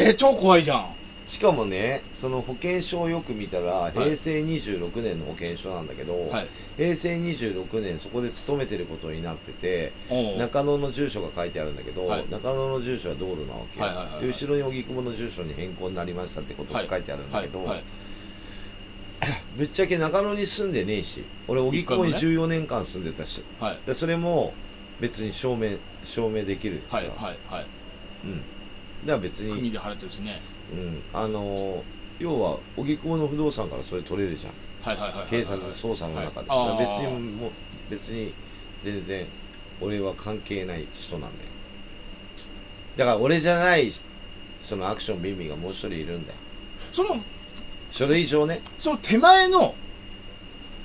S2: えー、超怖いじゃん
S1: しかもねその保険証をよく見たら
S2: い
S1: 平成26年の保険証なんだけど、
S2: はい
S1: 平成26年そこで勤めてることになってて
S2: おう
S1: 中野の住所が書いてあるんだけど、
S2: はい
S1: 中野の住所は道路なわけよ、
S2: はいはいはいはい
S1: で後ろに荻窪の住所に変更になりましたってことが書いてあるんだけど、
S2: はいはい
S1: ぶっちゃけ中野に住んでねえし俺荻窪に
S2: 一
S1: 14年間住んでたし、
S2: はい
S1: でそれも別に証明証明できるか
S2: は
S1: ら、
S2: いはいはい
S1: うん、では別に、
S2: 国で払ってるしね
S1: うん、あのー要は荻窪の不動産からそれ取れるじゃん
S2: はいはいはいはい
S1: 警察捜査の中で、
S2: はいあー
S1: 別にもう別に全然俺は関係ない人なんだよだから俺じゃないそのアクションビンビンがもう一人いるんだよ
S2: その
S1: 書類上ね
S2: その手前の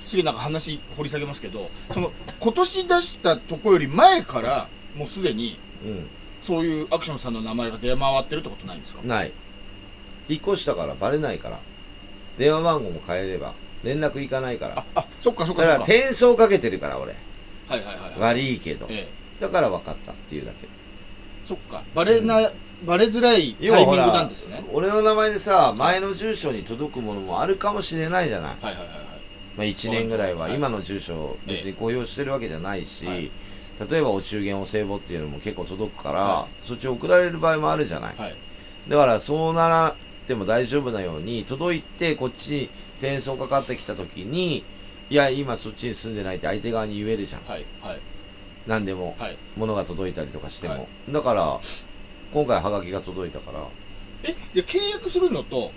S2: すげえなんか話掘り下げますけどその今年出したとこより前からもうすでに
S1: う
S2: そういうアクションさんの名前が出回ってるってことないんですか
S1: んない引っ越したからバレないから電話番号も変えれば連絡いかないから
S2: ああそっかそっか
S1: だか
S2: そ
S1: ら
S2: っか
S1: 転送かけてるから俺
S2: はいはいはいはい
S1: 悪いけど
S2: ええ
S1: だから分かったっていうだけ
S2: そっかバレな、バレづらいタイミン
S1: 要は
S2: グ
S1: ほら
S2: なんですね
S1: 俺の名前でさ前の住所に届くものもあるかもしれないじゃない、
S2: はいはいはいはい
S1: まあ、1年ぐらいは
S2: はい
S1: 今の住所を別に公表してるわけじゃないし、
S2: はい
S1: 例えばお中元お歳暮っていうのも結構届くから、
S2: は
S1: そっち送られる場合もあるじゃない、
S2: はい
S1: だからそうならっても大丈夫なように届いてこっちに転送かかってきた時にいや今そっちに住んでないって相手側に言えるじゃん
S2: はいはい
S1: 何でも
S2: はい
S1: 物が届いたりとかしても、
S2: はい
S1: だから今回ハガキが届いたから
S2: えで契約するのと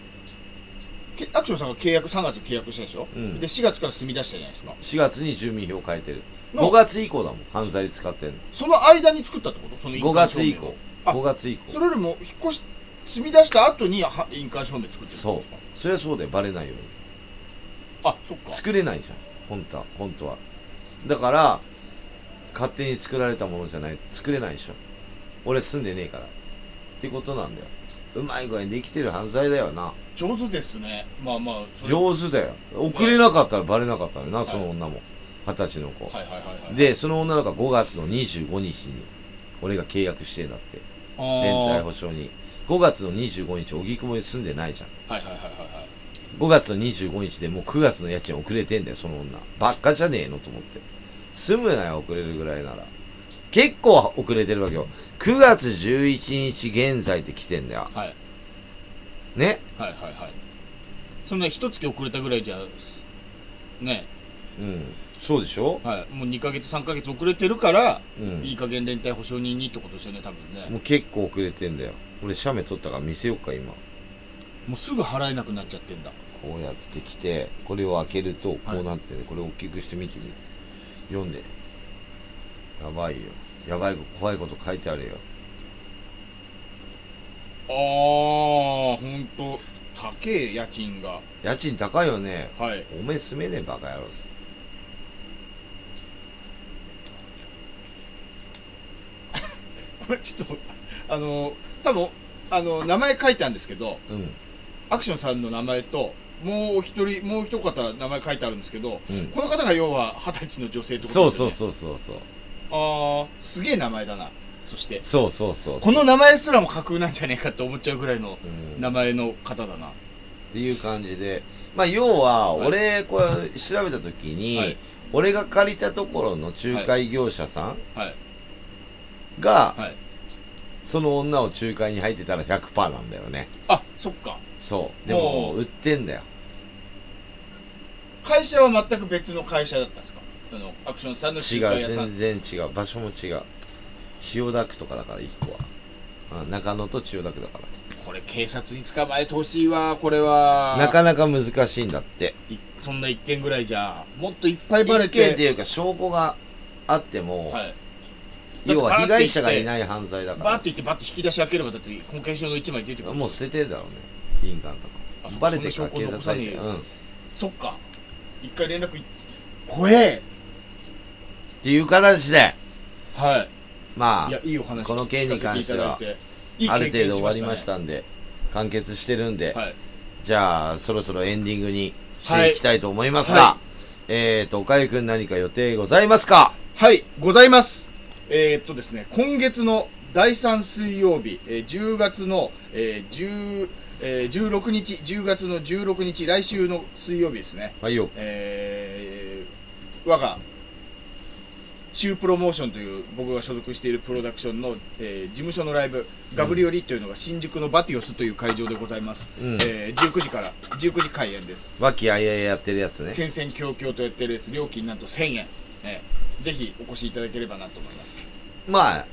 S2: けアクションさんが契約3月に契約したでしょ、
S1: うん
S2: で4月から住み出したじゃないですか
S1: 4月に住民票変えてる
S2: の
S1: 5月以降だもん犯罪使ってんの
S2: その間に作ったってことその印
S1: 5
S2: 鑑
S1: 月
S2: 証明
S1: 以降
S2: あ
S1: 5月以降
S2: それよりも引っ越し住み出した後には印鑑証明作ってるんですか
S1: そうそりゃそうだよバレないように
S2: あそっか
S1: 作れないじゃん本当は本当はだから勝手に作られたものじゃない作れないでしょ俺住んでねえからってことなんだようまい具合にできてる犯罪だよな
S2: 上手ですねまあまあそれ
S1: 上手だよ遅れなかったらバレなかったのよなその女も二十歳の子
S2: はいはいはいはい
S1: でその女の子は5月の25日に俺が契約してんだって
S2: あ
S1: 連帯
S2: ー
S1: 保証に5月の25日荻窪に住んでないじゃん
S2: はいはいはいはいはい
S1: 5月の25日でもう9月の家賃遅れてんだよ、その女。ばっかじゃねえのと思って。住むなよ、遅れるぐらいなら。結構遅れてるわけよ。9月11日現在って来てんだよ。
S2: はい
S1: ね
S2: はいはいはいそんな一月遅れたぐらいじゃね
S1: うん。そうでしょ
S2: はいもう2ヶ月3ヶ月遅れてるから、
S1: うん
S2: いい加減連帯保証人にってことですよね多分ね
S1: もう結構遅れてんだよ。俺、写メ撮ったから見せようか、今。
S2: もうすぐ払えなくなっちゃってんだ
S1: こうやって来て、これを開けると、こうなってる、これ大きくして見てみ。読んで。やばいよ。やばい、怖いこと書いてあるよ。
S2: ああほんと高え家賃が
S1: 家賃高いよね。
S2: はい
S1: おめえ住めねえバカ野郎
S2: これ ちょっとあの多分あの名前書いてあるんですけど
S1: うん
S2: アクションさんの名前ともうお一人もう一方名前書いてあるんですけ
S1: う
S2: ど、
S1: ん
S2: この方が要は二十歳の女性ってことですよ
S1: そ
S2: ね
S1: うそうそうそうそう
S2: ああすげえ名前だなそして
S1: そうそうそう
S2: この名前すらも架空なんじゃねえかって思っちゃうぐらいの
S1: うん
S2: 名前の方だな、
S1: っていう感じでまあ要は
S2: はい
S1: 俺これ調べた時に、
S2: はい
S1: 俺が借りたところの仲介業者さん
S2: はい
S1: が、
S2: はい
S1: その女を仲介に入ってたら100%なんだよね
S2: あそっか
S1: そうでも
S2: おー
S1: 売ってんだよ
S2: 会社は全く別の会社だったんですかそのアクションさんの
S1: 違
S2: 仲介
S1: う
S2: 屋さん
S1: 全然違う場所も違う千代田区とかだから1個は、うん、中野と千代田区だから
S2: これ警察に捕まえてほしいわこれは
S1: なかなか難しいんだって
S2: いそんな一件ぐらいじゃもっといっぱいバレ
S1: 一
S2: て
S1: 件っていうか証拠があっても、
S2: はい、
S1: 要は被害者がい
S2: い
S1: ない犯罪だか
S2: バー
S1: ら
S2: って言ってバーって引き出し開ければだって保険証の一枚出てくる
S1: もう捨ててるだろうね印鑑と
S2: あ
S1: か
S2: そ
S1: バレてる
S2: そ
S1: か
S2: ん
S1: ら
S2: な証拠
S1: 警察入って、
S2: 残
S1: う
S2: さ
S1: ん、
S2: ね
S1: っ
S2: そっか一回連絡い怖え
S1: ていう形で
S2: はい
S1: まあ
S2: いやいいお話
S1: この件に関しては
S2: 聞かせいただいてい
S1: あ
S2: い
S1: る程度終わり
S2: 経験
S1: まし
S2: ね
S1: たんで完結してるんで、
S2: はい
S1: じゃあそろそろエンディングにしていきたいと思いますが、
S2: は
S1: えっ、ー、とおかゆくん何か予定ございますか
S2: はい、ございます。えーっとですね、今月の第3水曜日、えー10月の、えー10えー16日、10月の16日、来週の水曜日ですね、
S1: はいよ
S2: えー我が、シュープロモーションという僕が所属しているプロダクションの、えー事務所のライブ、ガブリオリというのが新宿のバティオスという会場でございます。
S1: うん
S2: えー19時から、19時開演です。
S1: 和気あいあいやってるやつね
S2: 戦々恐々とやってるやつ料金なんと1000円、ええぜひお越しいただければなと思います
S1: まあ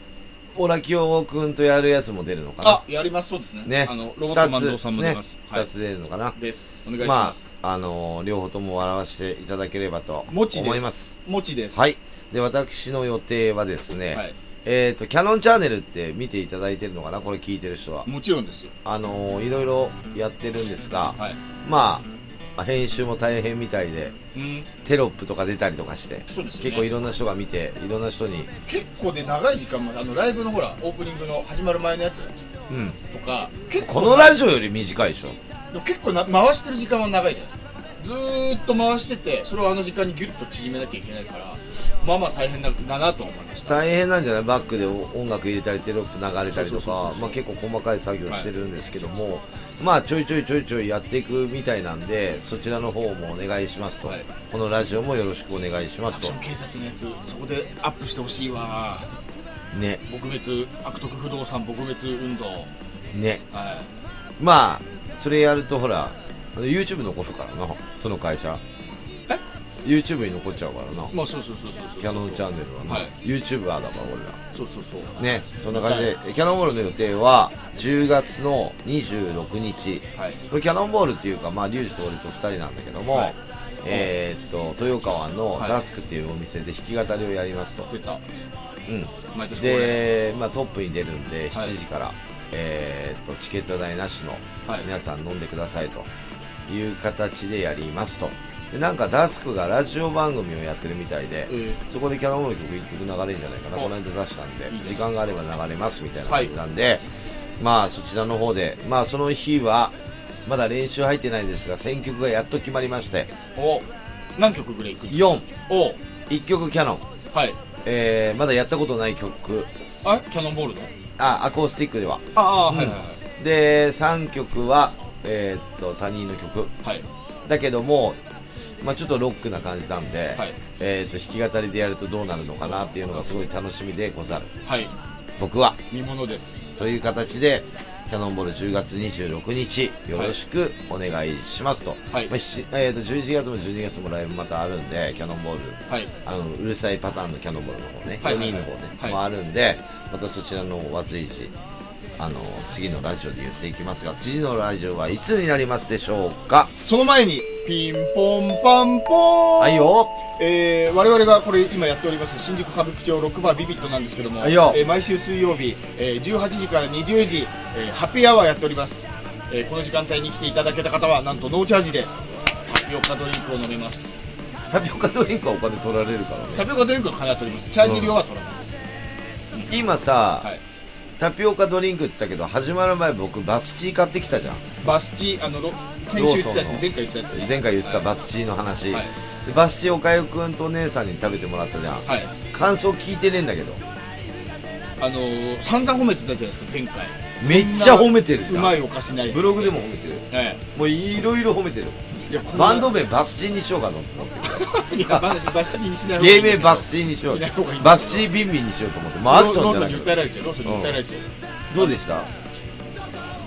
S1: オラキオくんとやるやつも出るのかな
S2: あ、やります、そうですね。
S1: ね
S2: あの、ロボッ
S1: 二
S2: トマンドーさん
S1: つ
S2: も出
S1: ね
S2: ます。は
S1: 二つ出るのかな、
S2: い。です。お願いし
S1: ま
S2: ます。
S1: ああのー両方とも笑わせていただければと
S2: もちです
S1: 思います
S2: もちです。
S1: はいで私の予定はですね、
S2: はい
S1: えっ、とキャノンチャンネルって見ていただいてるのかなこれ聞いてる人は
S2: もちろんですよ。
S1: あのーいろいろやってるんですが、
S2: はい。
S1: まあ編集も大変みたいで
S2: うん、
S1: テロップとか出たりとかして
S2: そうですよ、ね。
S1: 結構いろんな人が見ていろんな人に
S2: 結構で長い時間まであのライブのほらオープニングの始まる前のやつと
S1: うん
S2: か結構
S1: このラジオより短いでしょ
S2: でも結構な回してる時間は長いじゃないですかずーっと回しててそれをあの時間にギュッと縮めなきゃいけないからまあまあ大変だなと思いました
S1: 大変なんじゃないバックで音楽入れたりテロップ流れたりと
S2: そうそうそう
S1: か
S2: そう
S1: まあ結構細かい作業してるんですけども、まあちょいちょいちょいちょいやっていくみたいなんでそちらの方もお願いしますと、
S2: はい
S1: このラジオもよろしくお願いしま
S2: ア
S1: す
S2: クシ
S1: と
S2: ョン警察のやつそこでアップしてほしいわ
S1: ね
S2: 撲滅悪徳不動産撲滅運動
S1: ね
S2: は
S1: まあそれやるとほらあの YouTube 残るからなその会社
S2: え
S1: YouTube に残っちゃうからない
S2: まあそうそうそうそうそう
S1: キャノンチャンネルはな、
S2: はい
S1: YouTuber だから俺ら
S2: そうそうそう
S1: ね、そんな感じで、キャノンボールの予定は10月の26日、
S2: はい
S1: これキャノンボールっていうか、まあ、リュウジと俺と2人なんだけども、
S2: はい
S1: えーっと豊川の
S2: はい
S1: ダスクっていうお店で弾き語りをやりますと、
S2: 出た
S1: う
S2: 毎年
S1: ん、
S2: 恒例
S1: で、まあ、トップに出るんで7時から、えーっとチケット代なしの
S2: はい
S1: 皆さん飲んでくださいという形でやりますとでなんかダスクがラジオ番組をやってるみたいで、
S2: えー
S1: そこでキャノンボール曲1曲流れるんじゃないかな、
S2: お
S1: この間出したんで
S2: いいね、
S1: 時間があれば流れますみたいな感じなんで、まあそちらの方で、まあその日は、まだ練習入ってないんですが、選曲がやっと決まりまして、
S2: お何曲ぐらいいくんですか
S1: 4、
S2: お
S1: 1曲キャノン、
S2: はい
S1: えー、まだやったことない曲、
S2: あキャノンボールの
S1: あ、アコースティックでは。
S2: ああはいはいはい
S1: で、3曲は、えーっと、他人の曲。
S2: はい
S1: だけども、まあちょっとロックな感じなんで、
S2: はい
S1: えーっと、弾き語りでやるとどうなるのかなっていうのがすごい楽しみでござる。
S2: はい
S1: 僕は。
S2: 見ものです
S1: そういう形で、キャノンボール10月26日、よろしくお願いしますと。
S2: はい
S1: まあしえーと、11月も12月もライブまたあるんで、キャノンボール、
S2: はい
S1: あの、うるさいパターンのキャノンボールの方ね、
S2: は
S1: 4
S2: いはいはい
S1: 人の方ね、
S2: はい
S1: もあるんで、またそちらの方は随時、あの、次のラジオで言っていきますが、次のラジオはいつになりますでしょうか
S2: その前にピンポンパンポーン
S1: はいよ
S2: えー我々がこれ今やっております新宿歌舞伎町6バービビットなんですけども、
S1: はいよ
S2: えー毎週水曜日、えー18時から20時、えーハッピーアワーやっております、えーこの時間帯に来ていただけた方はなんとノーチャージでタピオカドリンクを飲めます
S1: タピオカドリンクはお金取られるから
S2: タ
S1: ね。
S2: ピオカドリンクの金は取りますチャージ料は取られます、
S1: 今さ、
S2: はい、
S1: タピオカドリンクって言ったけど、始まる前僕バスチー買ってきたじゃん。
S2: バスチあのろ先週言ってたやつ
S1: ローソンの
S2: 前回言ってたやつね
S1: 前回言ってたバスチーの話、
S2: はい
S1: でバスチーおかゆくんとお姉さんに食べてもらったじゃん、
S2: はい、
S1: 感想聞いてねえんだけど
S2: あのー散々褒めてたじゃないですか前回
S1: めっちゃ褒めてるじ
S2: う
S1: ゃ
S2: ま
S1: ん
S2: いお菓子ないです
S1: ブログでも褒めてる
S2: はい
S1: もういろいろ褒めてる
S2: いやこんな
S1: バンド名バスチーにしようかと思って
S2: いやバスバスチにしない方がいい
S1: 芸名バスチーにしよう
S2: しない方がいいんだけど
S1: バスチービンビンにしようと思ってまあアクションじゃない
S2: ローソンに
S1: け
S2: 訴
S1: ど
S2: えられちゃうローソンに訴えられちゃう、
S1: どうでした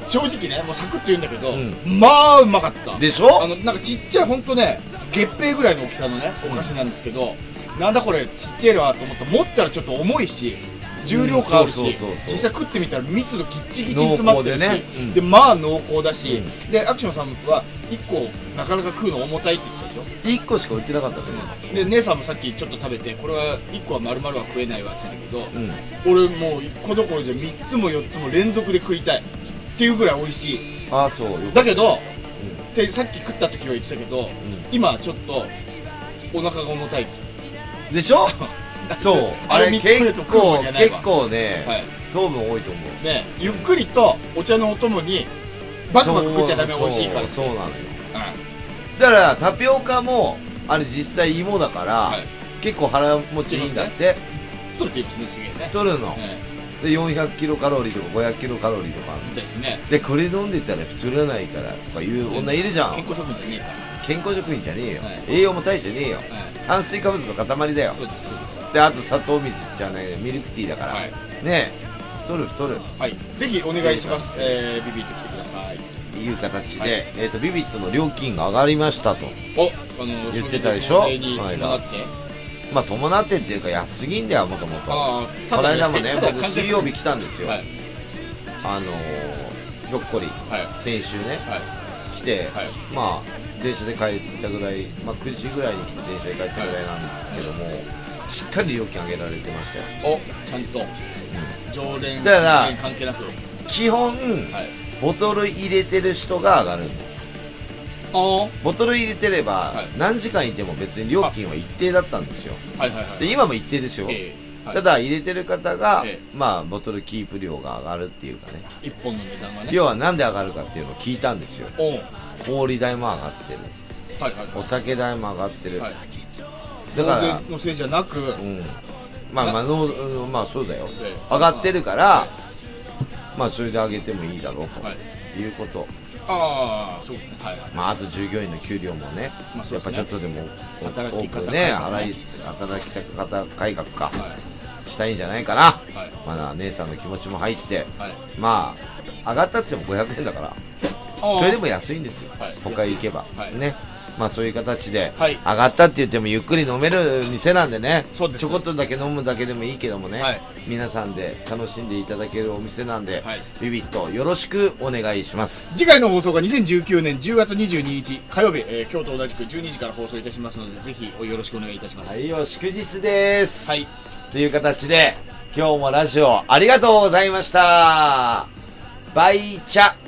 S2: 正直ねもうサクッと言うんだけど、
S1: うん
S2: まあうまかった
S1: でしょ
S2: あのなんかちっちゃいほんとね月餅ぐらいの大きさのねお菓子なんですけど、なんだこれちっちゃいわと思った持ったらちょっと重いし重量感あるし、
S1: うんそうそうそうそう
S2: 実際食ってみたら密度ギッチギチに詰まってるし
S1: 濃厚でねうん
S2: でまあ濃厚だし、
S1: う
S2: でアクションさんは1個なかなか食うの重たいって言ってたでしょ
S1: 1個しか売ってなかったね
S2: で姉さんもさっきちょっと食べてこれは1個は丸々は食えないわって言ってたけど、
S1: うん
S2: 俺もう1個どころじゃ3つも4つも連続で食いたいっていうぐらい美味しい
S1: ああそうよかった
S2: だけどでさっき食った時は言ってたけど、今ちょっとお腹が重たいです
S1: でしょ そうあ
S2: あれ
S1: れ
S2: 三つのやつ
S1: 結
S2: も食うも
S1: 構
S2: んじゃない
S1: 結
S2: わ
S1: 構ね、
S2: はい
S1: 糖分多いと思う
S2: ねゆっくりとお茶のお供にバクバク食っちゃダメ
S1: そう
S2: 美味しいから
S1: そう
S2: う、
S1: そうなのよ
S2: ん
S1: だからタピオカもあれ実際芋だから、
S2: はい、
S1: 結構腹持ちいいんだって、
S2: 太るって言いますねすげえね
S1: 取るの、
S2: え
S1: で400キロカロリーとか500キロカロリーとかある
S2: えみたいですね
S1: でこれ飲んでたら太らないからとかいう女いるじゃん
S2: 健康食品じゃねえか
S1: 健康食品じゃねえよ、
S2: はい
S1: 栄養も大してねえよ
S2: ら、はい
S1: 炭水化物の塊だよ
S2: そうですそうです
S1: であと砂糖水じゃないミルクティーだから、
S2: はい
S1: ねえ太る太る
S2: はいぜひお願いします、えー、ビビッと来てください
S1: いう形で、
S2: はい
S1: えー、とビビットの料金が上がりましたと
S2: おあの
S1: 言ってたでしょ
S2: 衝撃の問題に繋がって、
S1: うまあ伴ってっていうか安すぎんだよもともと
S2: あー
S1: こ
S2: た
S1: の
S2: だ
S1: 間もね
S2: ただ
S1: 僕水曜日来たんですよ、
S2: はい
S1: あのー、ひょっこり
S2: はい
S1: 先週ね
S2: はい
S1: 来て、
S2: はい
S1: まあ電車で帰ったぐらい、まあ、9時ぐらいに来て電車で帰ったぐらいなんですけども、しっかり料金上げられてましたよ
S2: おちゃんと常連
S1: だから
S2: 常連関係なく
S1: 基本、
S2: はい
S1: ボトル入れてる人が上がるんだ
S2: ああ
S1: ボトル入れてれば、
S2: はい
S1: 何時間いても別に料金は一定だったんですよ
S2: はいはいはい
S1: で今も一定ですよ、
S2: ええはい
S1: ただ入れてる方が、
S2: え
S1: まあボトルキープ量が上がるっていうかね
S2: 一本の値段がね
S1: 要はなんで上がるかっていうのを聞いたんですよ
S2: おんはい
S1: 氷代も上がってる
S2: はいは
S1: お酒代も上がってる、
S2: いはい
S1: だか
S4: のせいじゃなく、
S1: らうんまあまあの、うんまあそうだよ
S2: ええ
S1: 上がってるから、
S2: は
S1: まあそれで上げてもいいだろうと、
S2: はい
S1: い、うこと
S2: ああそうですねはいはい
S1: まああと従業員の給料もね,、
S2: まあそ
S1: や
S2: うで
S1: っ
S2: す
S1: ぱ
S2: ね
S1: ちょっとでもこう
S2: 働
S1: 多
S2: き方
S1: く
S2: 改革
S1: ね
S2: ね
S1: 払い働き方改革か、
S2: は
S1: したいんじゃないかな、
S2: いはい
S1: まだ姉さんの気持ちも入って
S2: はい
S1: まあ上がったって言っても500円だから
S2: ああ
S1: それでも安いんですよ、
S2: はい
S1: 他行けば、
S2: はい
S1: ねまあそういう形で、
S2: はい
S1: 上がったって言ってもゆっくり飲める店なんでね
S2: そうです
S1: ちょこっとだけ飲むだけでもいいけどもね、
S2: はい
S1: 皆さんで楽しんでいただけるお店なんで、
S2: はい
S1: ビビッとよろしくお願いします
S4: 次回の放送が2019年10月22日火曜日、えー今日と同じく12時から放送いたしますのでぜひおよろしくお願いいたします、
S1: はいよ祝日です
S2: はい
S1: という形で今日もラジオありがとうございましたバイチャ